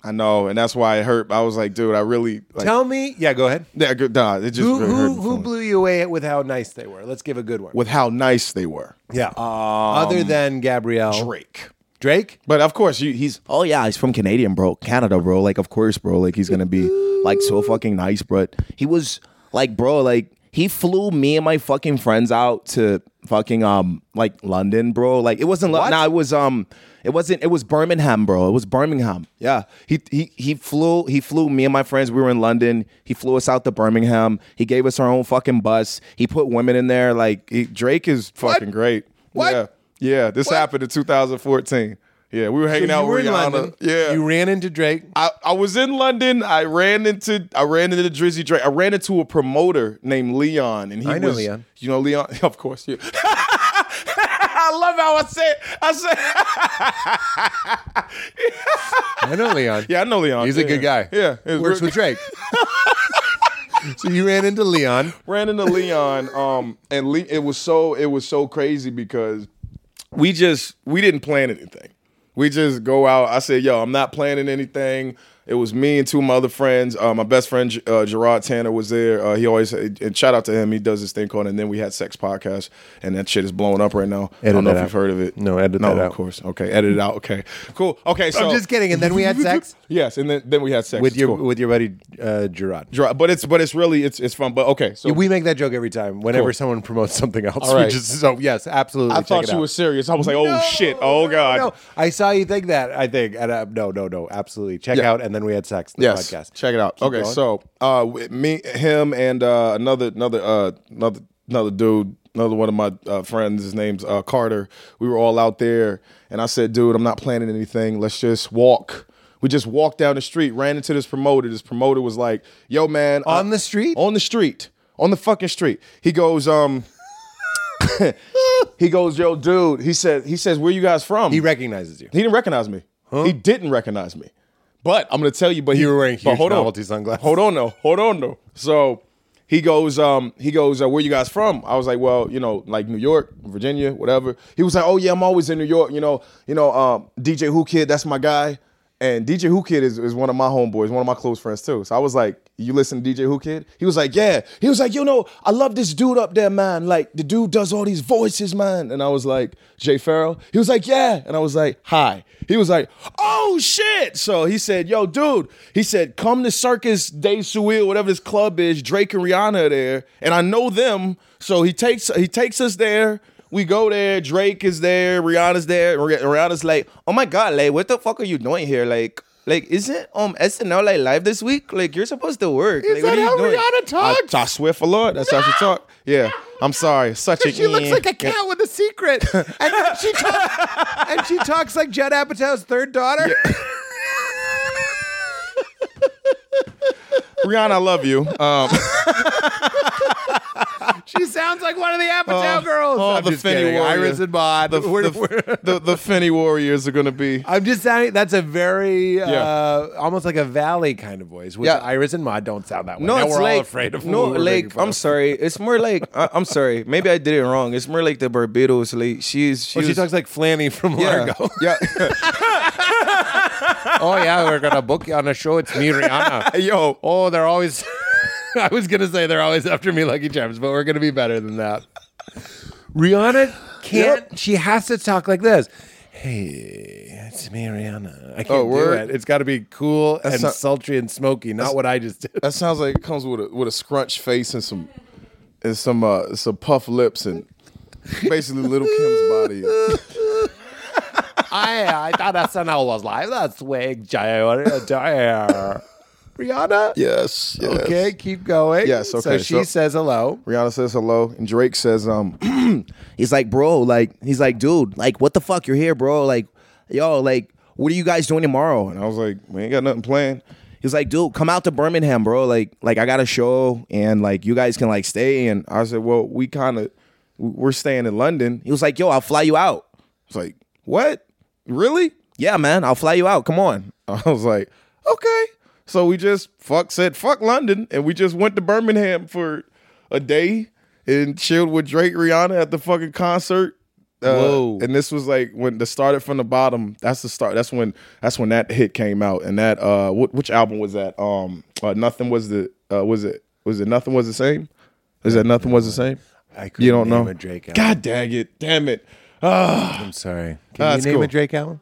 Speaker 3: I know, and that's why it hurt. I was like, dude, I really like,
Speaker 1: Tell me. Yeah, go ahead.
Speaker 3: yeah, good- nah, it just
Speaker 1: Who,
Speaker 3: really hurt
Speaker 1: who,
Speaker 3: my
Speaker 1: who
Speaker 3: feelings.
Speaker 1: blew you away with how nice they were? Let's give a good one.
Speaker 3: with how nice they were.
Speaker 1: Yeah. Other than Gabrielle
Speaker 3: Drake,
Speaker 1: Drake?
Speaker 10: But of course, you, he's oh yeah, he's from Canadian, bro, Canada, bro. Like of course, bro. Like he's gonna be like so fucking nice, bro. He was like, bro, like he flew me and my fucking friends out to fucking um like London, bro. Like it wasn't London. Nah, it was um, it wasn't. It was Birmingham, bro. It was Birmingham. Yeah, he he he flew he flew me and my friends. We were in London. He flew us out to Birmingham. He gave us our own fucking bus. He put women in there. Like he, Drake is fucking great.
Speaker 3: What?
Speaker 10: Yeah. Yeah, this happened in 2014. Yeah, we were hanging out
Speaker 1: you were
Speaker 10: with
Speaker 1: in
Speaker 3: Rihanna.
Speaker 1: London.
Speaker 3: Yeah.
Speaker 1: You ran into Drake.
Speaker 3: I, I was in London. I ran into I ran into Drizzy Drake. I ran into a promoter named Leon, and he
Speaker 1: I know
Speaker 3: was
Speaker 1: Leon.
Speaker 3: you know Leon, *laughs* of course. Yeah. I love how I said I said
Speaker 1: I know *laughs* Leon.
Speaker 3: yeah I know Leon.
Speaker 1: He's a
Speaker 3: Yeah.
Speaker 1: good guy.
Speaker 3: Yeah, it was
Speaker 1: Works
Speaker 3: real-
Speaker 1: with Drake. *laughs* so you ran into Leon.
Speaker 3: ran into Leon, um, and Le- it was so it was so crazy because we just we didn't plan anything. We just go out. I said, "Yo, I'm not planning anything." It was me and two of my other friends. Uh, my best friend uh, Gerard Tanner was there. Uh, he always and shout out to him. He does this thing called and then we had sex podcast, and that shit is blowing up right now. I
Speaker 1: Edit
Speaker 3: don't know
Speaker 1: that
Speaker 3: if
Speaker 1: out.
Speaker 3: you've heard of it.
Speaker 1: No, edit
Speaker 3: no,
Speaker 1: that out.
Speaker 3: of course. Okay, edit it out. Okay, cool. Okay, so
Speaker 1: I'm just kidding. And then we
Speaker 3: *laughs*
Speaker 1: had sex
Speaker 3: Yes, and then, then we had sex
Speaker 1: with
Speaker 3: It's
Speaker 1: your
Speaker 3: cool.
Speaker 1: with your buddy uh, Gerard.
Speaker 3: Gerard- but it's but it's really it's it's fun. But okay, so
Speaker 1: We make that joke every time whenever
Speaker 3: Cool.
Speaker 1: someone promotes something else.
Speaker 3: All
Speaker 1: We
Speaker 3: right.
Speaker 1: just so yes, absolutely.
Speaker 3: I
Speaker 1: check
Speaker 3: thought
Speaker 1: it
Speaker 3: you
Speaker 1: out.
Speaker 3: were serious. I was like, oh
Speaker 1: No,
Speaker 3: shit, oh
Speaker 1: no,
Speaker 3: god.
Speaker 1: No, I saw you think that. I think, and uh, no, no, no, absolutely. Check
Speaker 3: Yeah.
Speaker 1: out, and then we had sex. The
Speaker 3: Yes,
Speaker 1: podcast.
Speaker 3: check it out.
Speaker 1: Keep
Speaker 3: okay,
Speaker 1: going.
Speaker 3: so uh, w- me, him, and uh, another, another, uh, another, another dude, another one of my uh, friends. His name's uh, Carter. We were all out there, and I said, dude, I'm not planning anything. Let's just walk. We just walked down the street, ran into this promoter. This promoter was like, "Yo, man, I-
Speaker 1: On the street?
Speaker 3: on the street, on the fucking street." He goes, um. *laughs* he goes, yo, dude. He said, he says, where you guys from?
Speaker 4: *laughs*
Speaker 1: he recognizes you.
Speaker 3: He didn't recognize me. He didn't recognize me. But I'm gonna tell you. But
Speaker 1: You
Speaker 3: he,
Speaker 1: were wearing
Speaker 3: but
Speaker 1: huge
Speaker 3: hold
Speaker 1: novelty
Speaker 3: on.
Speaker 1: sunglasses.
Speaker 3: Hold on, though. Hold on, though. So he goes. Um, he goes. Uh, Where you guys from? I was like, well, you know, like New York, Virginia, whatever. He was like, oh yeah, I'm always in New York. You know, you know, um, DJ Who Kid, that's my guy. And DJ Who Kid is, is one of my homeboys, one of my close friends too. So I was like, you listen to DJ Who Kid? He was like, yeah. He was like, you know, I love this dude up there, man. Like the dude does all these voices, man. And I was like, Jay Farrell. He was like, yeah. And I was like, hi. He was like, oh shit. So he said, yo, dude. He said, come to Circus De Suil, whatever this club is. Drake and Rihanna are there, and I know them. So he takes he takes us there. We go there. Drake is there. Rihanna's there. Ri- Rihanna's like,
Speaker 10: Oh my god, like what the fuck are you doing here? Like, like isn't um SNL like live this week? Like you're supposed to work. Is like, what
Speaker 6: that
Speaker 10: are you
Speaker 6: how
Speaker 10: doing?
Speaker 6: Rihanna talks?
Speaker 3: I swear for Lord, that's how she talk. Yeah, I'm sorry. Such
Speaker 1: *laughs*
Speaker 3: a
Speaker 1: She looks like a cat with a *laughs* secret, and then she talks, and she talks like Judd Apatow's third daughter.
Speaker 3: Rihanna. I love you. Um,
Speaker 1: She sounds like one of the Apatow girls.
Speaker 3: oh,
Speaker 1: I'm
Speaker 3: the
Speaker 1: just
Speaker 3: Finny
Speaker 1: kidding.
Speaker 3: Warrior.
Speaker 1: Iris and Bod. *laughs*
Speaker 3: the,
Speaker 1: We're-
Speaker 3: the,
Speaker 1: we're-
Speaker 3: *laughs* the, the Finney Warriors are gonna be.
Speaker 1: I'm just sounding. That's a very uh,
Speaker 3: Yeah.
Speaker 1: almost like a valley kind of voice. Which
Speaker 10: Yeah.
Speaker 1: Iris and Mod don't sound that way.
Speaker 10: No,
Speaker 1: now
Speaker 10: it's
Speaker 1: we're
Speaker 10: like
Speaker 1: all afraid of. *laughs*
Speaker 10: no,
Speaker 1: who we're making
Speaker 10: like
Speaker 1: fun
Speaker 10: I'm
Speaker 1: of.
Speaker 10: sorry. It's more like I, I'm sorry. Maybe I did it wrong. It's more like the Barbados. Like she's she,
Speaker 1: Well, she
Speaker 10: was-
Speaker 1: talks like Flanny from
Speaker 10: yeah,
Speaker 1: Largo.
Speaker 10: yeah.
Speaker 1: *laughs* oh yeah, we're gonna book you on a show. It's me, *laughs* Rihanna.
Speaker 3: Yo,
Speaker 1: Oh, they're always. *laughs* I was gonna say they're always after me, Lucky Charms, but we're gonna be better than that. Rihanna can't. She has to talk like this. Hey, it's me, Rihanna. I can't
Speaker 3: Oh,
Speaker 1: do
Speaker 3: word?
Speaker 1: it. It's got to be cool and
Speaker 3: not-
Speaker 1: sultry and smoky, not what I just did.
Speaker 3: that sounds like it comes with a with a scrunch face and some and some uh some puff lips and basically little Kim's body.
Speaker 1: *laughs* I, I thought SNL was live. That's way *laughs* Rihanna.
Speaker 3: *laughs* Yes, yes.
Speaker 1: Okay, keep going.
Speaker 3: Yes,
Speaker 1: So
Speaker 3: okay,
Speaker 1: she
Speaker 3: so-
Speaker 1: says hello.
Speaker 3: Rihanna says hello, and Drake says, um,
Speaker 10: he's like, bro, like he's like, dude, like what the fuck? You're here, bro. Like, yo, like what are you guys doing tomorrow? And I
Speaker 3: I was like, we ain't got nothing planned.
Speaker 10: He was like, dude, come out to Birmingham, bro. Like, like I got a show and like you guys can like stay. And
Speaker 3: I said, well, we kind of we're staying in London.
Speaker 10: he was like, yo, I'll fly you out.
Speaker 3: It's like, what? Really?
Speaker 10: Yeah, man, I'll fly you out. Come on.
Speaker 3: *laughs* I was like, okay. So we just fuck said fuck London, and we just went to Birmingham for a day and chilled with Drake Rihanna at the fucking concert. Uh,
Speaker 10: Whoa.
Speaker 3: And this was like when the started from the bottom. That's the start. That's when that's when that hit came out. And that uh, wh- which album was that? Um, uh, nothing was the uh, was it was it nothing was the same? Is that nothing was the same?
Speaker 1: I couldn't
Speaker 3: You don't
Speaker 1: name
Speaker 3: know.
Speaker 1: a Drake album.
Speaker 3: God dang it! Damn it! Ah,
Speaker 1: I'm sorry. Can
Speaker 3: Ah,
Speaker 1: you
Speaker 3: it's
Speaker 1: name
Speaker 3: cool.
Speaker 1: a Drake album?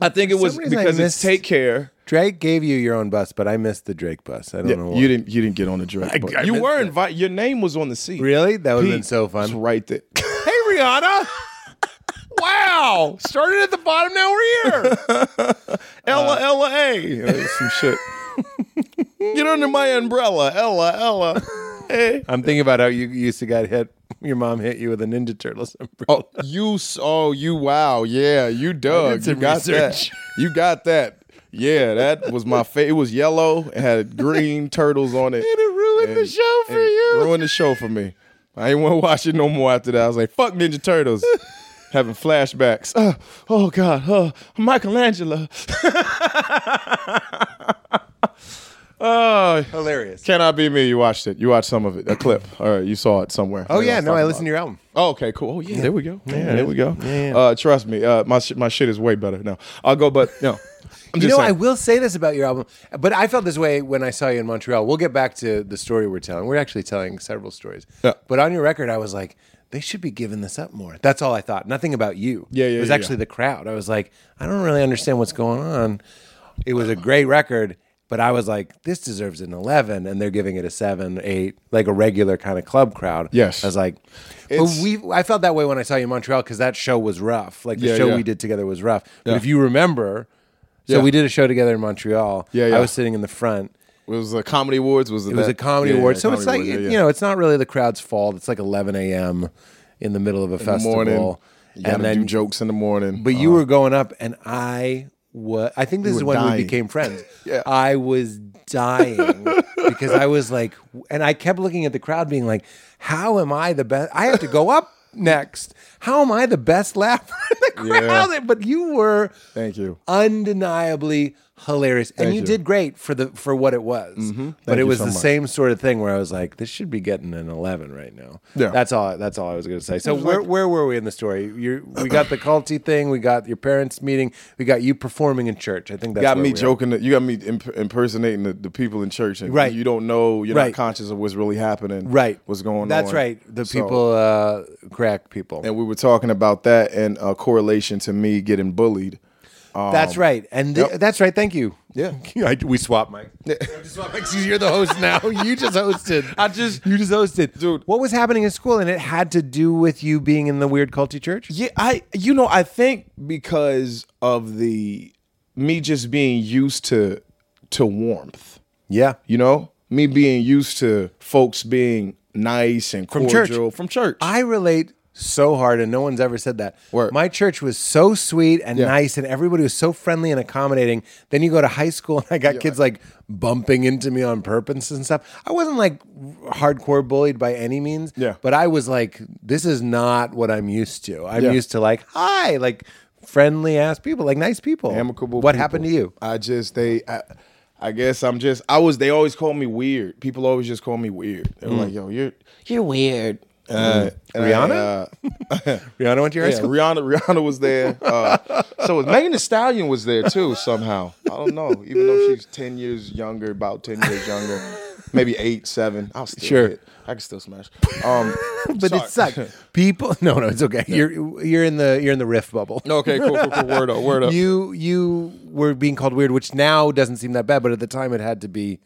Speaker 3: I think it was
Speaker 1: some reason I
Speaker 3: because it's
Speaker 1: missed-
Speaker 3: take care.
Speaker 1: Drake gave you your own bus, but I missed the Drake bus. I don't know. Why.
Speaker 3: You didn't. You didn't get on the Drake. bus.
Speaker 1: I
Speaker 3: you
Speaker 1: missed
Speaker 3: were
Speaker 1: it.
Speaker 3: invited. Your name was on the seat.
Speaker 1: really? That would have been
Speaker 3: Pete.
Speaker 1: so
Speaker 3: It's
Speaker 1: fun. *laughs*
Speaker 3: right there.
Speaker 1: Hey, Rihanna. wow. Started at the bottom. Now we're *laughs* here. Uh,
Speaker 3: Ella, Ella, A. You know, Some
Speaker 1: *laughs*
Speaker 3: shit. Get under my umbrella, Ella, Ella. Hey.
Speaker 1: I'm thinking about how you used to get hit. *laughs* Your mom hit you with a Ninja Turtles. *laughs*
Speaker 3: Oh, you. s- Oh, you. Wow. Yeah, you dug. You
Speaker 1: some
Speaker 3: got
Speaker 1: research.
Speaker 3: that. You got that. Yeah, that was my favorite. It was yellow. It
Speaker 1: *laughs*
Speaker 3: had green turtles on it.
Speaker 1: it ruined the show for
Speaker 3: and
Speaker 1: you.
Speaker 3: Ruined the show for me. I ain't want to watch it no more after that. I was like, fuck
Speaker 1: *laughs*
Speaker 3: Ninja Turtles. Having flashbacks. Uh, oh God, uh,
Speaker 1: *laughs*
Speaker 3: Michelangelo.
Speaker 1: Oh.
Speaker 3: Uh,
Speaker 1: Hilarious.
Speaker 3: Cannot Be Me, you watched it. You watched some of it, a clip. All right, you saw it somewhere.
Speaker 1: Oh yeah, no, I listened to your album.
Speaker 3: Oh, okay, cool. Oh, yeah, there we go. Yeah, there we go. Uh, trust me, uh, my, sh- my shit is way better now. I'll go, but no. I'm
Speaker 1: You
Speaker 3: just
Speaker 1: know,
Speaker 3: saying.
Speaker 1: I will say this about your album, but I felt this way when I saw you in Montreal. We'll get back to the story we're telling. We're actually telling several stories.
Speaker 3: Yeah.
Speaker 1: But on your record, I was like, they should be giving this up more. That's all I thought. Nothing about you.
Speaker 3: Yeah, yeah,
Speaker 1: It was
Speaker 3: yeah,
Speaker 1: actually
Speaker 3: yeah.
Speaker 1: the crowd. I was like, I don't really understand what's going on. It was a great record, but I was like, this deserves an 11, and they're giving it a 7, 8, like a regular kind of club crowd.
Speaker 3: Yes.
Speaker 1: I was like, but
Speaker 3: It's-
Speaker 1: we, I felt that way when I saw you in Montreal because that show was rough. Like the
Speaker 3: Yeah,
Speaker 1: show
Speaker 3: yeah.
Speaker 1: we did together was rough. But
Speaker 3: Yeah.
Speaker 1: if you remember, so
Speaker 3: Yeah.
Speaker 1: we did a show together in Montreal.
Speaker 3: Yeah, yeah.
Speaker 1: I was sitting in the front.
Speaker 3: it was a Comedy Awards. Was
Speaker 1: It was a comedy award, so it's like you know, it's not really the crowd's fault. It's like 11 a.m. in the middle of a festival,
Speaker 3: morning. You gotta
Speaker 1: and then
Speaker 3: do jokes in the morning.
Speaker 1: but you were going up, and I was. I think this is
Speaker 3: were
Speaker 1: when we
Speaker 3: dying.
Speaker 1: became friends.
Speaker 3: *laughs* Yeah.
Speaker 1: I was dying because I was like, and I kept looking at the crowd, being like, "How am I the best? I have to go up next. How am I the best laugher in the
Speaker 3: *laughs*
Speaker 1: crowd?" But you were.
Speaker 3: Thank you.
Speaker 1: Undeniably hilarious, and
Speaker 3: Thank
Speaker 1: you,
Speaker 3: you. Mm-hmm.
Speaker 1: did great for the for what it was. But it
Speaker 3: you
Speaker 1: was
Speaker 3: so
Speaker 1: the
Speaker 3: much.
Speaker 1: same sort of thing where I was like, "This should be getting an 11 right now."
Speaker 3: Yeah.
Speaker 1: that's all. That's all I was going to say. So where where were we in the story? You we got the culty thing. We got your parents meeting. We got you performing in church. I think that's
Speaker 3: got
Speaker 1: where
Speaker 3: me
Speaker 1: we are.
Speaker 3: joking. That you got me imp- impersonating the, the people in church, and
Speaker 1: Right.
Speaker 3: you don't know. You're
Speaker 1: Right.
Speaker 3: not conscious of what's really happening.
Speaker 1: Right.
Speaker 3: what's going
Speaker 1: That's
Speaker 3: on?
Speaker 1: right. The
Speaker 3: So-
Speaker 1: people uh, crack people.
Speaker 3: and we were talking about that and a correlation to me getting bullied.
Speaker 1: that's right. And th-
Speaker 3: Um, yep.
Speaker 1: that's right. Thank you.
Speaker 3: Yeah.
Speaker 1: *laughs* I, we swapped
Speaker 3: *laughs*
Speaker 1: Mike. You're the host now. You just hosted. I just you just hosted,
Speaker 3: Dude.
Speaker 1: What was happening in school, and it had to do with you being in the weird culty church.
Speaker 3: Yeah, I you know I think because of the me just being used to to warmth.
Speaker 1: Yeah,
Speaker 3: You know, me being used to folks being nice and
Speaker 1: From
Speaker 3: cordial
Speaker 1: church.
Speaker 3: from church.
Speaker 1: I relate so hard, and no one's ever said that.
Speaker 3: Word.
Speaker 1: My church was so sweet and
Speaker 3: Yeah.
Speaker 1: nice, and everybody was so friendly and accommodating. Then you go to high school, and I got kids like bumping into me on purpose and stuff. I wasn't like hardcore bullied by any means,
Speaker 3: Yeah.
Speaker 1: but I was like, this is not what I'm used to. I'm
Speaker 3: Yeah.
Speaker 1: used to like, hi, like friendly ass people, like nice people.
Speaker 3: amicable.
Speaker 1: What
Speaker 3: people.
Speaker 1: happened to you?
Speaker 3: I just they. I, I guess I'm just. I was. They always call me weird. People always just call me weird. They were
Speaker 1: Hmm.
Speaker 3: like, "Yo, you're."
Speaker 16: You're weird.
Speaker 3: Uh, and I, uh,
Speaker 1: Rihanna went to your high
Speaker 3: yeah,
Speaker 1: school.
Speaker 3: Rihanna. *laughs* Rihanna was there. Uh, so was Megan Thee Stallion was there too somehow. I don't know. Even though she's ten years younger, about ten years younger, maybe eight, seven. I'll still
Speaker 1: Sure.
Speaker 3: hit. I can still smash. Um,
Speaker 1: But it sucked. *laughs* People, no, no, it's okay. You're you're in the you're in the riff bubble.
Speaker 3: *laughs* okay, cool, cool, cool. Word up, word up.
Speaker 1: you you were being called weird, which now doesn't seem that bad, but at the time it had to be.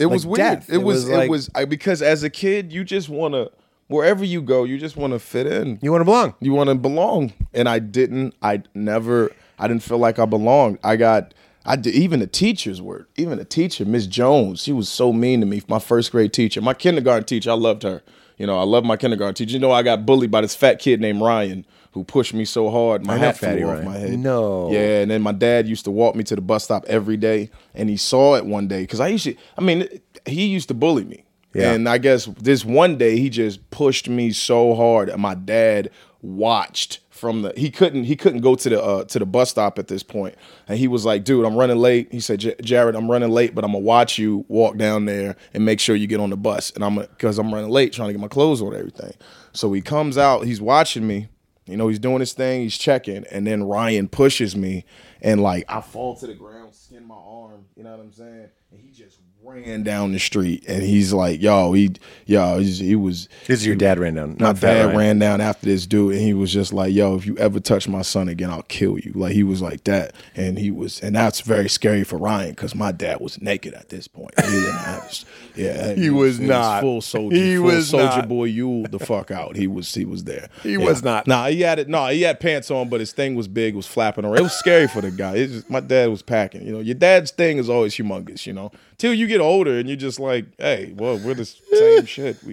Speaker 3: It was
Speaker 1: like
Speaker 3: weird.
Speaker 1: death.
Speaker 3: It,
Speaker 1: It
Speaker 3: was,
Speaker 1: was like-
Speaker 3: it was I, because as a kid, you just want to wherever you go, you just want to fit in.
Speaker 1: You want to belong.
Speaker 3: You want to belong, and I didn't. I never. I didn't feel like I belonged. I got. I did, even the teachers were even the teacher Miss Jones. She was so mean to me. My first grade teacher, my kindergarten teacher. I loved her. You know, I love my kindergarten teacher. You know, I got bullied by this fat kid named Ryan who pushed me so hard. My
Speaker 1: know
Speaker 3: hat
Speaker 1: Fatty
Speaker 3: flew off
Speaker 1: Ryan.
Speaker 3: my head.
Speaker 1: No.
Speaker 3: Yeah, and then my dad used to walk me to the bus stop every day, and he saw it one day because I used to. I mean, he used to bully me.
Speaker 1: Yeah.
Speaker 3: And I guess this one day he just pushed me so hard, and my dad watched from the. He couldn't. He couldn't go to the uh, to the bus stop at this point, and he was like, "Dude, I'm running late." He said, "J- "Jared, I'm running late, but I'm gonna watch you walk down there and make sure you get on the bus." And I'm because I'm running late, trying to get my clothes on and everything. So he comes out. He's watching me. You know, he's doing his thing, he's checking, and then Ryan pushes me, and like I fall to the ground, skin my arm. You know what I'm saying? And he just ran down the street, and he's like, "Yo, he, yo, he's, he was."
Speaker 1: This is your dad ran down.
Speaker 3: my
Speaker 1: not Fat
Speaker 3: dad
Speaker 1: Ryan.
Speaker 3: ran down after this dude and he was just like yo if you ever touch my son again i'll kill you like he was like that and he was and that's very scary for ryan because my dad was naked at this point he didn't have his, yeah
Speaker 1: He was not.
Speaker 3: full soldier
Speaker 1: He
Speaker 3: full
Speaker 1: was
Speaker 3: soldier
Speaker 1: not.
Speaker 3: boy you the fuck out he was he was there
Speaker 1: He was not.
Speaker 3: nah he had it no he had pants on but his thing was big was flapping around it was scary for the guy it's just my dad was packing you know your dad's thing is always humongous you know till you get older and you're just like hey well we're the same shit we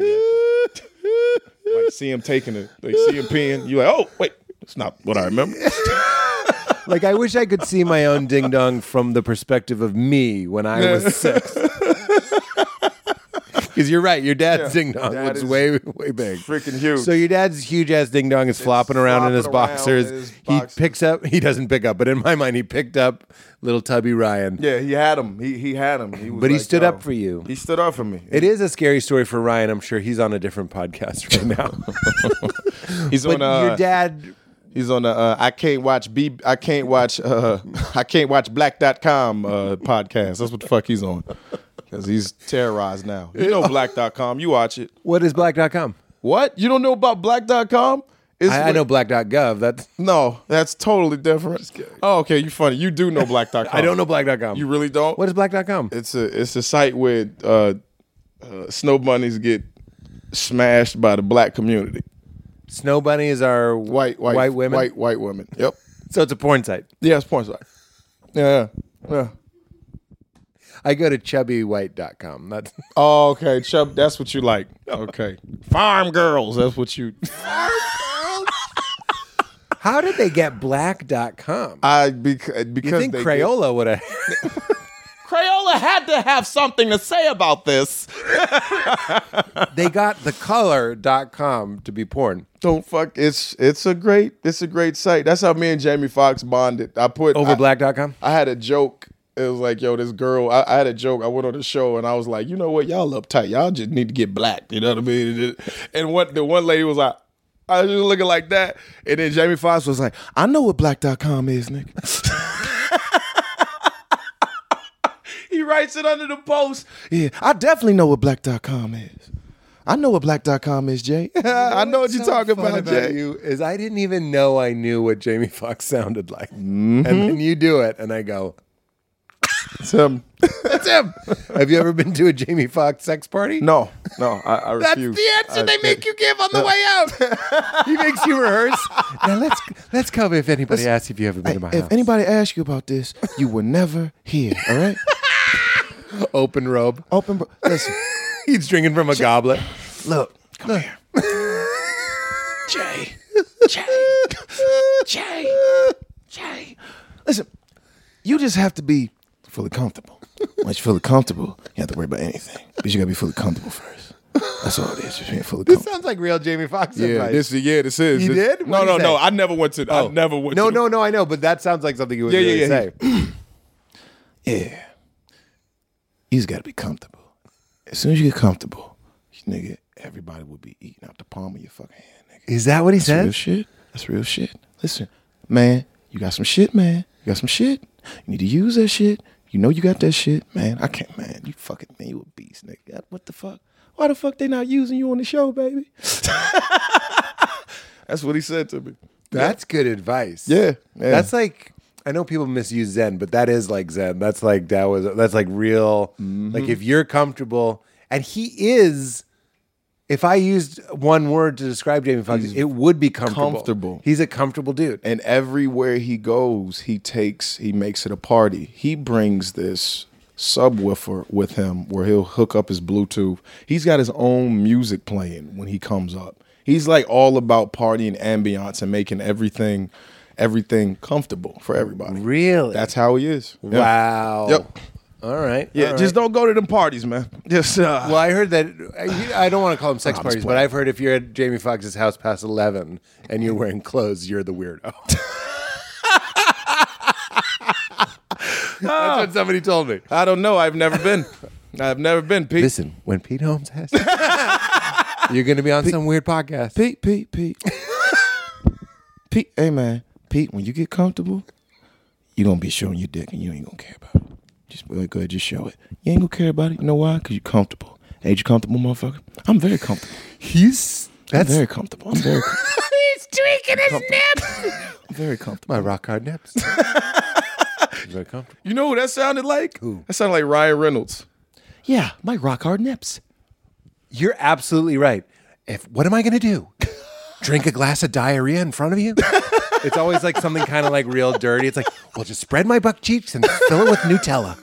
Speaker 3: like see him taking it, like see him peeing. You like, oh wait, it's not what I remember.
Speaker 1: Like I wish I could see my own ding dong from the perspective of me when I was *laughs* six. Because you're right, your dad's ding dong
Speaker 10: Dad
Speaker 1: was
Speaker 10: is
Speaker 1: way way big,
Speaker 10: freaking huge.
Speaker 1: So your dad's huge ass ding dong is flopping around in
Speaker 10: flopping
Speaker 1: his
Speaker 10: around
Speaker 1: boxers.
Speaker 10: in his
Speaker 1: he
Speaker 10: boxers.
Speaker 1: picks up. He doesn't pick up, but in my mind, he picked up little tubby Ryan.
Speaker 10: Yeah, he had him. He he had him. He was
Speaker 1: But he
Speaker 10: like,
Speaker 1: stood
Speaker 10: yo.
Speaker 1: up for you.
Speaker 10: He stood up for me.
Speaker 1: It is a scary story for Ryan. I'm sure he's on a different podcast right *laughs* now.
Speaker 3: He's
Speaker 1: but
Speaker 3: on uh,
Speaker 1: your dad,
Speaker 3: He's on the uh, I can't watch B. I can't watch. Uh, *laughs* I can't watch Black.com uh, podcast. That's what the fuck he's on. Because he's terrorized now. You know Black.com. You watch it.
Speaker 1: what is black.com?
Speaker 3: What? You don't know about Black.com? It's
Speaker 1: I, I
Speaker 3: what-
Speaker 1: know black.gov. That's
Speaker 3: No, that's totally different. Oh, okay. You funny. You do know Black.com.
Speaker 1: *laughs* I don't know black.com.
Speaker 3: You really don't.
Speaker 1: what is black.com?
Speaker 3: it's a it's a site where uh, uh, snow bunnies get smashed by the black community.
Speaker 1: Snow bunnies are
Speaker 3: White white
Speaker 1: white women.
Speaker 3: White white women. Yep.
Speaker 1: So it's a porn site.
Speaker 3: Yeah, it's porn site. Yeah. yeah, Yeah.
Speaker 1: I go to chubbywhite.com. That's *laughs*
Speaker 3: Oh, okay, Chubb. That's what you like. Okay. Farm girls. That's what you.
Speaker 1: How did they get black.com?
Speaker 3: *laughs* I because because
Speaker 1: You think
Speaker 3: they
Speaker 1: Crayola would have
Speaker 15: Crayola had to have something to say about this.
Speaker 1: *laughs* They got the color.com to be porn.
Speaker 3: get- don't fuck. It's it's a great it's a great site. That's how me and Jamie Foxx bonded. I put
Speaker 1: Over
Speaker 3: I-
Speaker 1: black.com?
Speaker 3: I had a joke. It was like, yo, this girl. I, I had a joke. I went on the show and I was like, you know what? Y'all uptight. Y'all just need to get black. You know what I mean? And what the one lady was like, I was just looking like that. And then Jamie Foxx was like, I know what black.com is, nigga. *laughs* he writes it under the post. Yeah, I definitely know what black.com is. I know what black.com is, Jay. *laughs* I know what you're
Speaker 1: What's so
Speaker 3: talking
Speaker 1: fun
Speaker 3: about, Jay.
Speaker 1: you is I didn't even know I knew what Jamie Foxx sounded like. And then you do it and I go,
Speaker 3: Tim.
Speaker 1: That's him. Have you ever been to a Jamie Foxx sex party?
Speaker 3: No, no, I, I
Speaker 1: That's
Speaker 3: refuse.
Speaker 1: the answer
Speaker 3: I-
Speaker 1: they make you give on the way out. Uh, *laughs* he makes you rehearse. Now let's let's cover if anybody asks if you ever been to my
Speaker 3: If
Speaker 1: house.
Speaker 3: anybody asks you about this, you were never here. All right.
Speaker 1: *laughs* Open robe.
Speaker 3: Open. Bro- Listen,
Speaker 1: *laughs* He's drinking from a goblet.
Speaker 3: look. Come *laughs* here. Jay. Jay. Jay. Jay. Listen, you just have to be fully comfortable. Once you're fully comfortable, you don't have to worry about anything. But you gotta be fully comfortable first. That's all it is. Just being fully
Speaker 1: This
Speaker 3: comfortable.
Speaker 1: sounds like real Jamie Foxx
Speaker 3: Yeah,
Speaker 1: advice.
Speaker 3: this yeah, this is.
Speaker 1: You
Speaker 3: this-
Speaker 1: did?
Speaker 3: No,
Speaker 1: What'd
Speaker 3: no,
Speaker 1: he
Speaker 3: no.
Speaker 1: say?
Speaker 3: I never went to. I
Speaker 1: Oh.
Speaker 3: never went.
Speaker 1: No,
Speaker 3: to
Speaker 1: no, no. I know, but that sounds like something you would
Speaker 3: Yeah, yeah,
Speaker 1: really
Speaker 3: yeah,
Speaker 1: say.
Speaker 3: *clears throat* Yeah. You just gotta be comfortable. As soon as you get comfortable, nigga, everybody will be eating out the palm of your fucking hand, nigga.
Speaker 1: Is that what he
Speaker 3: That's real
Speaker 1: said?
Speaker 3: shit. That's real shit. Listen, man, you got some shit, man. You got some shit. You need to use that shit. You know you got that shit, man. I can't, man. You fucking, man, you a beast, nigga. What the fuck? Why the fuck they not using you on the show, baby? *laughs* That's what he said to me.
Speaker 1: That's good advice.
Speaker 3: Yeah, yeah.
Speaker 1: That's like I know people misuse Zen, but that is like Zen. That's like that was that's like real.
Speaker 3: Mm-hmm.
Speaker 1: Like if you're comfortable, and he is. If I used one word to describe Jamie Foxx, it would be comfortable.
Speaker 3: comfortable.
Speaker 1: He's a comfortable dude.
Speaker 3: and everywhere he goes, he takes, he makes it a party. He brings this subwoofer with him where he'll hook up his Bluetooth. He's got his own music playing when he comes up. He's like all about partying ambiance and making everything, everything comfortable for everybody.
Speaker 1: Really?
Speaker 3: That's how he is. Yeah.
Speaker 1: wow.
Speaker 3: Yep.
Speaker 1: All right.
Speaker 3: Yeah, just don't go to them parties, man. Just uh,
Speaker 1: Well, I heard that I I don't want to call them sex
Speaker 3: I'm just
Speaker 1: parties, but
Speaker 3: playing.
Speaker 1: I've heard if you're at Jamie Foxx's house past eleven and you're wearing clothes, you're the weirdo. That's what somebody told me.
Speaker 3: I don't know. I've never been.
Speaker 1: *laughs*
Speaker 3: I've never been. Pete.
Speaker 1: Listen, when Pete Holmes has, *laughs* you're going to be on some weird podcast.
Speaker 3: Pete, Pete, Pete.
Speaker 10: Pete, hey man, Pete, when you get comfortable, you gonna be showing your dick and you ain't gonna care about it. Just go ahead, just show it. You ain't gonna care about it. You know why? Cause you're comfortable. Hey, you comfortable, motherfucker? I'm very comfortable.
Speaker 1: He's
Speaker 10: I'm
Speaker 1: that's
Speaker 10: very comfortable. I'm very com-
Speaker 16: *laughs* He's tweaking his
Speaker 3: *laughs*
Speaker 16: nip.
Speaker 10: I'm very comfortable.
Speaker 1: my rock hard nips. very comfortable.
Speaker 3: You know who that sounded like? Who? That sounded like Ryan Reynolds.
Speaker 10: Yeah, my rock hard nips.
Speaker 1: You're absolutely right. If what am I gonna
Speaker 3: *laughs*
Speaker 1: do? Drink a glass of diarrhea in front of you? It's always like something kind of like real dirty. It's like, well, just spread my buck cheeks and fill it with
Speaker 3: *laughs*
Speaker 1: Nutella.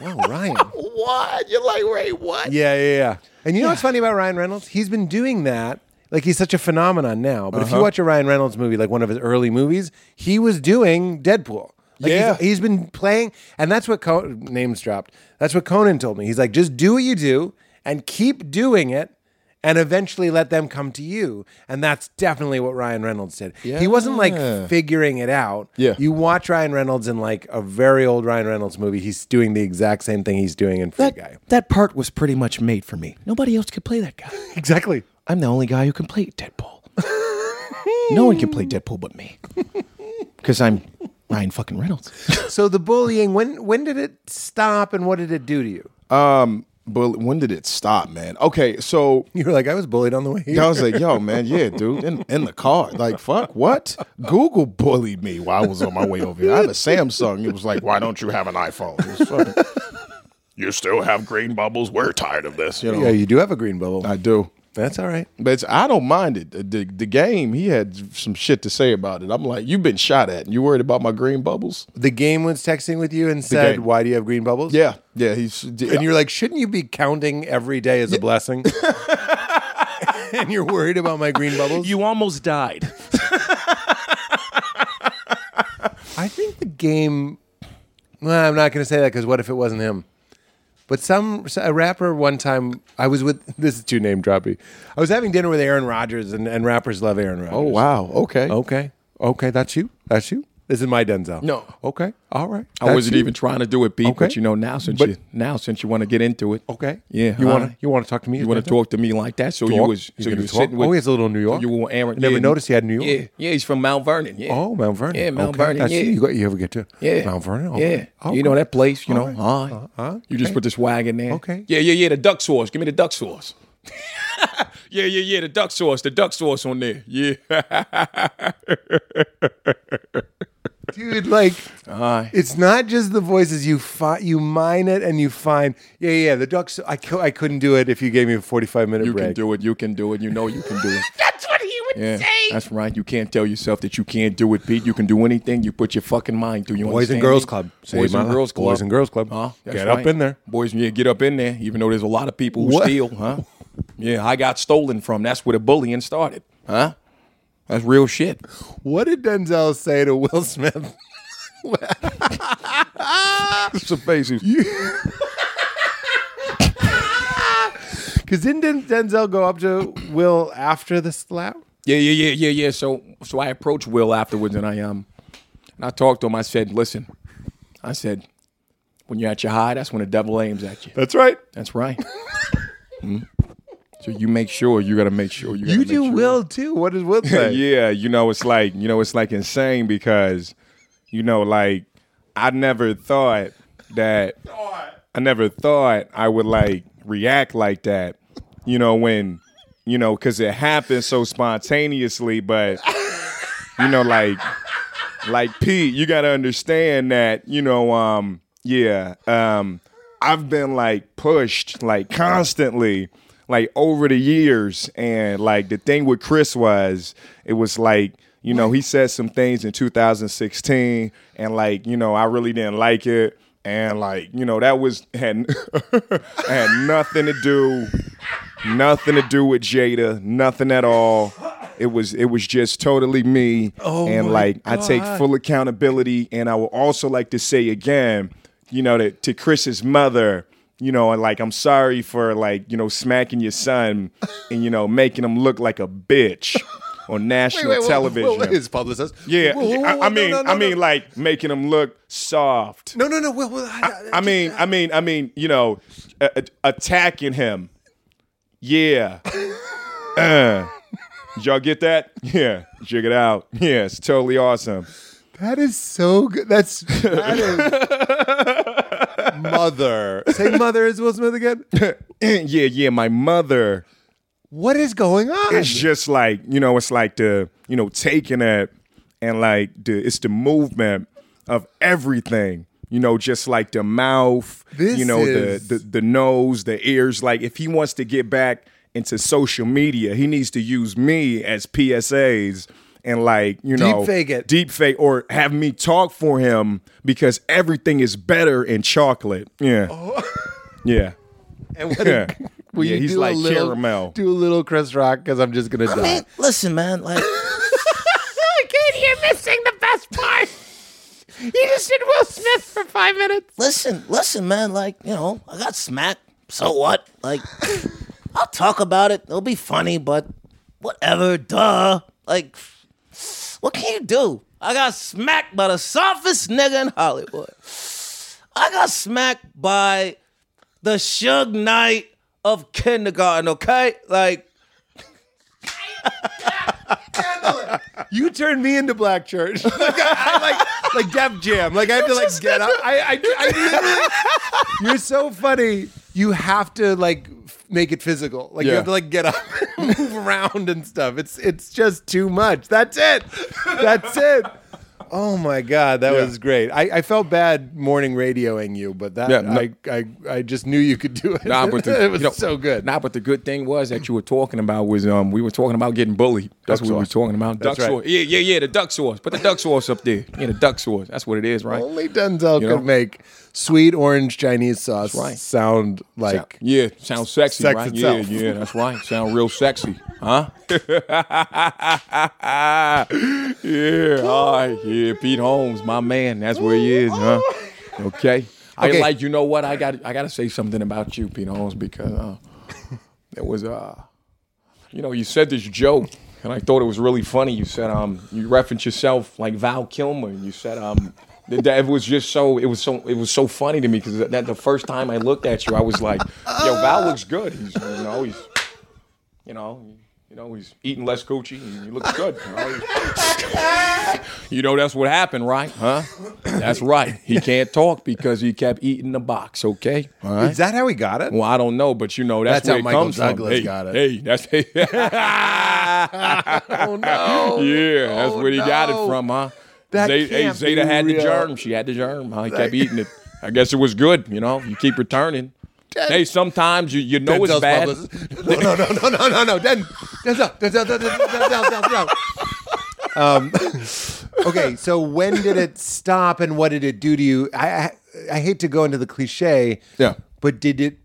Speaker 1: Wow, Ryan.
Speaker 10: What? You're like, wait, what?
Speaker 1: Yeah, yeah, yeah. And you know what's funny about Ryan Reynolds? He's been doing that. Like he's such a phenomenon now. But if you watch a Ryan Reynolds movie, like one of his early movies, he was doing Deadpool. Like
Speaker 3: Yeah.
Speaker 1: he's, he's been playing, and that's what Con- names dropped. That's what Conan told me. He's like, just do what you do and keep doing it, and eventually let them come to you. And that's definitely what Ryan Reynolds did. He wasn't like figuring it out.
Speaker 3: Yeah.
Speaker 1: you watch Ryan Reynolds in like a very old Ryan Reynolds movie. He's doing the exact same thing he's doing in Free Guy.
Speaker 10: That part was pretty much made for me. Nobody else could play that guy.
Speaker 1: *laughs* Exactly.
Speaker 10: I'm the only guy who can
Speaker 3: *laughs*
Speaker 10: play Deadpool. no one can play Deadpool but me. Because I'm Ryan fucking Reynolds.
Speaker 1: So the bullying, when when did it stop and what did it do to you?
Speaker 3: But when did it stop, man? Okay, so
Speaker 1: *laughs* You were like, I was bullied on the way here.
Speaker 3: I was like, yo, man, yeah, dude, in, in the car. Like, fuck, what? Google bullied me while I was on my way over here. I had a Samsung. It was like, why don't you have an iPhone? It was fucking- you still have green bubbles. We're tired of this, you know.
Speaker 1: Yeah, you do have a green bubble.
Speaker 3: I do.
Speaker 1: That's all right.
Speaker 3: But it's, I don't mind it. The, the- the game, he had some shit to say about it. I'm like, you've been shot at, and you worried about my green bubbles?
Speaker 1: The game was texting with you and said,
Speaker 3: game.
Speaker 1: Why do you have green bubbles?
Speaker 3: Yeah, yeah. He's
Speaker 1: And you're like, Shouldn't you be counting every day as a
Speaker 3: *laughs*
Speaker 1: blessing? and you're worried about my green
Speaker 3: *laughs*
Speaker 1: bubbles?
Speaker 15: You almost died.
Speaker 1: I think the game. Well, I'm not going to say that because what if it wasn't him? But some a rapper one time I was with *laughs* this is too name droppy. I was having dinner with Aaron Rodgers and, and rappers love Aaron Rodgers.
Speaker 3: oh wow, okay.
Speaker 1: Okay. Okay, that's you. That's you. This is my Denzel.
Speaker 3: No.
Speaker 1: Okay. All right.
Speaker 3: I
Speaker 1: That's
Speaker 3: wasn't
Speaker 1: you.
Speaker 3: even trying to do it, Pete.
Speaker 1: Okay.
Speaker 3: But you know now since
Speaker 1: But-
Speaker 3: you now since you want to get into
Speaker 10: Oh,
Speaker 3: it,
Speaker 1: Okay.
Speaker 3: yeah,
Speaker 1: You want
Speaker 3: huh?
Speaker 1: to you want to talk to me?
Speaker 3: You want to talk to me like that? So you
Speaker 1: Talk?
Speaker 3: was
Speaker 1: You
Speaker 3: so you
Speaker 1: gonna
Speaker 3: was
Speaker 1: talk?
Speaker 3: sitting with.
Speaker 1: Oh, he's a little New York.
Speaker 3: You were Aaron.
Speaker 1: Never
Speaker 3: yeah,
Speaker 1: noticed he had New York.
Speaker 3: Yeah, yeah, he's from Mount Vernon. Yeah.
Speaker 1: Oh, Mount Vernon.
Speaker 3: Yeah, Mount
Speaker 1: Okay,
Speaker 3: Vernon.
Speaker 1: That's
Speaker 3: yeah.
Speaker 1: you. You, got, you ever get to
Speaker 3: yeah.
Speaker 1: Mount Vernon?
Speaker 3: Yeah.
Speaker 1: Okay.
Speaker 3: You know
Speaker 1: Okay.
Speaker 3: that place, you know?
Speaker 1: right. Uh-huh.
Speaker 3: All right. You just put this swag in there.
Speaker 1: Okay.
Speaker 3: Yeah, yeah, yeah. The duck sauce. Give me the duck sauce. *laughs* yeah, yeah, yeah. The duck sauce. The duck sauce on there. Yeah.
Speaker 1: dude. Like, it's not just the voices. You fi- you mine it and you find. Yeah, yeah. The ducks. I cou- I couldn't do it if you gave me a forty five minute
Speaker 3: You
Speaker 1: break.
Speaker 3: can do it. You can do it. You know you can
Speaker 1: *laughs*
Speaker 3: do it. that's what he would say. That's right. You can't tell yourself that you can't do it, Pete. You can do anything you put your fucking mind to. You
Speaker 1: Boys and
Speaker 3: understand
Speaker 1: Girls
Speaker 3: me?
Speaker 1: Club. Saved
Speaker 3: Boys
Speaker 1: my
Speaker 3: and
Speaker 1: life.
Speaker 3: Girls Club.
Speaker 1: Boys and Girls Club.
Speaker 3: Huh? That's
Speaker 1: Get up
Speaker 3: right.
Speaker 1: in there.
Speaker 3: Boys, yeah, get up in there. Even though there's a lot of people who
Speaker 1: What?
Speaker 3: steal, huh? Yeah, I got stolen from. That's where the bullying started, huh? That's real shit.
Speaker 1: What did Denzel say to Will Smith?
Speaker 3: It's a face.
Speaker 1: Because didn't Den- Denzel go up to Will after the slap?
Speaker 3: Yeah, yeah, yeah, yeah, yeah. So so I approached Will afterwards and I um and I talked to him. I said, listen, I said, when you're at your high, that's when the devil aims at you.
Speaker 1: That's right.
Speaker 3: That's right. Mhm. So you make sure you gotta make sure you gotta
Speaker 1: You
Speaker 3: make
Speaker 1: do
Speaker 3: sure.
Speaker 1: Will too. What does Will say?
Speaker 17: *laughs* yeah, you know, it's like you know, it's like insane because you know, like I never thought that I never thought I would like react like that. You know, when you know, because it happened so spontaneously, but you know, like like Pete, you gotta understand that you know, um, yeah, um, I've been like pushed like constantly like over the years and like the thing with Chris was it was like you know he said some things in 2016 and like you know I really didn't like it and like you know that was had *laughs* had nothing to do nothing to do with Jada nothing at all it was it was just totally me
Speaker 1: Oh
Speaker 17: and like I take full accountability and I would also like to say again you know to, to Chris's mother you know, and like I'm sorry for like you know smacking your son and you know making him look like a bitch on national television.
Speaker 1: his publicist.
Speaker 17: yeah,
Speaker 1: Whoa, whoa, whoa,
Speaker 17: I,
Speaker 1: no,
Speaker 17: I mean,
Speaker 1: no, no,
Speaker 17: I mean,
Speaker 1: no.
Speaker 17: like making him look soft.
Speaker 1: no, no, no. Will, Will,
Speaker 17: I mean, I mean, I mean, you know, a- a- attacking him. Yeah. Uh. Did y'all get that? Yeah. Check it out. Yeah, it's totally awesome.
Speaker 1: That is so good. That's that is
Speaker 17: Mother.
Speaker 1: Say mother is Will Smith again.
Speaker 17: *laughs* yeah, yeah, my mother.
Speaker 1: What is going on?
Speaker 17: It's just like, you know, it's like the, you know, taking it and like the it's the movement of everything. You know, just like the mouth,
Speaker 1: This
Speaker 17: you know,
Speaker 1: is-
Speaker 17: the, the the nose, the ears. Like if he wants to get back into social media, he needs to use me as PSAs and like, you know,
Speaker 1: Deepfake it.
Speaker 17: Deep fake or have me talk for him because everything is better in chocolate. Yeah.
Speaker 1: Oh. *laughs*
Speaker 17: Yeah.
Speaker 1: And what
Speaker 17: Yeah.
Speaker 1: will
Speaker 17: yeah,
Speaker 1: you
Speaker 17: he's
Speaker 1: do a
Speaker 17: like
Speaker 1: little-
Speaker 17: caramel. *laughs*
Speaker 1: Do a little Chris Rock because I'm just gonna die.
Speaker 16: *laughs* Man, listen, man.
Speaker 3: *laughs*
Speaker 16: Like, listen, listen, man. Like, you know, I got smacked. So what? Like, I'll talk about it. It'll be funny, but whatever. Duh. Like, what can you do? I got smacked by the softest nigga in Hollywood. I got smacked by the Suge Knight of kindergarten. Okay, like.
Speaker 1: You turned me into Black Church. like, I, like, like Def Jam. Like I have to like get up. I, I, I literally- You're so funny. You have to like f- make it physical. Like you
Speaker 17: Yeah.
Speaker 1: have to like get up, *laughs* and move around and stuff. It's it's just too much. That's it. That's it. Oh my god, that was great. I, I felt bad morning radioing you, but that
Speaker 17: Yeah, no-
Speaker 1: I, I I just knew you could do it.
Speaker 17: Nah, but the,
Speaker 1: *laughs* it was
Speaker 17: you know,
Speaker 1: so good.
Speaker 17: Nah, but the good thing was that you were talking about was um we were talking about getting bullied. That's
Speaker 1: Duck
Speaker 17: what we were
Speaker 1: sauce.
Speaker 17: talking about.
Speaker 1: That's
Speaker 17: duck
Speaker 1: right.
Speaker 17: sauce. Yeah, yeah, yeah. The duck sauce. Put the duck sauce up there. Yeah, the duck sauce. That's what it is, right?
Speaker 1: Only Denzel
Speaker 17: You know?
Speaker 1: could make sweet orange Chinese sauce
Speaker 17: right.
Speaker 1: sound like
Speaker 17: yeah, sounds sexy,
Speaker 1: Sex
Speaker 17: right?
Speaker 1: itself.
Speaker 17: Yeah, yeah, that's right. Sound real sexy, huh? *laughs* yeah, all right. Yeah, Pete Holmes, my man. That's where he is, huh? Okay. I
Speaker 1: Oh. Okay.
Speaker 17: like you know what I got. I got to say something about you, Pete Holmes, because uh, it was uh, you know, you said this joke, and I thought it was really funny. You said um, you referenced yourself like Val Kilmer, and you said um, that, that it was just so it was so it was so funny to me because that the first time I looked at you, I was like, yo, Val looks good. He's you know he's you know. You know, he's eating less coochie and he looks good.
Speaker 1: *laughs*
Speaker 17: You know, you know, that's what happened, right? Huh? That's right. He can't talk because he kept eating the box, okay? All right.
Speaker 1: Is that how he got it?
Speaker 17: Well, I don't know, but you know that's,
Speaker 1: That's how
Speaker 17: where it
Speaker 1: Michael
Speaker 17: comes from.
Speaker 1: Douglas
Speaker 17: hey,
Speaker 1: got it.
Speaker 17: Hey, that's *laughs*
Speaker 1: Oh no!
Speaker 17: yeah, that's
Speaker 1: Oh,
Speaker 17: where he got
Speaker 1: no.
Speaker 17: it from, huh?
Speaker 1: That
Speaker 17: Zay- hey,
Speaker 1: can't
Speaker 17: Zeta
Speaker 1: be
Speaker 17: had
Speaker 1: real.
Speaker 17: the germ. She had the germ. Huh? He kept eating it. I guess it was good. You know, you
Speaker 1: *laughs*
Speaker 17: keep returning. hey, sometimes you you know it's
Speaker 1: Denzel's
Speaker 17: bad.
Speaker 1: publicist. *laughs* No, no, no, no, no, no, no. Den, Denzel, Denzel, Denzel, Denzel, Denzel, Denzel. Um, *laughs* okay, so when did it stop, and what did it do to you? I I, I hate to go into the cliche.
Speaker 17: Yeah.
Speaker 1: But did it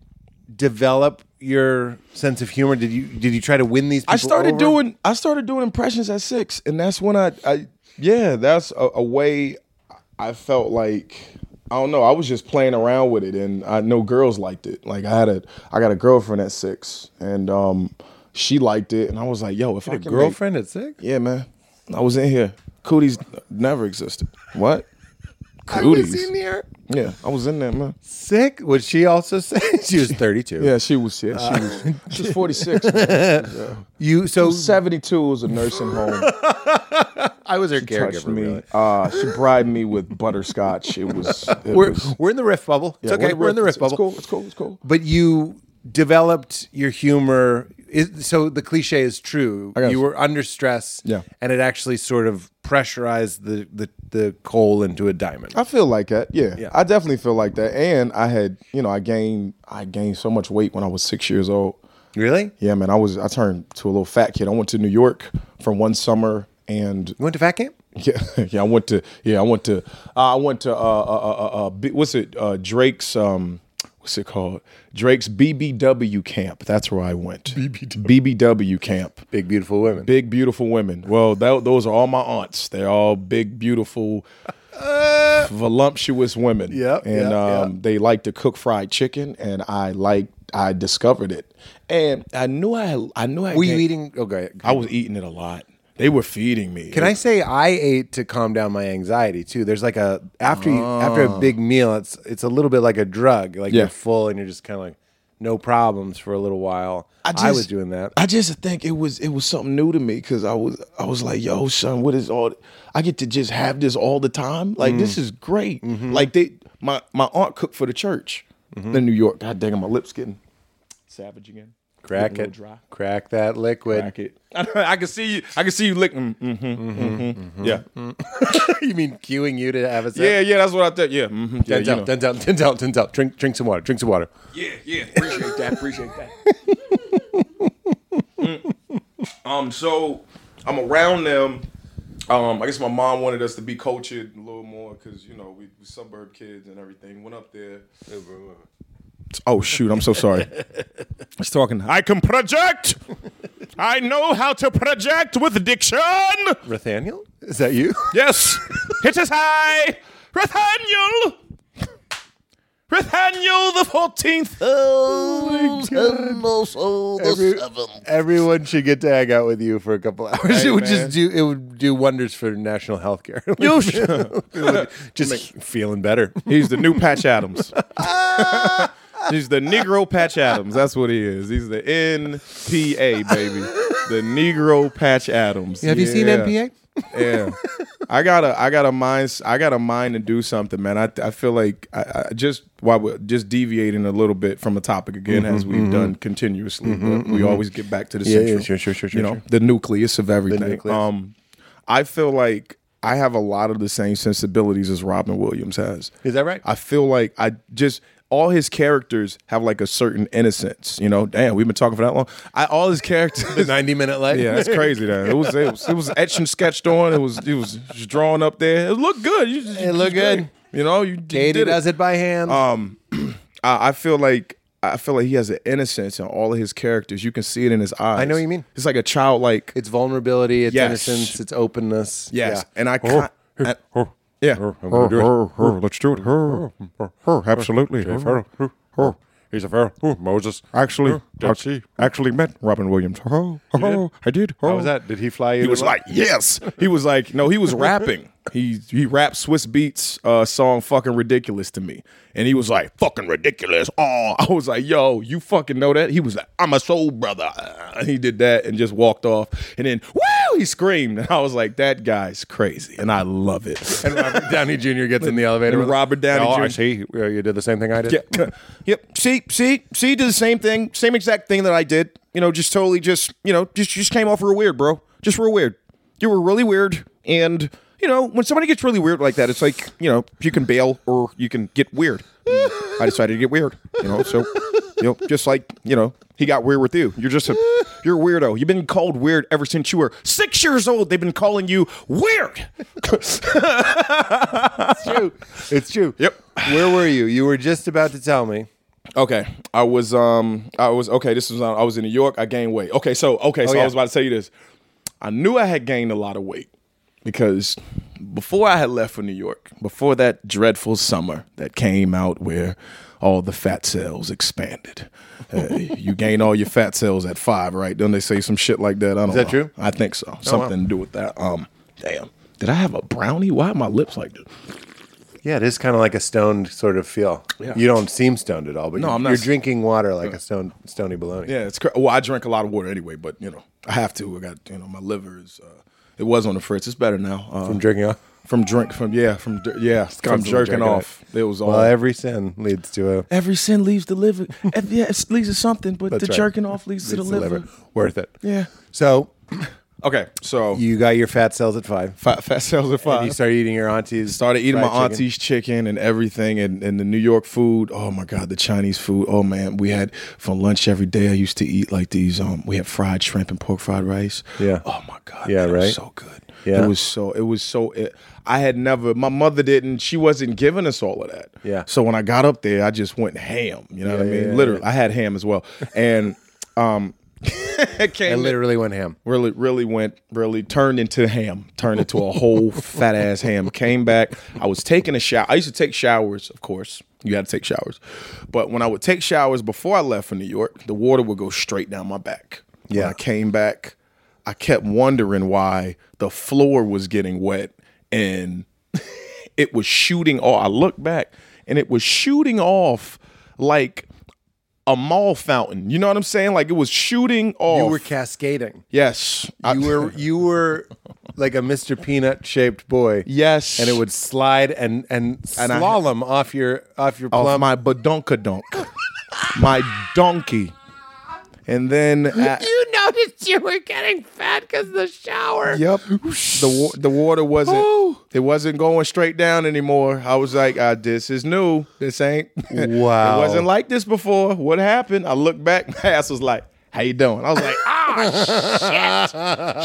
Speaker 1: develop your sense of humor? Did you did you try to win these? People
Speaker 17: I started
Speaker 1: over?
Speaker 17: doing I started doing impressions at six, and that's when I, I yeah, that's a, a way I felt like I don't know. I was just playing around with it, and I know girls liked it. Like I had a I got a girlfriend at six, and um, she liked it, and I was like, yo, if I
Speaker 1: a
Speaker 17: can make-
Speaker 1: girlfriend at six.
Speaker 17: yeah, man, I was in here. Cooties never existed. What?
Speaker 1: Was
Speaker 17: Cooties.
Speaker 1: in here?
Speaker 17: Yeah, I was in there, man.
Speaker 1: Sick? Was she also *laughs* sick? she was thirty two.
Speaker 17: Yeah, she was. Yeah,
Speaker 1: Uh,
Speaker 17: she was.
Speaker 1: *laughs*
Speaker 17: She was forty six.
Speaker 1: You so
Speaker 17: Seventy two was a nursing home.
Speaker 1: *laughs* I was her
Speaker 17: touched
Speaker 1: caregiver.
Speaker 17: me.
Speaker 1: Really.
Speaker 17: Uh, she bribed me with butterscotch. It was. It
Speaker 1: *laughs* We're
Speaker 17: was
Speaker 1: we're in the riff bubble. It's
Speaker 17: yeah,
Speaker 1: okay. We're, in the riff
Speaker 17: it's,
Speaker 1: bubble.
Speaker 17: It's cool. It's cool. It's cool.
Speaker 1: but you developed your humor. Is, so the cliche is true.
Speaker 17: got
Speaker 1: You
Speaker 17: it.
Speaker 1: were under stress,
Speaker 17: Yeah.
Speaker 1: and it actually sort of pressurized the the, the coal into a diamond.
Speaker 17: I feel like that. Yeah.
Speaker 1: Yeah.
Speaker 17: I definitely feel like that. And I had, you know, I gained, I gained so much weight when I was six years old.
Speaker 1: Really?
Speaker 17: Yeah, man. I was, I turned to a little fat kid. I went to New York for one summer, and *laughs*
Speaker 1: You went to fat camp?
Speaker 17: yeah, yeah. I went to, yeah, I went to, uh, I went to, uh, uh, uh, uh, B, what's it, uh, Drake's, um, what's it called? Drake's BBW camp. That's where I went. BBW, BBW camp.
Speaker 1: Big beautiful women.
Speaker 17: Big beautiful women. Well, tho- those are all my aunts. They're all big, beautiful, voluptuous women.
Speaker 1: Uh, Yep,
Speaker 17: And
Speaker 1: yep,
Speaker 17: um, they like to cook fried chicken, and I like I discovered it, and I knew I had- I knew I
Speaker 1: were you
Speaker 17: gained-
Speaker 1: eating? Okay.
Speaker 17: I was eating it a lot. They were feeding me.
Speaker 1: Can I say I ate to calm down my anxiety too? There's like a after you, after a big meal, it's it's a little bit like a drug. Like
Speaker 17: Yeah.
Speaker 1: you're full and you're just kind of like,
Speaker 4: no problems for a little while. I,
Speaker 3: just-
Speaker 4: was doing that.
Speaker 3: I just think it was it was something new to me because I was I was like, yo, son, what is all? I get to just have this all the time. Like
Speaker 4: Mm.
Speaker 3: this is great.
Speaker 4: Mm-hmm.
Speaker 3: Like they, my my aunt cooked for the church in New York. God dang it, my lips getting savage again.
Speaker 4: crack
Speaker 3: Getting a
Speaker 4: it,
Speaker 3: little dry.
Speaker 4: crack that liquid.
Speaker 3: Crack it. I can see you. I can see you licking. Mm-hmm, mm-hmm, Yeah,
Speaker 4: you mean cueing you to have a sip?
Speaker 3: yeah, yeah. That's what I thought. Yeah, mm-hmm, yeah.
Speaker 4: Ten
Speaker 3: you
Speaker 4: down,
Speaker 3: know.
Speaker 4: ten down, ten down, ten down. Drink, drink some water. Drink some water.
Speaker 3: Yeah, yeah. Appreciate that. Appreciate that. Mm. Um, so I'm around them. Um, I guess my mom wanted us to be cultured a little more because you know we, we suburb kids and everything. Went up there. Oh shoot! I'm so sorry. *laughs* I was talking. I can project. I know how to project with diction.
Speaker 4: Nathaniel, is that you?
Speaker 3: Yes, it is I, Nathaniel. Nathaniel the Fourteenth.
Speaker 16: And also the
Speaker 4: Every-
Speaker 16: seventh.
Speaker 4: Everyone should get to hang out with you for a couple *laughs* hours.
Speaker 3: Hey,
Speaker 4: it would
Speaker 3: man.
Speaker 4: just do. It would do wonders for national health
Speaker 3: *laughs*
Speaker 4: care. You *laughs* just feeling better.
Speaker 3: He's the new Patch Adams. He's the Negro Patch Adams. That's what he is. He's the NPA baby. The Negro Patch Adams.
Speaker 4: Have you seen
Speaker 3: Yeah.
Speaker 4: NPA?
Speaker 3: Yeah. I gotta, I gotta mind, I gotta mind to do something, man. I, I feel like I, I just, why we're just deviating a little bit from a topic again,
Speaker 4: Mm-hmm,
Speaker 3: as we've done continuously. but we always get back to the
Speaker 4: Yeah, yeah, sure,
Speaker 3: central,
Speaker 4: sure, sure,
Speaker 3: you
Speaker 4: sure,
Speaker 3: know,
Speaker 4: sure.
Speaker 3: the nucleus of everything.
Speaker 4: nucleus.
Speaker 3: Um, I feel like I have a lot of the same sensibilities as Robin Williams has.
Speaker 4: Is that right?
Speaker 3: I feel like I just all his characters have like a certain innocence. You know, damn, we've been talking for that long. I all his
Speaker 4: *laughs* The
Speaker 3: characters.
Speaker 4: ninety-minute leg.
Speaker 3: Yeah, that's crazy. Though it was it was, it was etched and sketched on. It was it was just drawn up there. It looked good. You just,
Speaker 4: It looked
Speaker 3: was great.
Speaker 4: good.
Speaker 3: You know, you, you did
Speaker 4: Katie
Speaker 3: it.
Speaker 4: does it by hand.
Speaker 3: I, I feel like I feel like he has an innocence in all of his characters. You can see it in his eyes.
Speaker 4: I know what you mean.
Speaker 3: It's like a child. Like
Speaker 4: it's vulnerability. It's
Speaker 3: Yes.
Speaker 4: innocence. It's openness.
Speaker 3: yes,
Speaker 4: Yeah. Oh,
Speaker 3: and I. Ca- and- yeah,
Speaker 18: Let's do it. Her, her, absolutely. Her, her, her. He's a pharaoh. Ooh, Moses. Actually, I actually met
Speaker 3: Robin Williams.
Speaker 18: Oh, oh, I did. Oh.
Speaker 4: How was that? Did he fly you?
Speaker 3: He
Speaker 4: to
Speaker 3: was
Speaker 4: the-
Speaker 3: like, yes. He was like, no, he
Speaker 4: *laughs*
Speaker 3: was rapping. He he rapped Swiss Beats uh, song "Fucking Ridiculous" to me, and he was like, "Fucking ridiculous." Oh, I was like, "Yo, you fucking know that?" He was like, "I'm a soul brother." And he did that and just walked off, and then woo, he screamed, and I was like, "That guy's crazy," and I love it.
Speaker 4: And Robert Downey Jr. gets in the elevator.
Speaker 3: And
Speaker 4: with him.
Speaker 3: Robert Downey
Speaker 4: oh, I
Speaker 3: Jr.
Speaker 4: see. Uh, You did the same thing I did.
Speaker 3: *laughs* Yeah.
Speaker 17: Yep. See, see, see, did the same thing, same exact thing that I did. You know, just totally, just you know, just just came off real weird, bro. Just real weird. You were really weird, and you know, when somebody gets really weird like that, it's like you know, you can bail or you can get weird. And I decided to get weird. You know, so you know, just like you know, he got weird with you. You're just a you're a weirdo. You've been called weird ever since you were six years old. They've been calling you weird.
Speaker 4: true. It's true.
Speaker 3: Yep.
Speaker 4: Where were you? You were just about to tell me.
Speaker 3: Okay, I was um I was okay. This was I was in New York. I gained weight. Okay, so okay, so
Speaker 4: Oh, yeah.
Speaker 3: I was about to tell you this. I knew I had gained a lot of weight because before I had left for New York, before that dreadful summer that came out where all the fat cells expanded.
Speaker 4: *laughs*
Speaker 3: Uh, you gain all your fat cells at five, right? Don't they say some shit like that? I don't Is
Speaker 4: that true? Oh,
Speaker 3: I think so. Something to do with that. Um, damn. Did I have a brownie? Why are my lips like this?
Speaker 4: Yeah, it is kind of like a stoned sort of feel.
Speaker 3: Yeah.
Speaker 4: You don't seem stoned at all, but
Speaker 3: No,
Speaker 4: you,
Speaker 3: I'm not
Speaker 4: you're
Speaker 3: s-
Speaker 4: drinking water like a stone, stony baloney.
Speaker 3: Yeah, it's cra- well, I drink a lot of water anyway, but you know, I have to. I got you know, my liver is. Uh, it was on the fritz. It's better now. Uh,
Speaker 4: From drinking off.
Speaker 3: from drink, from yeah, from dir- yeah, from
Speaker 4: Constantly
Speaker 3: jerking,
Speaker 4: jerking
Speaker 3: off. It was all.
Speaker 4: Well, every sin leads to a
Speaker 3: every sin leaves the liver. *laughs* Ev- yeah, it leads to something, but
Speaker 4: That's
Speaker 3: the
Speaker 4: right.
Speaker 3: jerking off leads, to the
Speaker 4: leads
Speaker 3: liver.
Speaker 4: Worth it.
Speaker 3: Yeah.
Speaker 4: So
Speaker 3: Okay, so
Speaker 4: you got your fat cells at five.
Speaker 3: fat, fat cells are
Speaker 4: And you
Speaker 3: five.
Speaker 4: started eating your auntie's.
Speaker 3: Started eating my
Speaker 4: fried chicken.
Speaker 3: auntie's chicken and everything, and, and the New York food. Oh my god, the Chinese food. Oh man, we had for lunch every day. I used to eat like these. Um, we had fried shrimp and pork fried rice.
Speaker 4: Yeah.
Speaker 3: Oh my god.
Speaker 4: Yeah,
Speaker 3: man, it was
Speaker 4: right?
Speaker 3: so good.
Speaker 4: Yeah.
Speaker 3: It was so. It was so. It, I had never. My mother didn't. She wasn't giving us all of that.
Speaker 4: Yeah.
Speaker 3: So when I got up there, I just went ham. You know what I
Speaker 4: Yeah,
Speaker 3: mean?
Speaker 4: yeah,
Speaker 3: Literally, I had ham as well, and um, *laughs* it
Speaker 4: I
Speaker 3: came.
Speaker 4: literally went ham.
Speaker 3: Really, really went, really turned into ham, turned into a whole fat ass ham. Came back. I was taking a shower. I used to take showers, of course. You had to take showers. But when I would take showers before I left for New York, the water would go straight down my back. When
Speaker 4: Yeah.
Speaker 3: I came back, I kept wondering why the floor was getting wet and *laughs* it was shooting off. I looked back and it was shooting off like a mall fountain. You know what I'm saying? Like it was shooting off.
Speaker 1: You were cascading.
Speaker 3: yes, I-
Speaker 1: You were you were like a Mr. Peanut shaped boy.
Speaker 3: *laughs* Yes,
Speaker 1: And it would slide and and, Oh,
Speaker 3: I-
Speaker 1: slalom off your off your
Speaker 3: off
Speaker 1: plumb.
Speaker 3: my badonkadonk, my donkey,
Speaker 1: *laughs*
Speaker 3: and then at,
Speaker 19: You noticed you were getting fat because the shower.
Speaker 3: Yep. The wa- the water wasn't it wasn't going straight down anymore. I was like, ah, this is new. This ain't *laughs*
Speaker 1: Wow.
Speaker 3: it wasn't like this before. What happened? I looked back. *laughs* My ass was like, how you doing? I
Speaker 19: *laughs*
Speaker 3: was like, ah,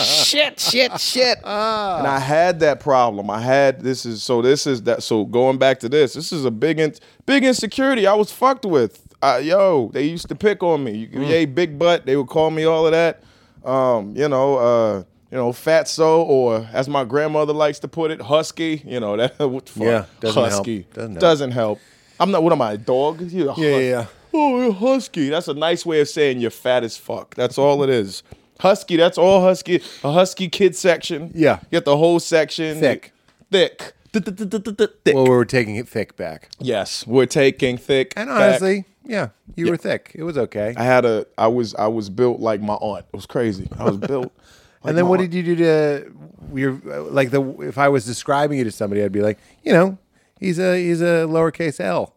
Speaker 15: Shit, shit, shit.
Speaker 3: and I had that problem. I had this is so this is that so going back to this. This is a big in, big insecurity I was fucked with. I, yo, they used to pick on me. You,
Speaker 1: Mm.
Speaker 3: Yay, big butt. They would call me all of that. Um, you know, uh, you know, fatso, or as my grandmother likes to put it, husky. You know that. *laughs* What the fuck?
Speaker 1: Yeah, doesn't help.
Speaker 3: husky
Speaker 1: Doesn't help.
Speaker 3: help. I'm not. What am I? A dog? You a
Speaker 1: Yeah, yeah, yeah.
Speaker 3: Oh, you're husky. That's a nice way of saying you're fat as fuck. That's all it is. Husky, that's all husky. A husky kid section.
Speaker 1: Yeah.
Speaker 3: You got the whole section.
Speaker 1: Thick.
Speaker 3: Thick. Thick.
Speaker 1: well, we were taking it thick back.
Speaker 3: Yes. We're taking thick.
Speaker 1: And
Speaker 3: back.
Speaker 1: honestly, yeah, you were thick. It was okay.
Speaker 3: I had a I was I was built like my aunt. It was crazy. I was built.
Speaker 1: *laughs* and then what did you do to your like the if I was describing you to somebody, I'd be like, you know, he's a he's a lowercase L.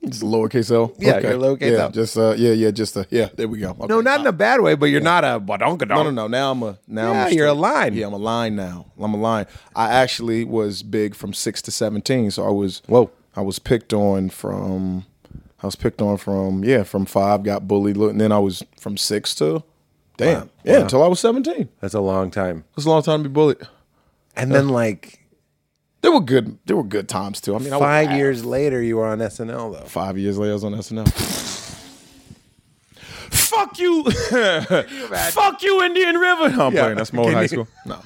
Speaker 3: It's lowercase L.
Speaker 1: Yeah, you're lowercase
Speaker 3: yeah,
Speaker 1: L.
Speaker 3: Just uh yeah, yeah, just uh yeah, there we go.
Speaker 1: No, not in a bad way, but you're not a badonka
Speaker 3: No, no, no. Now I'm a now
Speaker 1: Yeah,
Speaker 3: I'm a
Speaker 1: you're a
Speaker 3: straight-
Speaker 1: line.
Speaker 3: Yeah, I'm a line now. I'm a line. I actually was big from six to seventeen, so I was
Speaker 1: Whoa.
Speaker 3: I was picked on from I was picked on from yeah from five, got bullied, and then I was from six to damn yeah until I was seventeen. It
Speaker 1: That's a long time.
Speaker 3: was a long time to be bullied.
Speaker 1: And then like
Speaker 3: There were good there were good times too. I mean, I was
Speaker 1: five
Speaker 3: bad.
Speaker 1: years later, you were on SNL though.
Speaker 3: Five years later, I was on SNL.
Speaker 1: *laughs*
Speaker 3: Fuck you!
Speaker 15: Fuck you, Indian River.
Speaker 3: No, I'm playing. That's more
Speaker 1: *laughs*
Speaker 3: high school. No.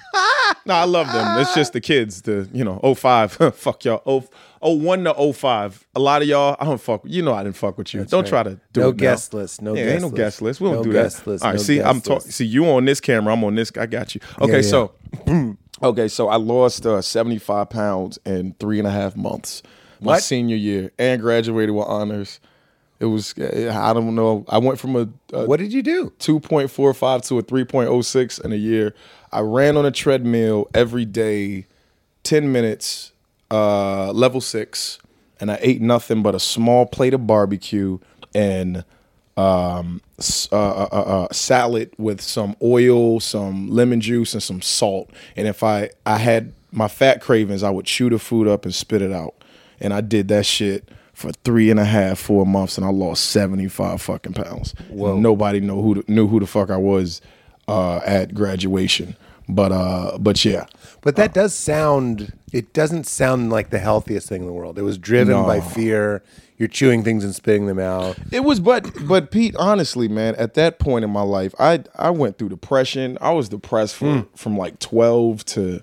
Speaker 3: No, I love them. It's just the kids, the, you know, 05. *laughs* fuck y'all. Oh, oh, 01 to 05. A lot of y'all, I don't fuck with you. know I didn't fuck with you. don't try to do
Speaker 1: No
Speaker 3: it now.
Speaker 1: guest list, no
Speaker 3: yeah,
Speaker 1: guest
Speaker 3: ain't no
Speaker 1: list.
Speaker 3: guest list. We don't
Speaker 1: No
Speaker 3: do that.
Speaker 1: guest list,
Speaker 3: All right,
Speaker 1: no
Speaker 3: see,
Speaker 1: guest
Speaker 3: I'm talking.
Speaker 1: list.
Speaker 3: See, you on this camera. I'm on this. I got you. Okay,
Speaker 1: yeah. *clears throat*
Speaker 3: so. Okay, so I lost uh, 75 pounds in three and a half months my
Speaker 1: What?
Speaker 3: senior year and graduated with honors. It was, I don't know. I went from a, a
Speaker 1: What did you do?
Speaker 3: 2.45 to a 3.06 in a year. I ran on a treadmill every day, 10 minutes, uh, level six, and I ate nothing but a small plate of barbecue and um, s- uh, uh, uh, uh, salad with some oil, some lemon juice, and some salt. And if I, I had my fat cravings, I would chew the food up and spit it out. And I did that shit for three and a half, four months, and I lost seventy five fucking pounds. Well, nobody know who the, knew who the fuck I was uh, at graduation, but uh, but yeah,
Speaker 1: But that does sound. It doesn't sound like the healthiest thing in the world. It was driven by
Speaker 3: No.
Speaker 1: fear. You're chewing things and spitting them out.
Speaker 3: it was. But but Pete, honestly, man, at that point in my life, I I went through depression. I was depressed from from like twelve to.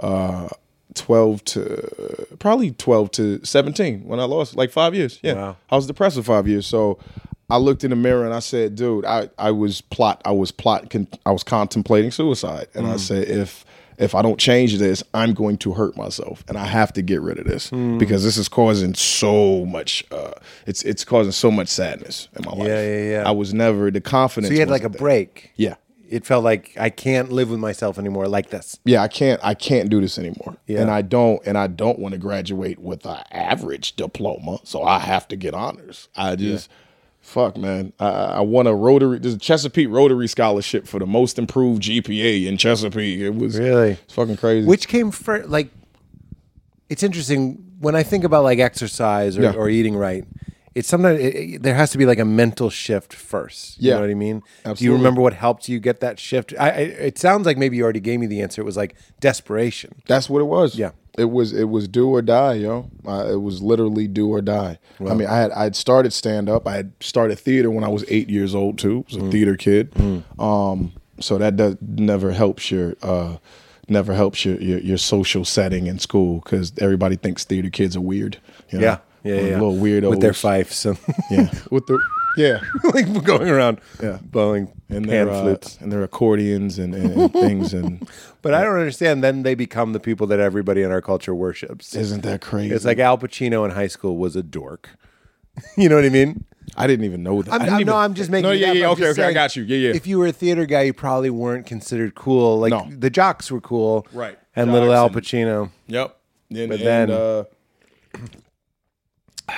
Speaker 3: Uh, 12 to probably 12 to 17 when I lost like five years. Yeah.
Speaker 1: Wow.
Speaker 3: I was depressed for five years. So I looked in the mirror and I said, dude, I, I was plot, I was plot, con- I was contemplating suicide. And I said, if, if I don't change this, I'm going to hurt myself and I have to get rid of this
Speaker 1: Hmm.
Speaker 3: because this is causing so much, uh, it's, it's causing so much sadness in my life.
Speaker 1: yeah, yeah.
Speaker 3: I was never the confidence.
Speaker 1: So you had like a
Speaker 3: wasn't there.
Speaker 1: break.
Speaker 3: Yeah.
Speaker 1: It felt like I can't live with myself anymore like this.
Speaker 3: yeah, I can't I can't do this anymore.
Speaker 1: Yeah.
Speaker 3: And I don't and I don't want to graduate with an average diploma, so I have to get honors. I just fuck man. I I won a Rotary there's a Chesapeake Rotary scholarship for the most improved GPA in Chesapeake. It was
Speaker 1: Really?
Speaker 3: it's fucking crazy.
Speaker 1: Which came first? Like, it's interesting when I think about like exercise or,
Speaker 3: Yeah.
Speaker 1: or eating right. It's sometimes it, it- there has to be like a mental shift first. You
Speaker 3: Yeah.
Speaker 1: know what I mean? Do you
Speaker 3: Absolutely.
Speaker 1: remember what helped you get that shift? I, I, it sounds like maybe you already gave me the answer. It was like desperation.
Speaker 3: That's what it was.
Speaker 1: Yeah.
Speaker 3: It was it was do or die, yo. Uh, it was literally do or die. I mean, I had I had started stand up. I had started theater when I was eight years old too. I was a
Speaker 1: Mm.
Speaker 3: theater kid. Um, so that does never helps your uh, never helps your, your your social setting in school because everybody thinks theater kids are weird. you know?
Speaker 1: Yeah.
Speaker 3: Or
Speaker 1: Yeah. yeah.
Speaker 3: little weirdos
Speaker 1: With their fifes
Speaker 3: *laughs*
Speaker 1: and *laughs*
Speaker 3: Yeah, with the yeah,
Speaker 1: like going around
Speaker 3: Yeah.
Speaker 1: blowing
Speaker 3: and
Speaker 1: pan
Speaker 3: their uh,
Speaker 1: flutes.
Speaker 3: and their accordions and, and, and things
Speaker 1: *laughs*
Speaker 3: and
Speaker 1: But I don't understand. Then they become the people that everybody in our culture worships.
Speaker 3: isn't that crazy?
Speaker 1: It's like Al Pacino in high school was a dork. *laughs* you know what I mean?
Speaker 3: I didn't even know that. I
Speaker 1: I'm,
Speaker 3: didn't
Speaker 1: I'm,
Speaker 3: even-
Speaker 1: no, I'm just making.
Speaker 3: No,
Speaker 1: it
Speaker 3: yeah,
Speaker 1: up.
Speaker 3: yeah,
Speaker 1: I'm
Speaker 3: okay,
Speaker 1: just
Speaker 3: okay, I
Speaker 1: saying,
Speaker 3: got you. Yeah, yeah.
Speaker 1: If you were a theater guy, you probably weren't considered cool. Like
Speaker 3: No.
Speaker 1: the jocks were cool,
Speaker 3: Right.
Speaker 1: And little Al
Speaker 3: Jocks and-
Speaker 1: Pacino.
Speaker 3: Yep. Then,
Speaker 1: But
Speaker 3: but
Speaker 1: then-
Speaker 3: then
Speaker 1: *clears throat*
Speaker 3: uh,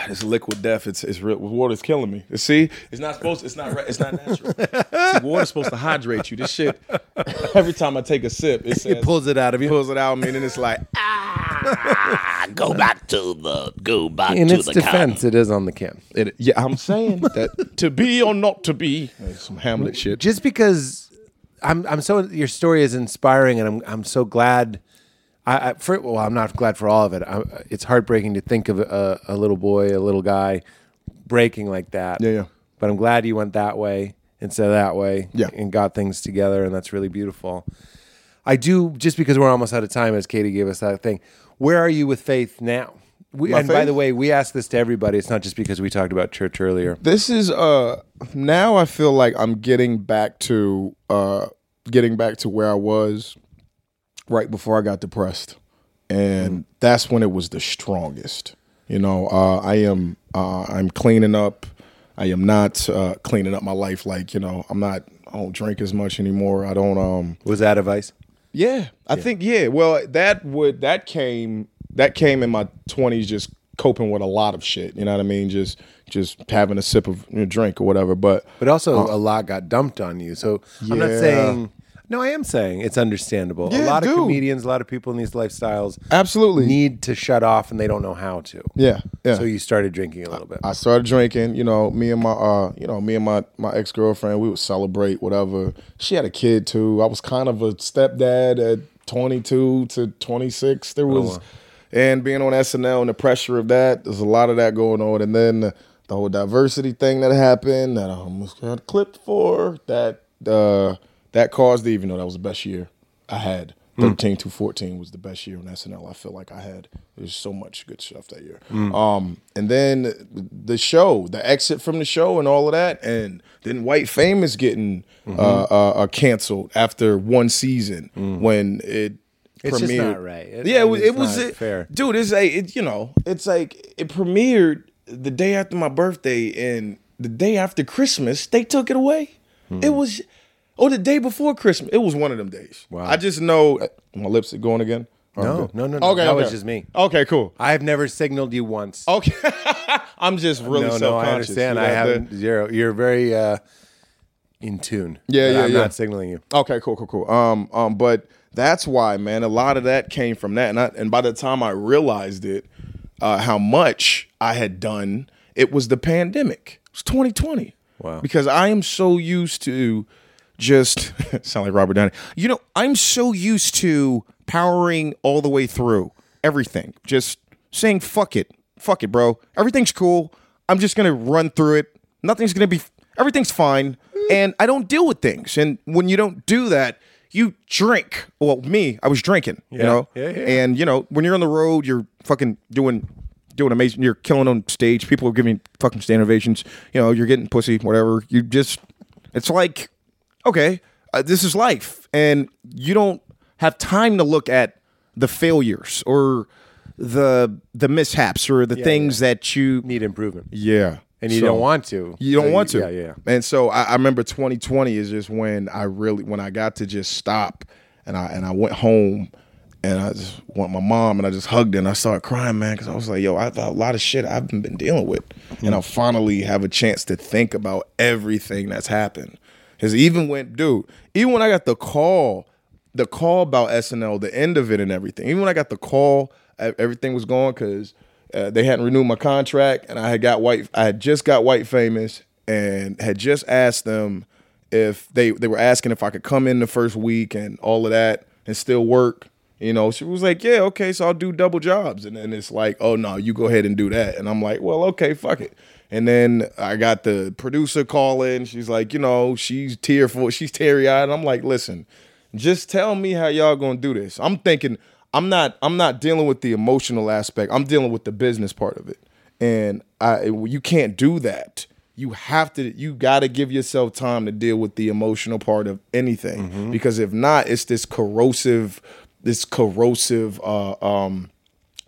Speaker 3: this liquid death. It's it's real. Water's killing me. See, it's not supposed. It's not. right. It's not natural. See, water's supposed to hydrate you. This shit. *laughs* Every time I take a sip,
Speaker 1: *laughs*
Speaker 3: it says,
Speaker 1: Pulls it out of you.
Speaker 3: pulls it out of me, and then it's like *laughs*
Speaker 16: Go back to the go back
Speaker 1: In
Speaker 16: to
Speaker 1: its
Speaker 16: the cop.
Speaker 1: defense, it is on the can.
Speaker 3: It, yeah, I'm saying that to be or not to be. That's Some Hamlet shit.
Speaker 1: Just because I'm, I'm so your story is inspiring, and I'm, I'm so glad. I, I for, well, I'm not glad for all of it. I, it's heartbreaking to think of a, a little boy, a little guy, breaking like that.
Speaker 3: Yeah, yeah.
Speaker 1: But I'm glad you went that way instead of that way.
Speaker 3: Yeah.
Speaker 1: and got things together, and that's really beautiful. I do just because we're almost out of time, as Katie gave us that thing. Where are you with faith now? We, and by
Speaker 3: faith?
Speaker 1: the way, we ask this to everybody. It's not just because we talked about church
Speaker 3: *laughs*
Speaker 1: earlier.
Speaker 3: this is uh now I feel like I'm getting back to uh getting back to where I was right before I got depressed. And that's when it was the strongest. You know, uh I am uh I'm cleaning up. I am not uh cleaning up my life like, you know, I'm not I don't drink as much anymore. I don't um
Speaker 1: Was that advice?
Speaker 3: yeah, I think yeah. Well, that would that came that came in my twenties, just coping with a lot of shit. You know what I mean? Just just having a sip of you know, drink or whatever. But
Speaker 1: But also, a lot got dumped on you. So I'm not
Speaker 3: Yeah.
Speaker 1: saying. No, I am saying it's understandable. a
Speaker 3: Yeah,
Speaker 1: lot of
Speaker 3: dude.
Speaker 1: comedians, a lot of people in these lifestyles,
Speaker 3: Absolutely.
Speaker 1: need to shut off, and they don't know how to.
Speaker 3: yeah, yeah.
Speaker 1: So you started drinking a little bit.
Speaker 3: I started drinking. You know, me and my uh, you know, me and my my ex girlfriend, we would celebrate whatever. She had a kid too. I was kind of a stepdad at 22 to 26. There was, and being on SNL and the pressure of that, there's a lot of that going on. And then the, whole diversity thing that happened that I almost got clipped for that uh that caused the even though that was the best year I had. 13 to 14 was the best year on SNL. I feel like I had there's so much good stuff that year. Um, and then the show, the exit from the show, and all of that, and then White Famous getting uh, uh, uh, canceled after one season when it
Speaker 1: It's
Speaker 3: premiered.
Speaker 1: just not right. It-
Speaker 3: yeah, it
Speaker 1: and
Speaker 3: was.
Speaker 1: it's
Speaker 3: It was
Speaker 1: not
Speaker 3: it-
Speaker 1: fair.
Speaker 3: dude. It's like it, you know, it's like it premiered the day after my birthday, and the day after Christmas, they took it away.
Speaker 1: Hmm.
Speaker 3: It was, or the day before Christmas. It was one of them days. Wow. I just know uh, my lips are going again. Or I'm
Speaker 1: No,
Speaker 3: good?
Speaker 1: no, no, no.
Speaker 3: Okay,
Speaker 1: that was
Speaker 3: okay.
Speaker 1: just me.
Speaker 3: Okay, cool.
Speaker 1: I've never signaled you once.
Speaker 3: Okay, I'm just really
Speaker 1: no,
Speaker 3: self-conscious.
Speaker 1: no, I understand.
Speaker 3: You
Speaker 1: I
Speaker 3: know, the-
Speaker 1: haven't. You're, you're very uh, in tune.
Speaker 3: Yeah,
Speaker 1: But
Speaker 3: yeah,
Speaker 1: I'm
Speaker 3: yeah.
Speaker 1: not signaling you.
Speaker 3: Okay, cool, cool, cool. Um, um, but that's why, man. A lot of that came from that, and I, and by the time I realized it, uh, how much I had done, it was the pandemic. It was 2020. Wow. Because I am so used to just *laughs* sound like Robert Downey.
Speaker 10: You know, I'm so used to powering all the way through everything, just saying, fuck it. Fuck it, bro. Everything's cool. I'm just going to run through it. Nothing's going to be, everything's fine. And I don't deal with things. And when you don't do that, you drink. Well, me, I was drinking, you know?
Speaker 1: Yeah, yeah.
Speaker 10: And, you know, when you're on the road, you're fucking doing. Doing amazing, you're killing on stage. People are giving fucking stand ovations. You know, you're getting pussy, whatever. You just, it's like okay, uh, this is life, and you don't have time to look at the failures or the the mishaps or the things that you
Speaker 1: Need improvement,
Speaker 3: Yeah,
Speaker 1: and you
Speaker 3: So-
Speaker 1: don't want to.
Speaker 3: You don't
Speaker 1: So
Speaker 3: want to.
Speaker 1: Yeah, yeah.
Speaker 3: And so I, I remember 2020 is just when I really when I got to just stop and I and I went home and I just went my mom and I just hugged her and I started crying, man, because I was like, yo, I have a lot of shit I've been, been dealing with. And I
Speaker 1: Mm-hmm.
Speaker 3: finally have a chance to think about everything that's happened. Cause even when, dude, even when I got the call, the call about SNL, the end of it and everything, even when I got the call, e- everything was gone because uh, they hadn't renewed my contract, and I had got white. I had just got white famous, and had just asked them if they they were asking if I could come in the first week and all of that and still work. You know, she was like, "Yeah, okay, so I'll do double jobs," and then it's like, "Oh no, you go ahead and do that," and I'm like, "Well, okay, fuck it." And then I got the producer calling. She's like, you know, she's tearful, she's teary eyed. I'm like, listen, just tell me how y'all gonna do this. I'm thinking, I'm not I'm not dealing with the emotional aspect. I'm dealing with the business part of it. And I you can't do that. You have to you got to give yourself time to deal with the emotional part of anything
Speaker 1: Mm-hmm.
Speaker 3: because if not it's this corrosive this corrosive uh um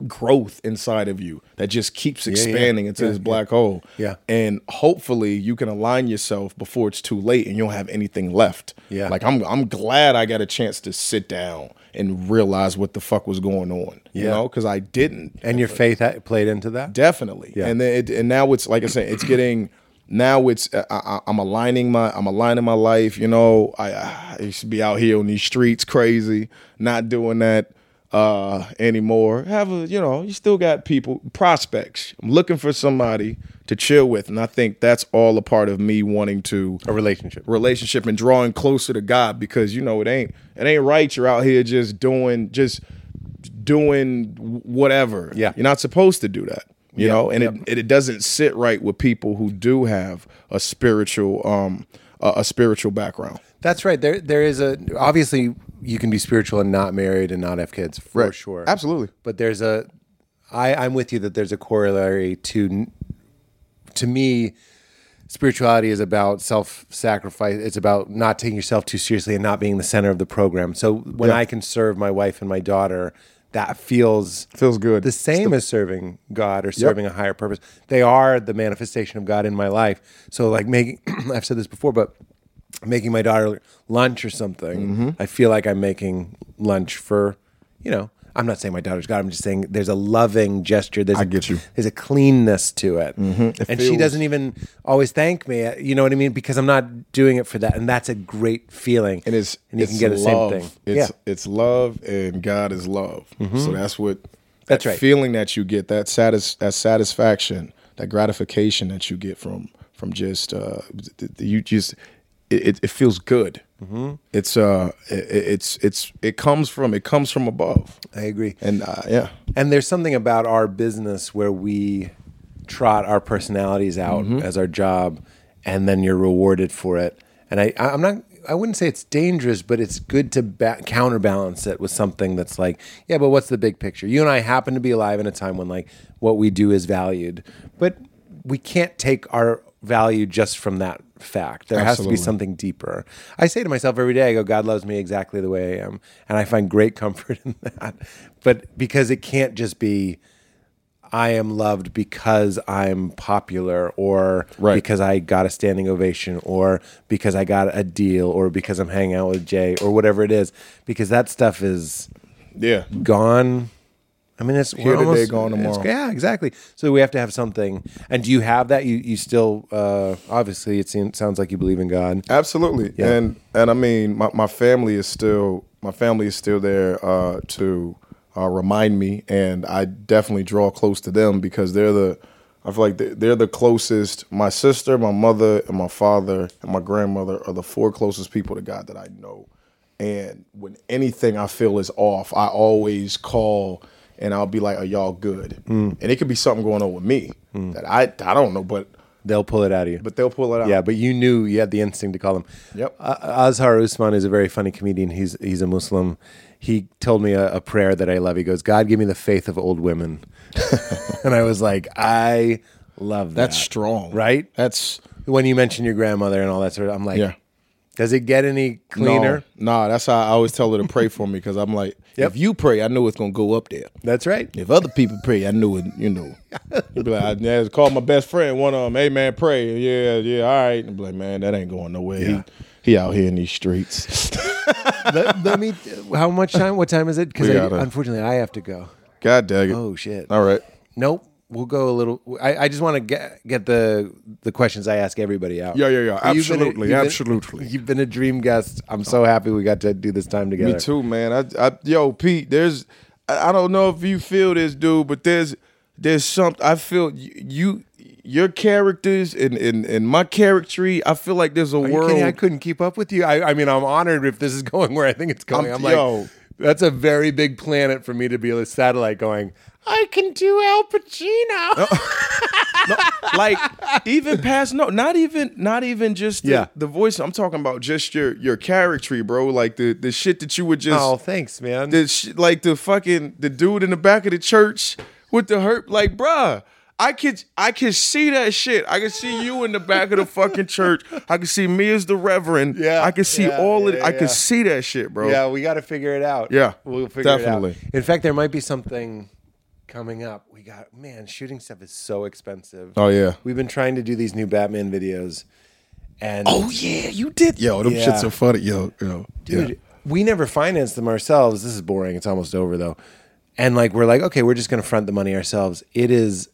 Speaker 3: growth inside of you that just keeps expanding into this black hole.
Speaker 1: Yeah.
Speaker 3: And hopefully you can align yourself before it's too late and you don't have anything left.
Speaker 1: Yeah.
Speaker 3: Like I'm I'm glad I got a chance to sit down and realize what the fuck was going on. You
Speaker 1: Yeah.
Speaker 3: know, because I didn't.
Speaker 1: And your faith ha- played into that?
Speaker 3: Definitely.
Speaker 1: Yeah.
Speaker 3: And then it, and now it's like I said, it's getting now it's uh, I, I- I'm aligning my I'm aligning my life. You know, I, I used to be out here on these streets crazy, not doing that uh anymore. Have a you know, you still got people prospects. I'm looking for somebody to chill with, and I think that's all a part of me wanting to
Speaker 1: A relationship.
Speaker 3: relationship and drawing closer to God because you know it ain't it ain't right. You're out here just doing just doing whatever.
Speaker 1: Yeah.
Speaker 3: you're not supposed to do that. You know, and it- it it doesn't sit right with people who do have a spiritual um a, a spiritual background.
Speaker 1: That's right. There, there is a obviously you can be spiritual and not married and not have kids for
Speaker 3: Right.
Speaker 1: sure.
Speaker 3: Absolutely.
Speaker 1: But there's a, I, I'm with you that there's a corollary to, to me, spirituality is about self sacrifice. It's about not taking yourself too seriously and not being the center of the program. So when I can serve my wife and my daughter, that feels
Speaker 3: Feels good.
Speaker 1: The same as serving God or serving a higher purpose. They are the manifestation of God in my life. So like making, *clears throat* I've said this before, but making my daughter lunch or something,
Speaker 3: Mm-hmm.
Speaker 1: I feel like I'm making lunch for, you know, I'm not saying my daughter's God. I'm just saying there's a loving gesture. There's I
Speaker 3: get you.
Speaker 1: There's a cleanness to it,
Speaker 3: Mm-hmm.
Speaker 1: and she doesn't even always thank me. You know what I mean? Because I'm not doing it for that, and that's a great feeling.
Speaker 3: And it's
Speaker 1: and you
Speaker 3: it's
Speaker 1: can get the same
Speaker 3: love.
Speaker 1: thing.
Speaker 3: It's
Speaker 1: yeah. Mm-hmm.
Speaker 3: it's love and God is love. So that's what
Speaker 1: That's
Speaker 3: that
Speaker 1: right.
Speaker 3: Feeling that you get that satis- that satisfaction, that gratification that you get from from just uh th- th- you just it, it- it feels good.
Speaker 1: Mm-hmm.
Speaker 3: It's uh it, it's it's it comes from it comes from above.
Speaker 1: I agree.
Speaker 3: And uh, yeah.
Speaker 1: And there's something about our business where we trot our personalities out
Speaker 3: Mm-hmm.
Speaker 1: as our job, and then you're rewarded for it. And I, I- I'm not. I wouldn't say it's dangerous, but it's good to ba- counterbalance it with something that's like, yeah, but what's the big picture? You and I happen to be alive in a time when like what we do is valued, but we can't take our value just from that fact. There has to be
Speaker 3: Absolutely.
Speaker 1: something deeper. I say to myself every day, I go, God loves me exactly the way I am. And I find great comfort *laughs* in that. But because it can't just be, I am loved because I'm popular or
Speaker 3: Right.
Speaker 1: because I got a standing ovation or because I got a deal or because I'm hanging out with Jay or whatever it is, because that stuff is
Speaker 3: Yeah.
Speaker 1: gone. I mean, it's
Speaker 3: Here
Speaker 1: we're
Speaker 3: today,
Speaker 1: almost,
Speaker 3: gone
Speaker 1: it's-
Speaker 3: tomorrow.
Speaker 1: yeah, exactly. So we have to have something. And do you have that? You you still uh, obviously it seems, sounds like you believe in God.
Speaker 3: Absolutely.
Speaker 1: Yeah.
Speaker 3: And and I mean my, my family is still my family is still there uh, to uh, remind me and I definitely draw close to them because they're the I feel like they're, they're the closest my sister, my mother, and my father and my grandmother are the four closest people to God that I know. And when anything I feel is off, I always call and I'll be like, "Are y'all good?"
Speaker 1: Mm.
Speaker 3: And it could be something going on with me that I I don't know, but
Speaker 1: They'll pull it out of you.
Speaker 3: but they'll pull it out.
Speaker 1: yeah, but you knew you had the instinct to call them.
Speaker 3: Yep.
Speaker 1: Uh, Azhar Usman is a very funny comedian. He's he's a Muslim. He told me a, a prayer that I love. He goes, "God, give me the faith of old
Speaker 3: *laughs*
Speaker 1: women," and I was like, "I love that."
Speaker 3: That's strong,
Speaker 1: right?
Speaker 3: That's
Speaker 1: When you mention your grandmother and all that sort of, I'm like,
Speaker 3: Yeah.
Speaker 1: Does it get any cleaner?
Speaker 3: No, nah, that's how I always tell her to pray for me because I'm like,
Speaker 1: Yep.
Speaker 3: if you pray, I know it's gonna go up there.
Speaker 1: That's right.
Speaker 3: If other people pray, I know it. You know, you be like, I just called my best friend, one of them. Hey man, pray. Yeah, yeah, all right. And be like, man, that ain't going nowhere. He, he out here in these streets.
Speaker 1: let, let me. How much time? What time is it? Because
Speaker 3: We gotta-
Speaker 1: unfortunately, I have to go.
Speaker 3: God dang it.
Speaker 1: Oh shit.
Speaker 3: All right.
Speaker 1: Nope. We'll go a little. I, I just want to get get the the questions I ask everybody out.
Speaker 3: Yeah, yeah, yeah.
Speaker 1: But you've been a-
Speaker 3: Absolutely,
Speaker 1: you've been-
Speaker 3: absolutely.
Speaker 1: you've been a dream guest. I'm so happy we got to do this time together.
Speaker 3: Me too, man. I, I yo, Pete. There's, I I don't know if you feel this, dude, but there's, there's something. I feel y- you, your characters and and and my character. I feel like there's a
Speaker 1: Are you
Speaker 3: world.
Speaker 1: kidding? I couldn't keep up with you. I, I mean, I'm honored if this is *laughs* going where I think it's going. I'm,
Speaker 3: I'm-
Speaker 1: like,
Speaker 3: yo.
Speaker 1: that's a very big planet for me to be a satellite going. I can do Al Pacino.
Speaker 3: *laughs* like even past no not even not even just the,
Speaker 1: Yeah.
Speaker 3: the voice i'm talking about just your your character bro like the the shit that you would
Speaker 1: *laughs*
Speaker 3: just
Speaker 1: Oh, thanks, man.
Speaker 3: the sh- like the fucking the dude in the back of the church with the herp like bruh I could I could see that shit. I could see you in the back of the fucking church. I could see me as the reverend.
Speaker 1: Yeah,
Speaker 3: I could see
Speaker 1: yeah,
Speaker 3: all of it.
Speaker 1: yeah,
Speaker 3: I
Speaker 1: yeah.
Speaker 3: could see that shit, bro.
Speaker 1: Yeah, we got to figure it out.
Speaker 3: Yeah,
Speaker 1: we'll figure
Speaker 3: definitely.
Speaker 1: it out. In fact, there might be something Coming up, we got man, shooting stuff is so expensive.
Speaker 3: Oh, yeah.
Speaker 1: We've been trying to do these new Batman videos. And
Speaker 3: Oh yeah, you did. Yo, them
Speaker 1: Yeah.
Speaker 3: shits are funny. Yo, yo,
Speaker 1: dude,
Speaker 3: yeah.
Speaker 1: we never financed them ourselves. This is boring. It's almost over though. And like we're like, okay, we're just gonna front the money ourselves. It is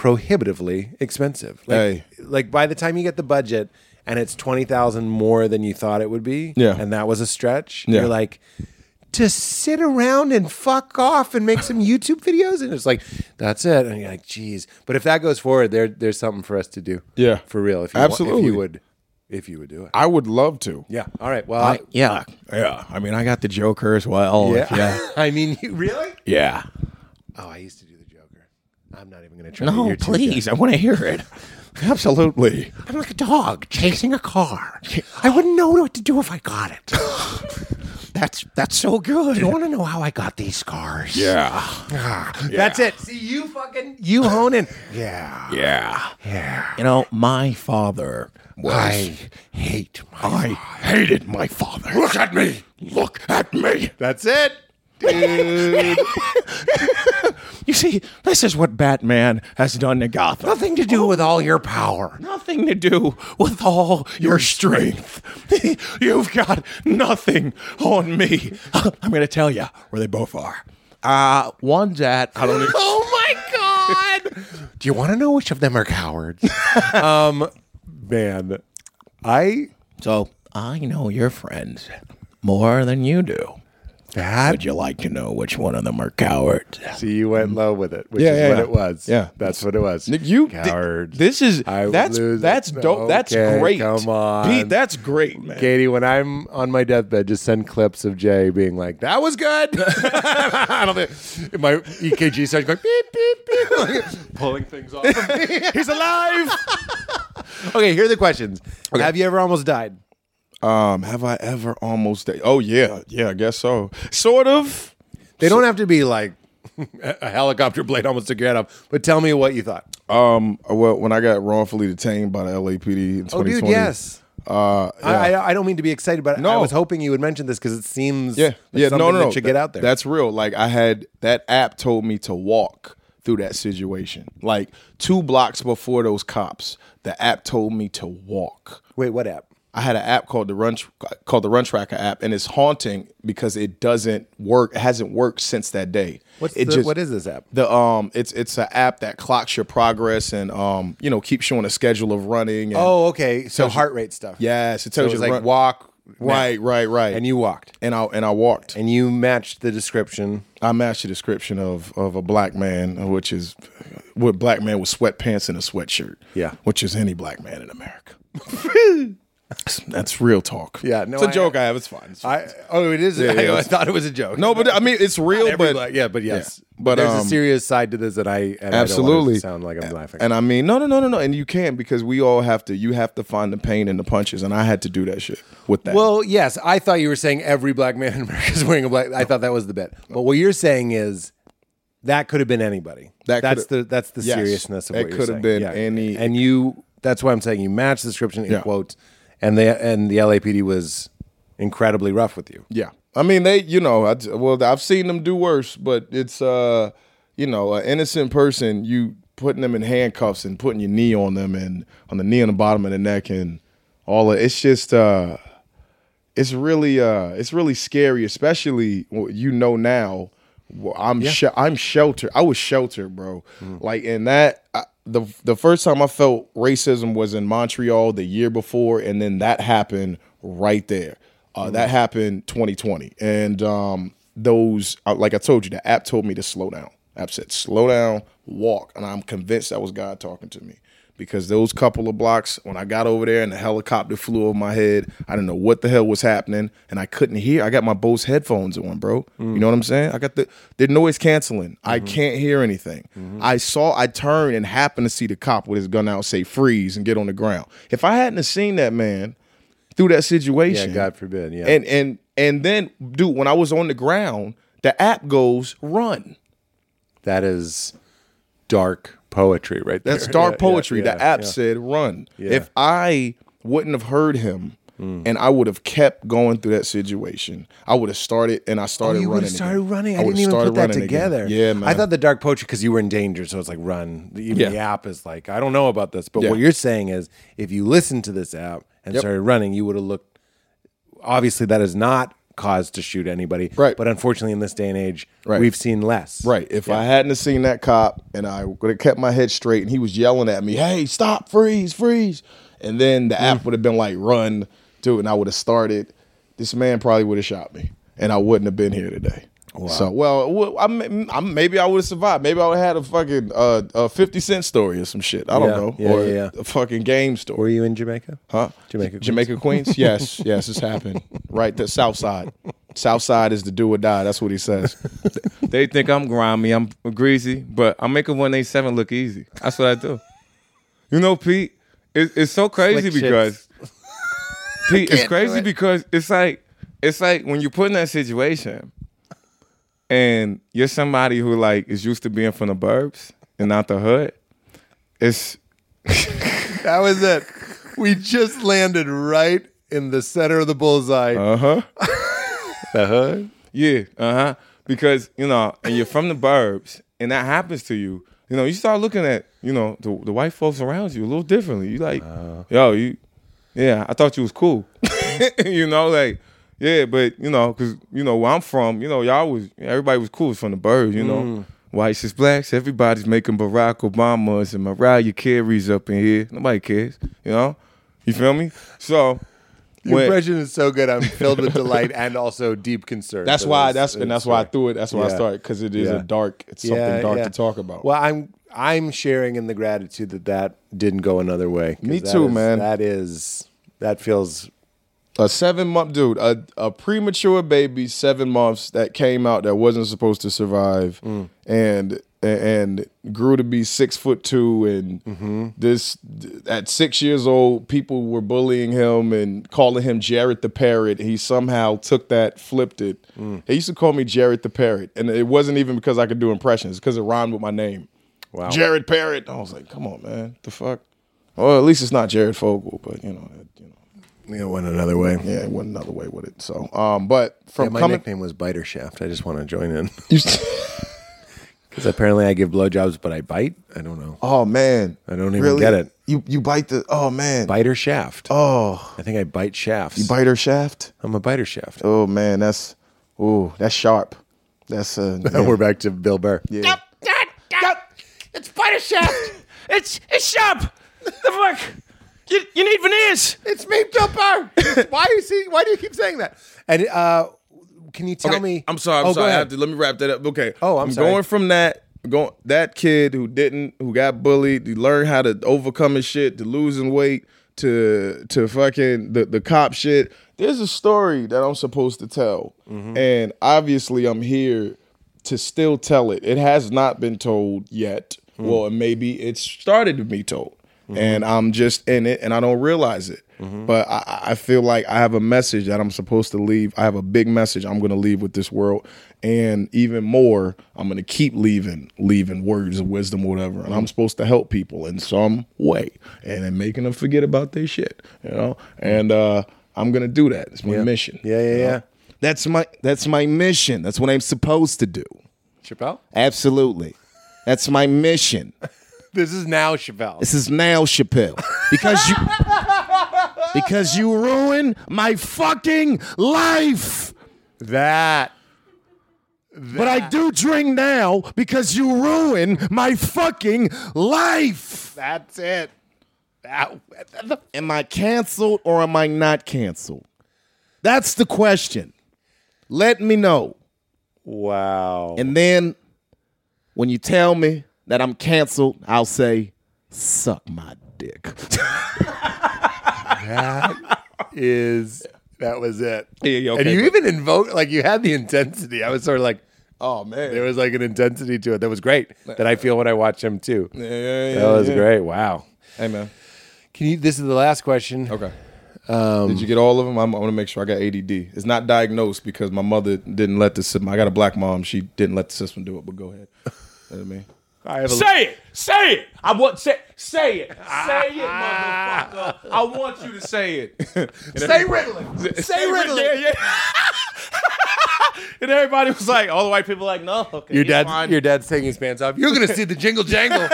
Speaker 1: prohibitively expensive. Like,
Speaker 3: Hey.
Speaker 1: like by the time you get the budget and it's twenty thousand more than you thought it would be,
Speaker 3: Yeah.
Speaker 1: and that was a stretch.
Speaker 3: Yeah.
Speaker 1: You're like to sit around and fuck off and make some YouTube videos, and it's like that's it. And you're like, geez. But if that goes forward, there there's something for us to do.
Speaker 3: Yeah.
Speaker 1: for real. If you, wa- if
Speaker 3: Absolutely.
Speaker 1: you would, if you would do it.
Speaker 3: I would love to.
Speaker 1: Yeah. All right. Well, I-
Speaker 3: Yeah, yeah. I mean, I got the Joker as well. Yeah, yeah.
Speaker 1: *laughs* I mean, you really?
Speaker 3: yeah.
Speaker 1: Oh, I used to do the Joker. I'm not even going to try. to
Speaker 3: No,
Speaker 1: hear two guys.
Speaker 3: Oh, please, I want to hear it. Absolutely.
Speaker 1: I'm like a dog chasing a car. I wouldn't know what to do if I got it.
Speaker 3: That's that's so good.
Speaker 1: want to know how I got these cars?
Speaker 3: Yeah,
Speaker 1: That's it. See, you fucking you hone in. Yeah.
Speaker 3: yeah, yeah. You know, my father was. I,
Speaker 1: Hate. My-
Speaker 3: hated my father. Look at me. Look at me.
Speaker 1: That's it.
Speaker 3: *laughs* You see, this is what Batman has done to Gotham. Oh.
Speaker 1: Nothing to do with all your power.
Speaker 3: nothing to do with all your strength. *laughs* You've got nothing on me. *laughs* I'm going to tell you where they both are. Uh, one's at,
Speaker 1: *laughs*
Speaker 3: I don't know.
Speaker 19: Oh my god!
Speaker 1: Do you want to know which of them are cowards? um, man, I
Speaker 3: So I know your friends more than you do.
Speaker 1: that
Speaker 3: Would you like to know which one of them are cowards?
Speaker 1: See, you went low with it, which
Speaker 3: Yeah,
Speaker 1: is
Speaker 3: yeah,
Speaker 1: what
Speaker 3: yeah.
Speaker 1: it was.
Speaker 3: Yeah.
Speaker 1: that's what it was.
Speaker 3: Nick, you thi-
Speaker 1: Coward.
Speaker 3: this is
Speaker 1: I would
Speaker 3: that's
Speaker 1: lose it.
Speaker 3: that's dope. That's
Speaker 1: Okay,
Speaker 3: great.
Speaker 1: Come on,
Speaker 3: Pete, that's great, man.
Speaker 1: Katie. When I'm on my deathbed, just send clips of Jay being like, "That was good." *laughs* I don't think my EKG starts going beep beep beep, *laughs* like, pulling things off. Of me. He's alive. okay, here are the questions. Have you ever almost died?
Speaker 3: Um, have I ever almost? da- oh yeah, yeah, I guess so. Sort of.
Speaker 1: They don't have to be like *laughs* a helicopter blade almost took your head off, but tell me what you thought.
Speaker 3: Um, well, when I got wrongfully detained by the LAPD in 2020.
Speaker 1: Oh, dude, yes.
Speaker 3: Uh, yeah.
Speaker 1: I, I, I don't mean to be excited, but I
Speaker 3: No.
Speaker 1: was hoping you would mention this because it seems
Speaker 3: yeah,
Speaker 1: like
Speaker 3: yeah,
Speaker 1: something
Speaker 3: no, no, no.
Speaker 1: that should get out there.
Speaker 3: That's real. Like I had that app told me to walk through that situation. Like two blocks before those cops, the app told me to walk.
Speaker 1: wait, what app?
Speaker 3: I had an app called the Run called the Run Tracker app, and it's haunting because it doesn't work. It hasn't worked since that day.
Speaker 1: What's
Speaker 3: it
Speaker 1: the- what is this app?
Speaker 3: The um, it's it's an app that clocks your progress and um, you know, keeps showing a schedule of running. And,
Speaker 1: Oh, okay. So
Speaker 3: tells you-
Speaker 1: heart rate stuff.
Speaker 3: yes, it
Speaker 1: So
Speaker 3: tells
Speaker 1: it was
Speaker 3: you
Speaker 1: like
Speaker 3: run-
Speaker 1: walk.
Speaker 3: Right,
Speaker 1: now.
Speaker 3: right,
Speaker 1: *laughs*
Speaker 3: right.
Speaker 1: And you walked,
Speaker 3: and I and I walked.
Speaker 1: and you matched the description.
Speaker 3: I matched the description of of a black man, which is what black man with sweatpants and a sweatshirt.
Speaker 1: Yeah.
Speaker 3: which is any black man in America.
Speaker 1: *laughs*
Speaker 3: That's- That's real talk.
Speaker 1: Yeah, no,
Speaker 3: it's a
Speaker 1: I-
Speaker 3: joke I have. It's fine. It's
Speaker 1: I oh, it is. *laughs* I,
Speaker 3: yeah,
Speaker 1: I
Speaker 3: it's-
Speaker 1: thought it was a joke.
Speaker 3: No, but I mean it's real.
Speaker 1: Every
Speaker 3: But
Speaker 1: black- yeah, but yes,
Speaker 3: but
Speaker 1: there's a
Speaker 3: um,
Speaker 1: serious side to this that I and
Speaker 3: absolutely
Speaker 1: I don't want it to sound like I'm laughing.
Speaker 3: And I mean, no, no, no, no, no. And you can't because we all have to. You have to find the pain and the punches, and I had to do that shit with that.
Speaker 1: Well, yes, I thought you were saying every black man in America is wearing a black. I thought that was the bit. But what you're saying is that could have been anybody.
Speaker 3: That
Speaker 1: that's
Speaker 3: could have-
Speaker 1: the that's the
Speaker 3: Yes.
Speaker 1: seriousness of
Speaker 3: It
Speaker 1: what you're
Speaker 3: could
Speaker 1: saying.
Speaker 3: have been any-
Speaker 1: And you that's why I'm saying you match the description in
Speaker 3: Yeah.
Speaker 1: quotes, and the and the LAPD was incredibly rough with you.
Speaker 3: yeah. I mean, they, you know, I, well, I've seen them do worse, but it's, uh, you know, an innocent person, you putting them in handcuffs and putting your knee on them and on the knee on the bottom of the neck and all of it's just, uh, it's really, uh, it's really scary, especially what you know now. Well, I'm shel- I'm sheltered. I was sheltered, bro. Like in that I, the the first time I felt racism was in Montreal the year before, and then that happened right there. Uh, That happened 2020, and um, those uh, like I told you, the app told me to slow down. App said slow down, walk, and I'm convinced that was God talking to me because those couple of blocks when I got over there and the helicopter flew over my head, I didn't know what the hell was happening and I couldn't hear. I got my Bose headphones on, bro.
Speaker 1: Mm.
Speaker 3: You know what I'm saying? I got the the noise canceling.
Speaker 1: Mm-hmm.
Speaker 3: I can't hear anything. I saw I turned and happened to see the cop with his gun out say freeze and get on the ground. If I hadn't have seen that man through that situation,
Speaker 1: Yeah, God forbid, yeah.
Speaker 3: And and and then dude, when I was on the ground, the app goes run.
Speaker 1: That is dark poetry, *laughs* right there.
Speaker 3: That's dark
Speaker 1: Yeah, yeah,
Speaker 3: poetry.
Speaker 1: yeah, Mm.
Speaker 3: the app
Speaker 1: yeah.
Speaker 3: said run. If I wouldn't have heard him, and I would have kept going through that situation. I would have started, and I started
Speaker 1: Oh, you would
Speaker 3: running.
Speaker 1: have started
Speaker 3: again.
Speaker 1: running. I,
Speaker 3: would've
Speaker 1: didn't even
Speaker 3: started
Speaker 1: put that
Speaker 3: running again.
Speaker 1: together.
Speaker 3: Yeah, man.
Speaker 1: I thought the dark poetry because you were in danger, so it's like run. Even the
Speaker 3: Yeah.
Speaker 1: app is like, I don't know about this, but
Speaker 3: Yeah.
Speaker 1: what you're saying is, if you listened to this app and
Speaker 3: Yep.
Speaker 1: started running, you would have looked. Obviously, that is not cause to shoot anybody,
Speaker 3: Right.
Speaker 1: But unfortunately, in this day and age,
Speaker 3: Right.
Speaker 1: we've seen less,
Speaker 3: Right. If I hadn't have seen that cop and I would have kept my head straight and he was yelling at me, hey, stop, freeze, freeze. And then the
Speaker 1: Mm.
Speaker 3: app would have been like, run, do it. And I would have started. This man probably would have shot me and I wouldn't have been here today. So, well, well, I, may- I, maybe I would have survived. Maybe I would have had a fucking uh, a 50 cent story or some shit. I don't
Speaker 1: Yeah.
Speaker 3: know.
Speaker 1: Yeah,
Speaker 3: or
Speaker 1: yeah, yeah.
Speaker 3: a fucking game
Speaker 1: Were
Speaker 3: story.
Speaker 1: you in Jamaica?
Speaker 3: Huh?
Speaker 1: Jamaica Queens?
Speaker 3: Jamaica Queens? Yes, yes, it's happened. Right, the South
Speaker 1: *laughs*
Speaker 3: Side. South Side is the do or die. That's what he says.
Speaker 16: They think I'm grimy, I'm greasy, but I make a 187 look easy. That's what I do. You know, Pete, it, it's so crazy
Speaker 3: Slick
Speaker 16: because Pete, it's crazy because it's like it's like when you're put in that situation and you're somebody who like is used to being from the burbs and not the hood. It's
Speaker 1: How is that? We just landed right in the center of the bullseye.
Speaker 16: uh huh. Yeah, uh huh. Because you know, and you're from the burbs, and that happens to you. You know, you start looking at you know the, the white folks around you a little differently. You like, yo, you, yeah, I thought you was cool. *laughs* you know, like, yeah, but you know, cause you know where I'm from, you know, y'all was everybody was cool. It's from the burbs, you know. Whites is blacks. Everybody's making Barack Obamas and Mariah Carey's up in here. Nobody cares, you know. You feel me? So,
Speaker 1: Your
Speaker 16: when-
Speaker 1: impression is so good. I'm filled with delight and also deep concern.
Speaker 3: That's
Speaker 1: for
Speaker 3: why.
Speaker 1: this-
Speaker 3: That's
Speaker 1: this
Speaker 3: and that's why I
Speaker 1: story.
Speaker 3: threw it. That's why
Speaker 1: Yeah.
Speaker 3: I started because it is
Speaker 1: Yeah.
Speaker 3: a dark. It's something dark to talk about.
Speaker 1: Well, I'm I'm sharing in the gratitude that that didn't go another way. 'cause
Speaker 3: Me
Speaker 1: that
Speaker 3: too,
Speaker 1: is-
Speaker 3: man.
Speaker 1: That is that feels
Speaker 3: a seven month dude, a, a premature baby, seven months that came out that wasn't supposed to survive,
Speaker 1: Mm.
Speaker 3: and and grew to be six foot two, and
Speaker 1: Mm-hmm.
Speaker 3: this at six years old, people were bullying him and calling him Jared the parrot. He somehow took that, flipped it.
Speaker 1: Mm.
Speaker 3: They used to call me Jared the parrot, and it wasn't even because I could do impressions, because it rhymed with my name. Wow, Jared Parrot. I was like, come on, man, the fuck. Well, at least it's not Jared Fogel, but you know, you know.
Speaker 1: it went another way. Yeah,
Speaker 3: Yeah, it went another way with it. So, um, but from
Speaker 1: my
Speaker 3: coming,
Speaker 1: nickname was Biter Shaft. I just want to join in
Speaker 3: *laughs* you,
Speaker 1: *laughs* because apparently I give blowjobs, but I bite. I don't know.
Speaker 3: oh man,
Speaker 1: I don't even get it.
Speaker 3: You you bite the oh man,
Speaker 1: Biter Shaft.
Speaker 3: oh
Speaker 1: I think I bite shafts.
Speaker 3: biter shaft.
Speaker 1: I'm a biter shaft.
Speaker 3: Oh man, that's oh that's sharp. That's uh,
Speaker 1: Now *laughs* we're back to Bill Burr.
Speaker 3: yeah.
Speaker 9: It's spider shaft. it's it's sharp. The fuck. You, you need veneers.
Speaker 1: It's me, Bill Burr. *laughs* why are you seeing, Why do you keep saying that? And uh, can you tell
Speaker 16: Okay,
Speaker 1: me?
Speaker 16: I'm sorry. I'm
Speaker 1: Oh, go
Speaker 16: sorry. I
Speaker 1: ahead.
Speaker 16: have to, let me wrap that up. Okay.
Speaker 1: Oh, I'm sorry.
Speaker 16: going from that going that kid who didn't who got bullied, who learned how to overcome his shit, to losing weight, to to fucking the the cop shit.
Speaker 3: There's a story that I'm supposed to tell,
Speaker 1: Mm-hmm.
Speaker 3: and obviously I'm here to still tell it. It has not been told yet.
Speaker 1: Hmm.
Speaker 3: Well, maybe it started to be told, Mm-hmm. and I'm just in it, and I don't realize it.
Speaker 1: Mm-hmm.
Speaker 3: But I- I, I feel like I have a message that I'm supposed to leave. I have a big message I'm going to leave with this world, and even more, I'm going to keep leaving, leaving words of wisdom, whatever.
Speaker 1: Mm-hmm.
Speaker 3: And I'm supposed to help people in some way, and then making them forget about their shit, you know. And uh, I'm going to do that. It's my mission.
Speaker 1: Yeah, yeah,
Speaker 3: you know?
Speaker 1: yeah.
Speaker 3: That's my that's my mission. That's what I'm supposed to do.
Speaker 1: Chappelle.
Speaker 3: Absolutely. That's my mission.
Speaker 1: This is now Chappelle.
Speaker 3: This is now Chappelle. Because
Speaker 17: *laughs*
Speaker 3: you Because you ruin my fucking life.
Speaker 1: That.
Speaker 3: But I do drink now because you ruin my fucking life.
Speaker 1: That's it.
Speaker 3: Am I canceled or am I not canceled? That's the question. Let me know.
Speaker 1: Wow.
Speaker 3: And then when you tell me that I'm canceled, I'll say, suck my dick.
Speaker 1: is that was it.
Speaker 16: Yeah, yeah, okay,
Speaker 1: and you
Speaker 16: but-
Speaker 1: even invoked like you had the intensity. I was sort of like, oh man, there was like an intensity to it that was great that I feel when I watch him too. Yeah, yeah, that was great. Wow.
Speaker 16: Hey man.
Speaker 1: Can you? This is the last question.
Speaker 16: Okay. Did you get all of them? I'm, I want to make sure I got ADD. It's not
Speaker 4: *laughs*
Speaker 16: diagnosed because my mother didn't let the system. I got a black mom. She didn't let the system do it. But go ahead. You know what I mean,
Speaker 9: Say it. Say it. I want say say it. Say it, motherfucker. *laughs* I want you to *laughs* say it.
Speaker 3: Say Ritalin.
Speaker 9: Say Ritalin. Yeah, yeah. *laughs* and everybody was like, all the white people like, no. Okay,
Speaker 4: Your
Speaker 9: he's
Speaker 4: dad's,
Speaker 9: fine.
Speaker 4: your dad's taking his pants off. You're going to see the jingle jangle.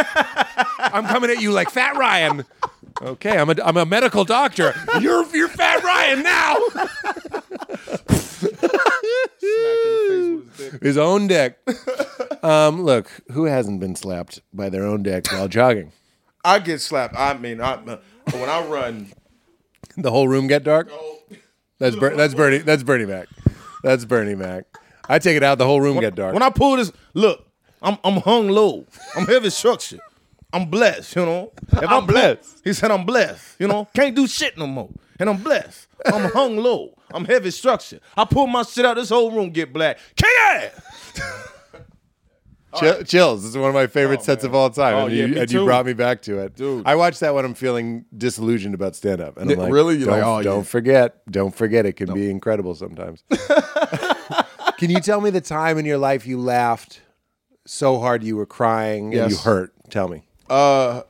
Speaker 4: I'm coming at you like Fat Ryan. Okay, I'm a, I'm a medical doctor. You're, you're Fat Ryan *laughs* now. his own dick. Um, look, who hasn't been slapped by their own dick while jogging?
Speaker 17: I get slapped. I mean, I, when I run,
Speaker 4: The whole room get dark. That's Ber- that's Bernie. That's Bernie Mac. That's Bernie Mac. I take it out. The whole room get dark.
Speaker 17: when I pull this, look, I'm I'm hung low. I'm heavy structured. I'm blessed, you know. If I'm, blessed. He said I'm blessed, you
Speaker 3: *laughs*
Speaker 17: know. Can't do shit no more. And I'm blessed. I'm hung low. I'm heavy structured. I pull my shit out. This whole room get black. Kick ass.
Speaker 4: Chill, Chills. This is one of my favorite sets of all time, and,
Speaker 3: Oh, yeah,
Speaker 4: you,
Speaker 3: me
Speaker 4: and you
Speaker 3: too.
Speaker 4: brought me back to it.
Speaker 3: Dude.
Speaker 4: I watch that when I'm feeling disillusioned about stand up, and I'm
Speaker 3: Yeah,
Speaker 4: like,
Speaker 3: really? You're
Speaker 4: don't,
Speaker 3: like, oh,
Speaker 4: don't
Speaker 3: yeah."
Speaker 4: forget, don't forget, it can be incredible
Speaker 3: *laughs*
Speaker 4: sometimes. can you tell me the time in your life you laughed so hard you were crying and you
Speaker 3: Yes.
Speaker 4: hurt? Tell me.
Speaker 3: Uh,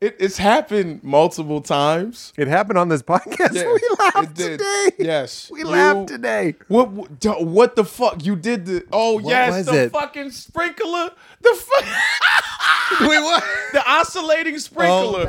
Speaker 3: it, it's happened multiple times.
Speaker 4: It happened on this podcast. *laughs*
Speaker 3: Yeah,
Speaker 4: we laughed
Speaker 3: it did.
Speaker 4: today.
Speaker 3: Yes,
Speaker 4: we
Speaker 3: You-
Speaker 4: laughed today.
Speaker 3: What, what? duh, What the fuck? You did the? Oh
Speaker 4: was
Speaker 3: yes, the
Speaker 4: it?
Speaker 3: fucking sprinkler. The fuck. *laughs*
Speaker 4: Wait, what? Oh,
Speaker 9: the oscillating sprinkler.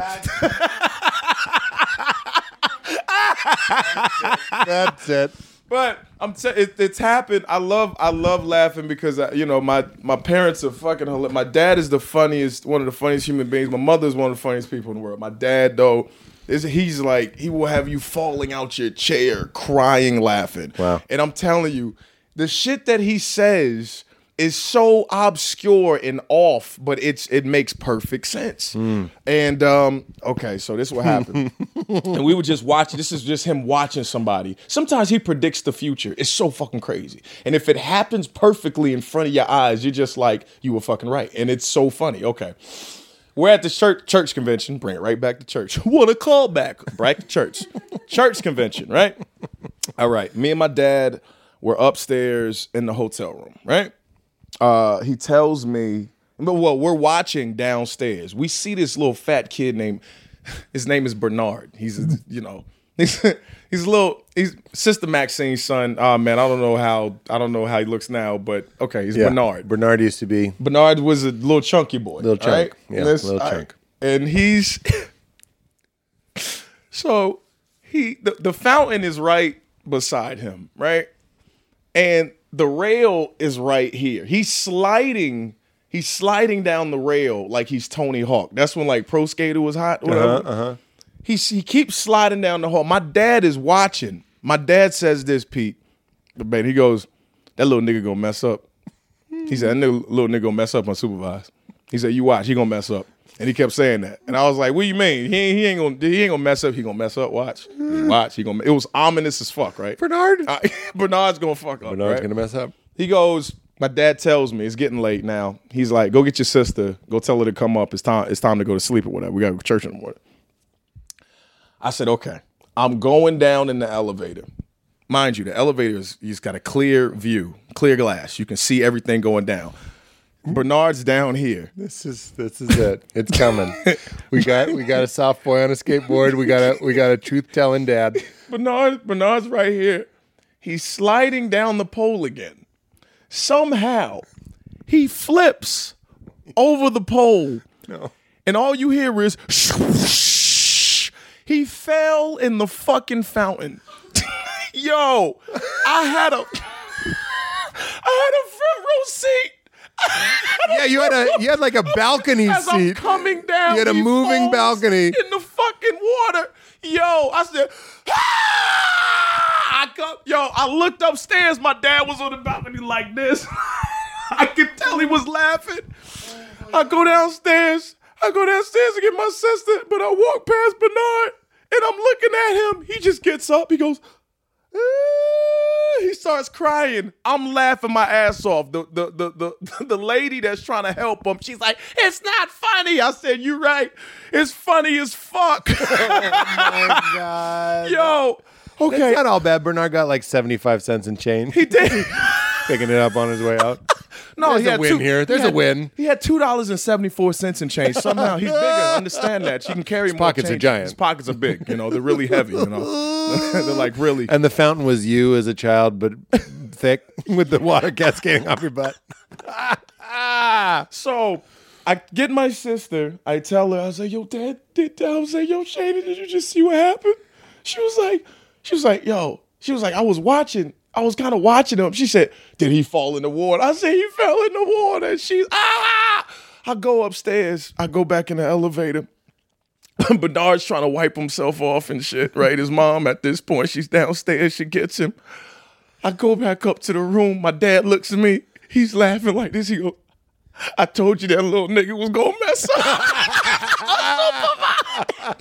Speaker 4: That's it.
Speaker 3: But I'm t- it, it's happened. I love I love laughing because I, you know my my parents are fucking hilarious. My dad is the funniest, one of the funniest human beings. My mother is one of the funniest people in the world. My dad though is he's like he will have you falling out your chair, crying, laughing.
Speaker 4: Wow.
Speaker 3: And I'm telling you, the shit that he says is so obscure and off, but it's it makes perfect sense. And um, okay, so this is what happened and we would just watch. This is just him watching somebody. Sometimes he predicts the future. It's so fucking crazy. And if it happens perfectly in front of your eyes, you're just like, you were fucking right. And it's so funny. Okay. We're at the church, church convention. Bring it right back to church. *laughs* What a callback. Back to church. church convention, right? All right. Me and my dad were upstairs in the hotel room, right? uh, he tells me, but well, we're watching downstairs. We see this little fat kid named, *laughs* his name is Bernard. He's, a- you know, *laughs* he's, he's a little, he's Sister Maxine's son. Oh man, I don't know how, I don't know how he looks now, but okay, he's Bernard.
Speaker 4: Bernard used to be.
Speaker 3: Bernard was a little chunky boy. Little
Speaker 4: chunk, yeah, little chunk.
Speaker 3: And he's *laughs* so he the, the fountain is right beside him, right? And the rail is right here. He's sliding, he's sliding down the rail like he's Tony Hawk. That's when like Pro Skater was hot, whatever.
Speaker 4: Uh-huh,
Speaker 3: He he keeps sliding down the hall. My dad is watching. My dad says this, Pete. Man, he goes, that little nigga gonna mess up. He said, that nigga, little nigga gonna mess up unsupervised. He said, you watch, he gonna mess up. And he kept saying that. And I was like, what do you mean? He ain't, he ain't gonna he ain't gonna mess up. He gonna mess up. Watch. Watch. He gonna it was ominous as fuck, right?
Speaker 4: Bernard?
Speaker 3: I- *laughs* Bernard's gonna fuck up.
Speaker 4: Bernard's
Speaker 3: right?
Speaker 4: going to mess up.
Speaker 3: He goes, my dad tells me it's getting late now. He's like, go get your sister. Go tell her to come up. It's time. It's time to go to sleep or whatever. We got to go to church in the morning. I said, okay. I'm going down in the elevator. Mind you, the elevator is you just got a clear view, clear glass. You can see everything going down. Bernard's down here.
Speaker 4: This is this is it. It's coming. we got we got a soft boy on a skateboard. We got a we got a truth telling dad.
Speaker 3: Bernard, Bernard's right here. He's sliding down the pole again. Somehow, he flips over the pole. And all you hear is "Shh." he fell in the fucking fountain. *laughs* Yo, I had a *laughs* I had a front row seat. *laughs*
Speaker 4: Yeah, you had a you had like a balcony
Speaker 3: As I'm
Speaker 4: seat.
Speaker 3: coming down,
Speaker 4: You had a
Speaker 3: he
Speaker 4: moving
Speaker 3: falls
Speaker 4: balcony.
Speaker 3: in the fucking water. Yo, I said, *laughs* "Ah!" I come, yo, I looked upstairs. My dad was on the balcony like this. I could tell he was laughing. I go downstairs. I go downstairs to get my sister, but I walk past Bernard and I'm looking at him. He just gets up. He goes,
Speaker 17: "Eh,"
Speaker 3: "Ah," he starts crying. I'm laughing my ass off. The, the the the the lady that's trying to help him, she's like, "It's not funny." I said, "You're right. It's funny as fuck." Yo, okay,
Speaker 4: It's *laughs* not all bad. Bernard got like seventy five cents in change,
Speaker 3: he did.
Speaker 4: picking it up on his way out.
Speaker 17: No,
Speaker 1: There's
Speaker 17: he
Speaker 1: a
Speaker 17: had
Speaker 1: win
Speaker 17: two-
Speaker 1: here. There's
Speaker 17: he had-
Speaker 1: a win.
Speaker 17: He had two dollars and seventy four cents in change. Somehow he's bigger. I Understand that you can carry more
Speaker 1: pockets are
Speaker 17: change.
Speaker 1: giant.
Speaker 17: His pockets are big. You know they're really heavy. You know *laughs* they're like really.
Speaker 1: And the fountain was you as a child, but
Speaker 4: *laughs*
Speaker 1: thick with the water cascading off your butt.
Speaker 17: So I get my sister. I tell her. I was like, "Yo, Dad, did I was like, Yo, Shayna, did you just see what happened?" She was like, "She was like, Yo, she was like, I was watching. I was kind of watching him." She said, "Did he fall in the water?" I said, "He fell in the water." And she's ah! I go upstairs. I go back in the elevator. *laughs* Bernard's trying to wipe himself off and shit. Right, his mom at this point, she's downstairs. She gets him. I go back up to the room. My dad looks at me. He's laughing like this. He goes, I told you that little nigga was gonna mess up. I'm so proud.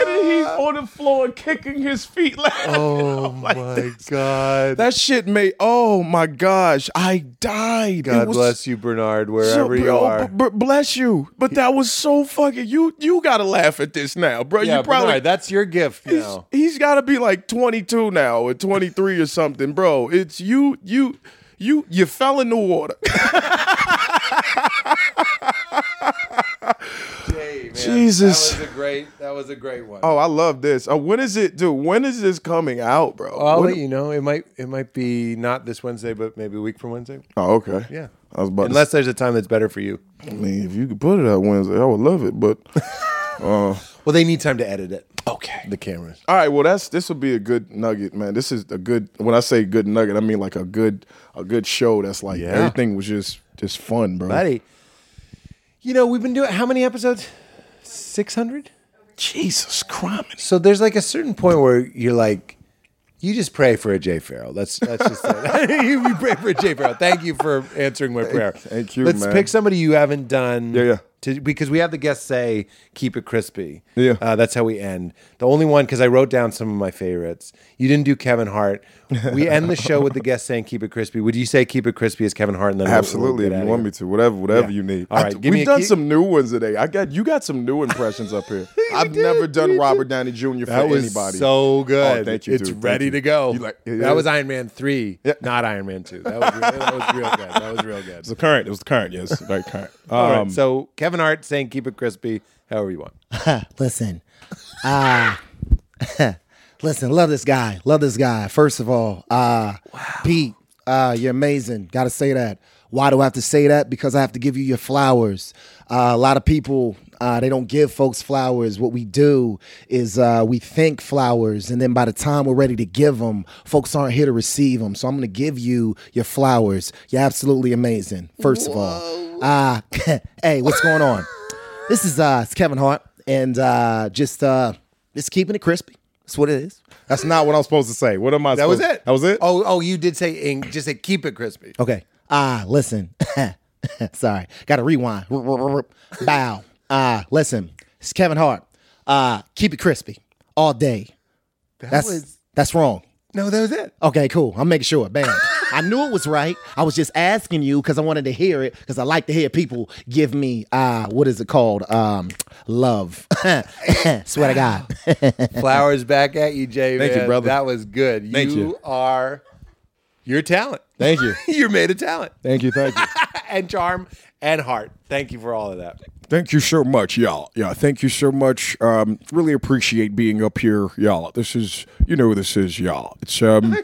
Speaker 17: and then he's on the floor kicking his feet *laughs* laughing.
Speaker 1: Uh. Oh my God.
Speaker 17: That shit made. Oh my gosh, I died. It
Speaker 1: God
Speaker 17: was
Speaker 1: bless you, Bernard, wherever you
Speaker 17: bro,
Speaker 1: are.
Speaker 17: b- b- bless you. But that was so fucking. You you gotta laugh at this now, bro.
Speaker 1: yeah,
Speaker 17: you probably
Speaker 1: Bernard, that's your gift
Speaker 17: He's-
Speaker 1: now.
Speaker 17: he's got to be like 22 now or 23 or something, bro. It's you, you, you, you fell in the water. Jesus.
Speaker 1: a great. That was a great one.
Speaker 17: Oh, I love this. Uh, when is it, dude? When is this coming out, bro?
Speaker 1: Oh, I'll
Speaker 17: When-
Speaker 1: let you know. It might. It might be not this Wednesday, but maybe a week from Wednesday.
Speaker 17: oh, okay.
Speaker 1: Yeah.
Speaker 17: I was about
Speaker 1: Unless there's a time that's better for you.
Speaker 17: to. I mean, if you could put it out Wednesday, I would love it. But *laughs*
Speaker 1: Well, they need time to edit it. Okay. The cameras.
Speaker 17: all right, well, that's this would be a good nugget, man. This is a good. When I say good nugget, I mean like a good, a good show. That's like
Speaker 1: Yeah.
Speaker 17: everything was just, just fun, bro.
Speaker 1: Buddy, you know we've been doing how many episodes? Six hundred.
Speaker 17: Jesus Christ.
Speaker 1: So there's like a certain point where you're like, you just pray for a Jay Farrell. That's that's just it. *laughs* you pray for a Jay Farrell. Thank you for answering my prayer.
Speaker 17: thank you,
Speaker 1: Let's
Speaker 17: man.
Speaker 1: pick somebody you haven't done.
Speaker 17: Yeah, yeah.
Speaker 1: To, because we have the guests say keep it crispy.
Speaker 17: Yeah.
Speaker 1: Uh, that's how we end. The only one because I wrote down some of my favorites. You didn't do Kevin Hart. We end the show with the guest saying keep it crispy. Would you say keep it crispy as Kevin Hart? And then we'll- we'll
Speaker 17: Absolutely,
Speaker 1: get
Speaker 17: if
Speaker 1: outta
Speaker 17: you want
Speaker 1: here?
Speaker 17: me to, whatever, whatever
Speaker 1: Yeah.
Speaker 17: you need.
Speaker 1: All right,
Speaker 17: I-
Speaker 1: give me
Speaker 17: we've
Speaker 1: a
Speaker 17: done
Speaker 1: key-
Speaker 17: some new ones today. I got you got some new impressions
Speaker 1: *laughs*
Speaker 17: up here. I've never done Robert Downey Jr. for
Speaker 1: That was
Speaker 17: anybody.
Speaker 1: so good.
Speaker 17: Oh, thank you.
Speaker 1: It's
Speaker 17: dude. Thank
Speaker 1: ready
Speaker 17: you.
Speaker 1: to go.
Speaker 17: You like-
Speaker 1: that was Iron Man three,
Speaker 17: Yeah.
Speaker 1: not Iron Man two. That was real, that was real good. That was real good.
Speaker 17: It was current. It was
Speaker 1: *laughs*
Speaker 17: current. Yes, very current. Um,
Speaker 1: All right, so Kevin Hart saying "Keep it crispy," however you want.
Speaker 16: Listen, uh, listen, love this guy. Love this guy. First of all, uh, Pete, uh, you're amazing. Got to say that. Why do I have to say that? Because I have to give you your flowers. Uh, a lot of people, uh, they don't give folks flowers. What we do is uh, we think flowers, and then by the time we're ready to give them, folks aren't here to receive them. So I'm going to give you your flowers. You're absolutely amazing, first of all. Uh, *laughs* hey, what's going on? This is uh, it's Kevin Hart, and uh, just uh, just keeping it crispy. That's what it is.
Speaker 17: that's not what I'm supposed to say. What am I?
Speaker 1: That was it.
Speaker 17: That was it.
Speaker 1: Oh, oh, you did say ing, just say "Keep it crispy."
Speaker 16: Okay. Ah, listen. *laughs* Sorry, got to rewind. Bow. Ah, listen. It's Kevin Hart. Uh, keep it crispy all day. that's
Speaker 1: was-
Speaker 16: that's wrong.
Speaker 1: No, that was it.
Speaker 16: Okay, cool. I'm making sure. Bam. I knew it was right. I was just asking you because I wanted to hear it because I like to hear people give me uh, what is it called? Um, love. *laughs* Swear to God.
Speaker 1: *laughs* Flowers back at you, Jay.
Speaker 17: Thank you,
Speaker 1: man.
Speaker 17: brother.
Speaker 1: That was good.
Speaker 17: Thank you.
Speaker 1: are your talent.
Speaker 17: Thank you.
Speaker 1: *laughs* You're made of talent
Speaker 17: Thank you. Thank you.
Speaker 1: and charm and heart. Thank you for all of that.
Speaker 17: Thank you so much, y'all. Yeah, thank you so much. Um, really appreciate being up here, y'all. This is, you know, who this is y'all. It's um,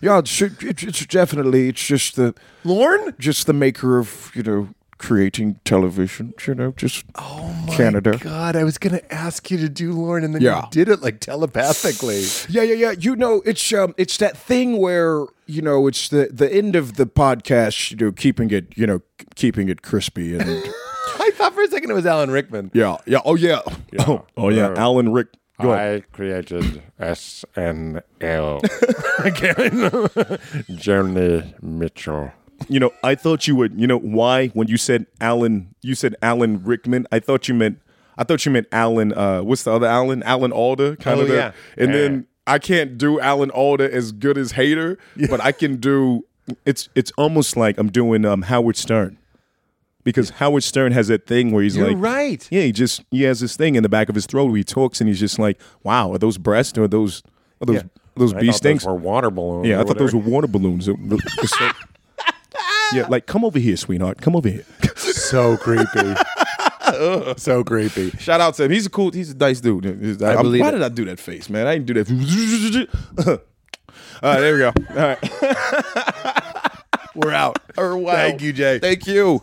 Speaker 17: yeah, it's, it's, it's definitely it's just the
Speaker 1: Lorne?
Speaker 17: just the maker of you know creating television. You know, just oh my Canada.
Speaker 1: God, I was gonna ask you to do Lauren, and then
Speaker 17: Yeah.
Speaker 1: you did it like telepathically.
Speaker 17: Yeah, yeah, yeah. You know, it's um, it's that thing where you know it's the the end of the podcast. You know, keeping it, you know, keeping it crispy and
Speaker 1: *laughs* I thought for a second it was Alan Rickman.
Speaker 17: yeah, yeah. Oh yeah, oh, oh yeah. Alan Rick. Go ahead.
Speaker 4: I created SNL. Joni Mitchell.
Speaker 3: You know, I thought you would. You know why? When you said Alan, you said Alan Rickman. I thought you meant. I thought you meant Alan. Uh, what's the other Alan? Alan Alda, kind
Speaker 1: Oh,
Speaker 3: of. the-
Speaker 1: yeah.
Speaker 3: And then I can't do Alan Alda as good as Hater, but I can do. It's it's almost like I'm doing um, Howard Stern, because Howard Stern has that thing where he's
Speaker 1: You're
Speaker 3: like,
Speaker 1: right.
Speaker 3: Yeah, he just he has this thing in the back of his throat where he talks and he's just like, "Wow, are those breasts or are those are those
Speaker 1: Yeah.
Speaker 3: are those bee stings?"
Speaker 4: Or water balloon.
Speaker 17: *laughs*
Speaker 3: yeah, I thought those were water balloons. It- it's so-
Speaker 20: Yeah, like come over here, sweetheart. Come over here.
Speaker 4: so creepy. so creepy.
Speaker 17: Shout out to him. He's a cool. He's a nice dude. He's- I'm-
Speaker 4: believe
Speaker 17: why
Speaker 4: it.
Speaker 17: did I do that face, man? I didn't do that. *laughs* All right, *laughs* there we go. All right, we're out.
Speaker 4: Thank you, Jay.
Speaker 17: Thank you.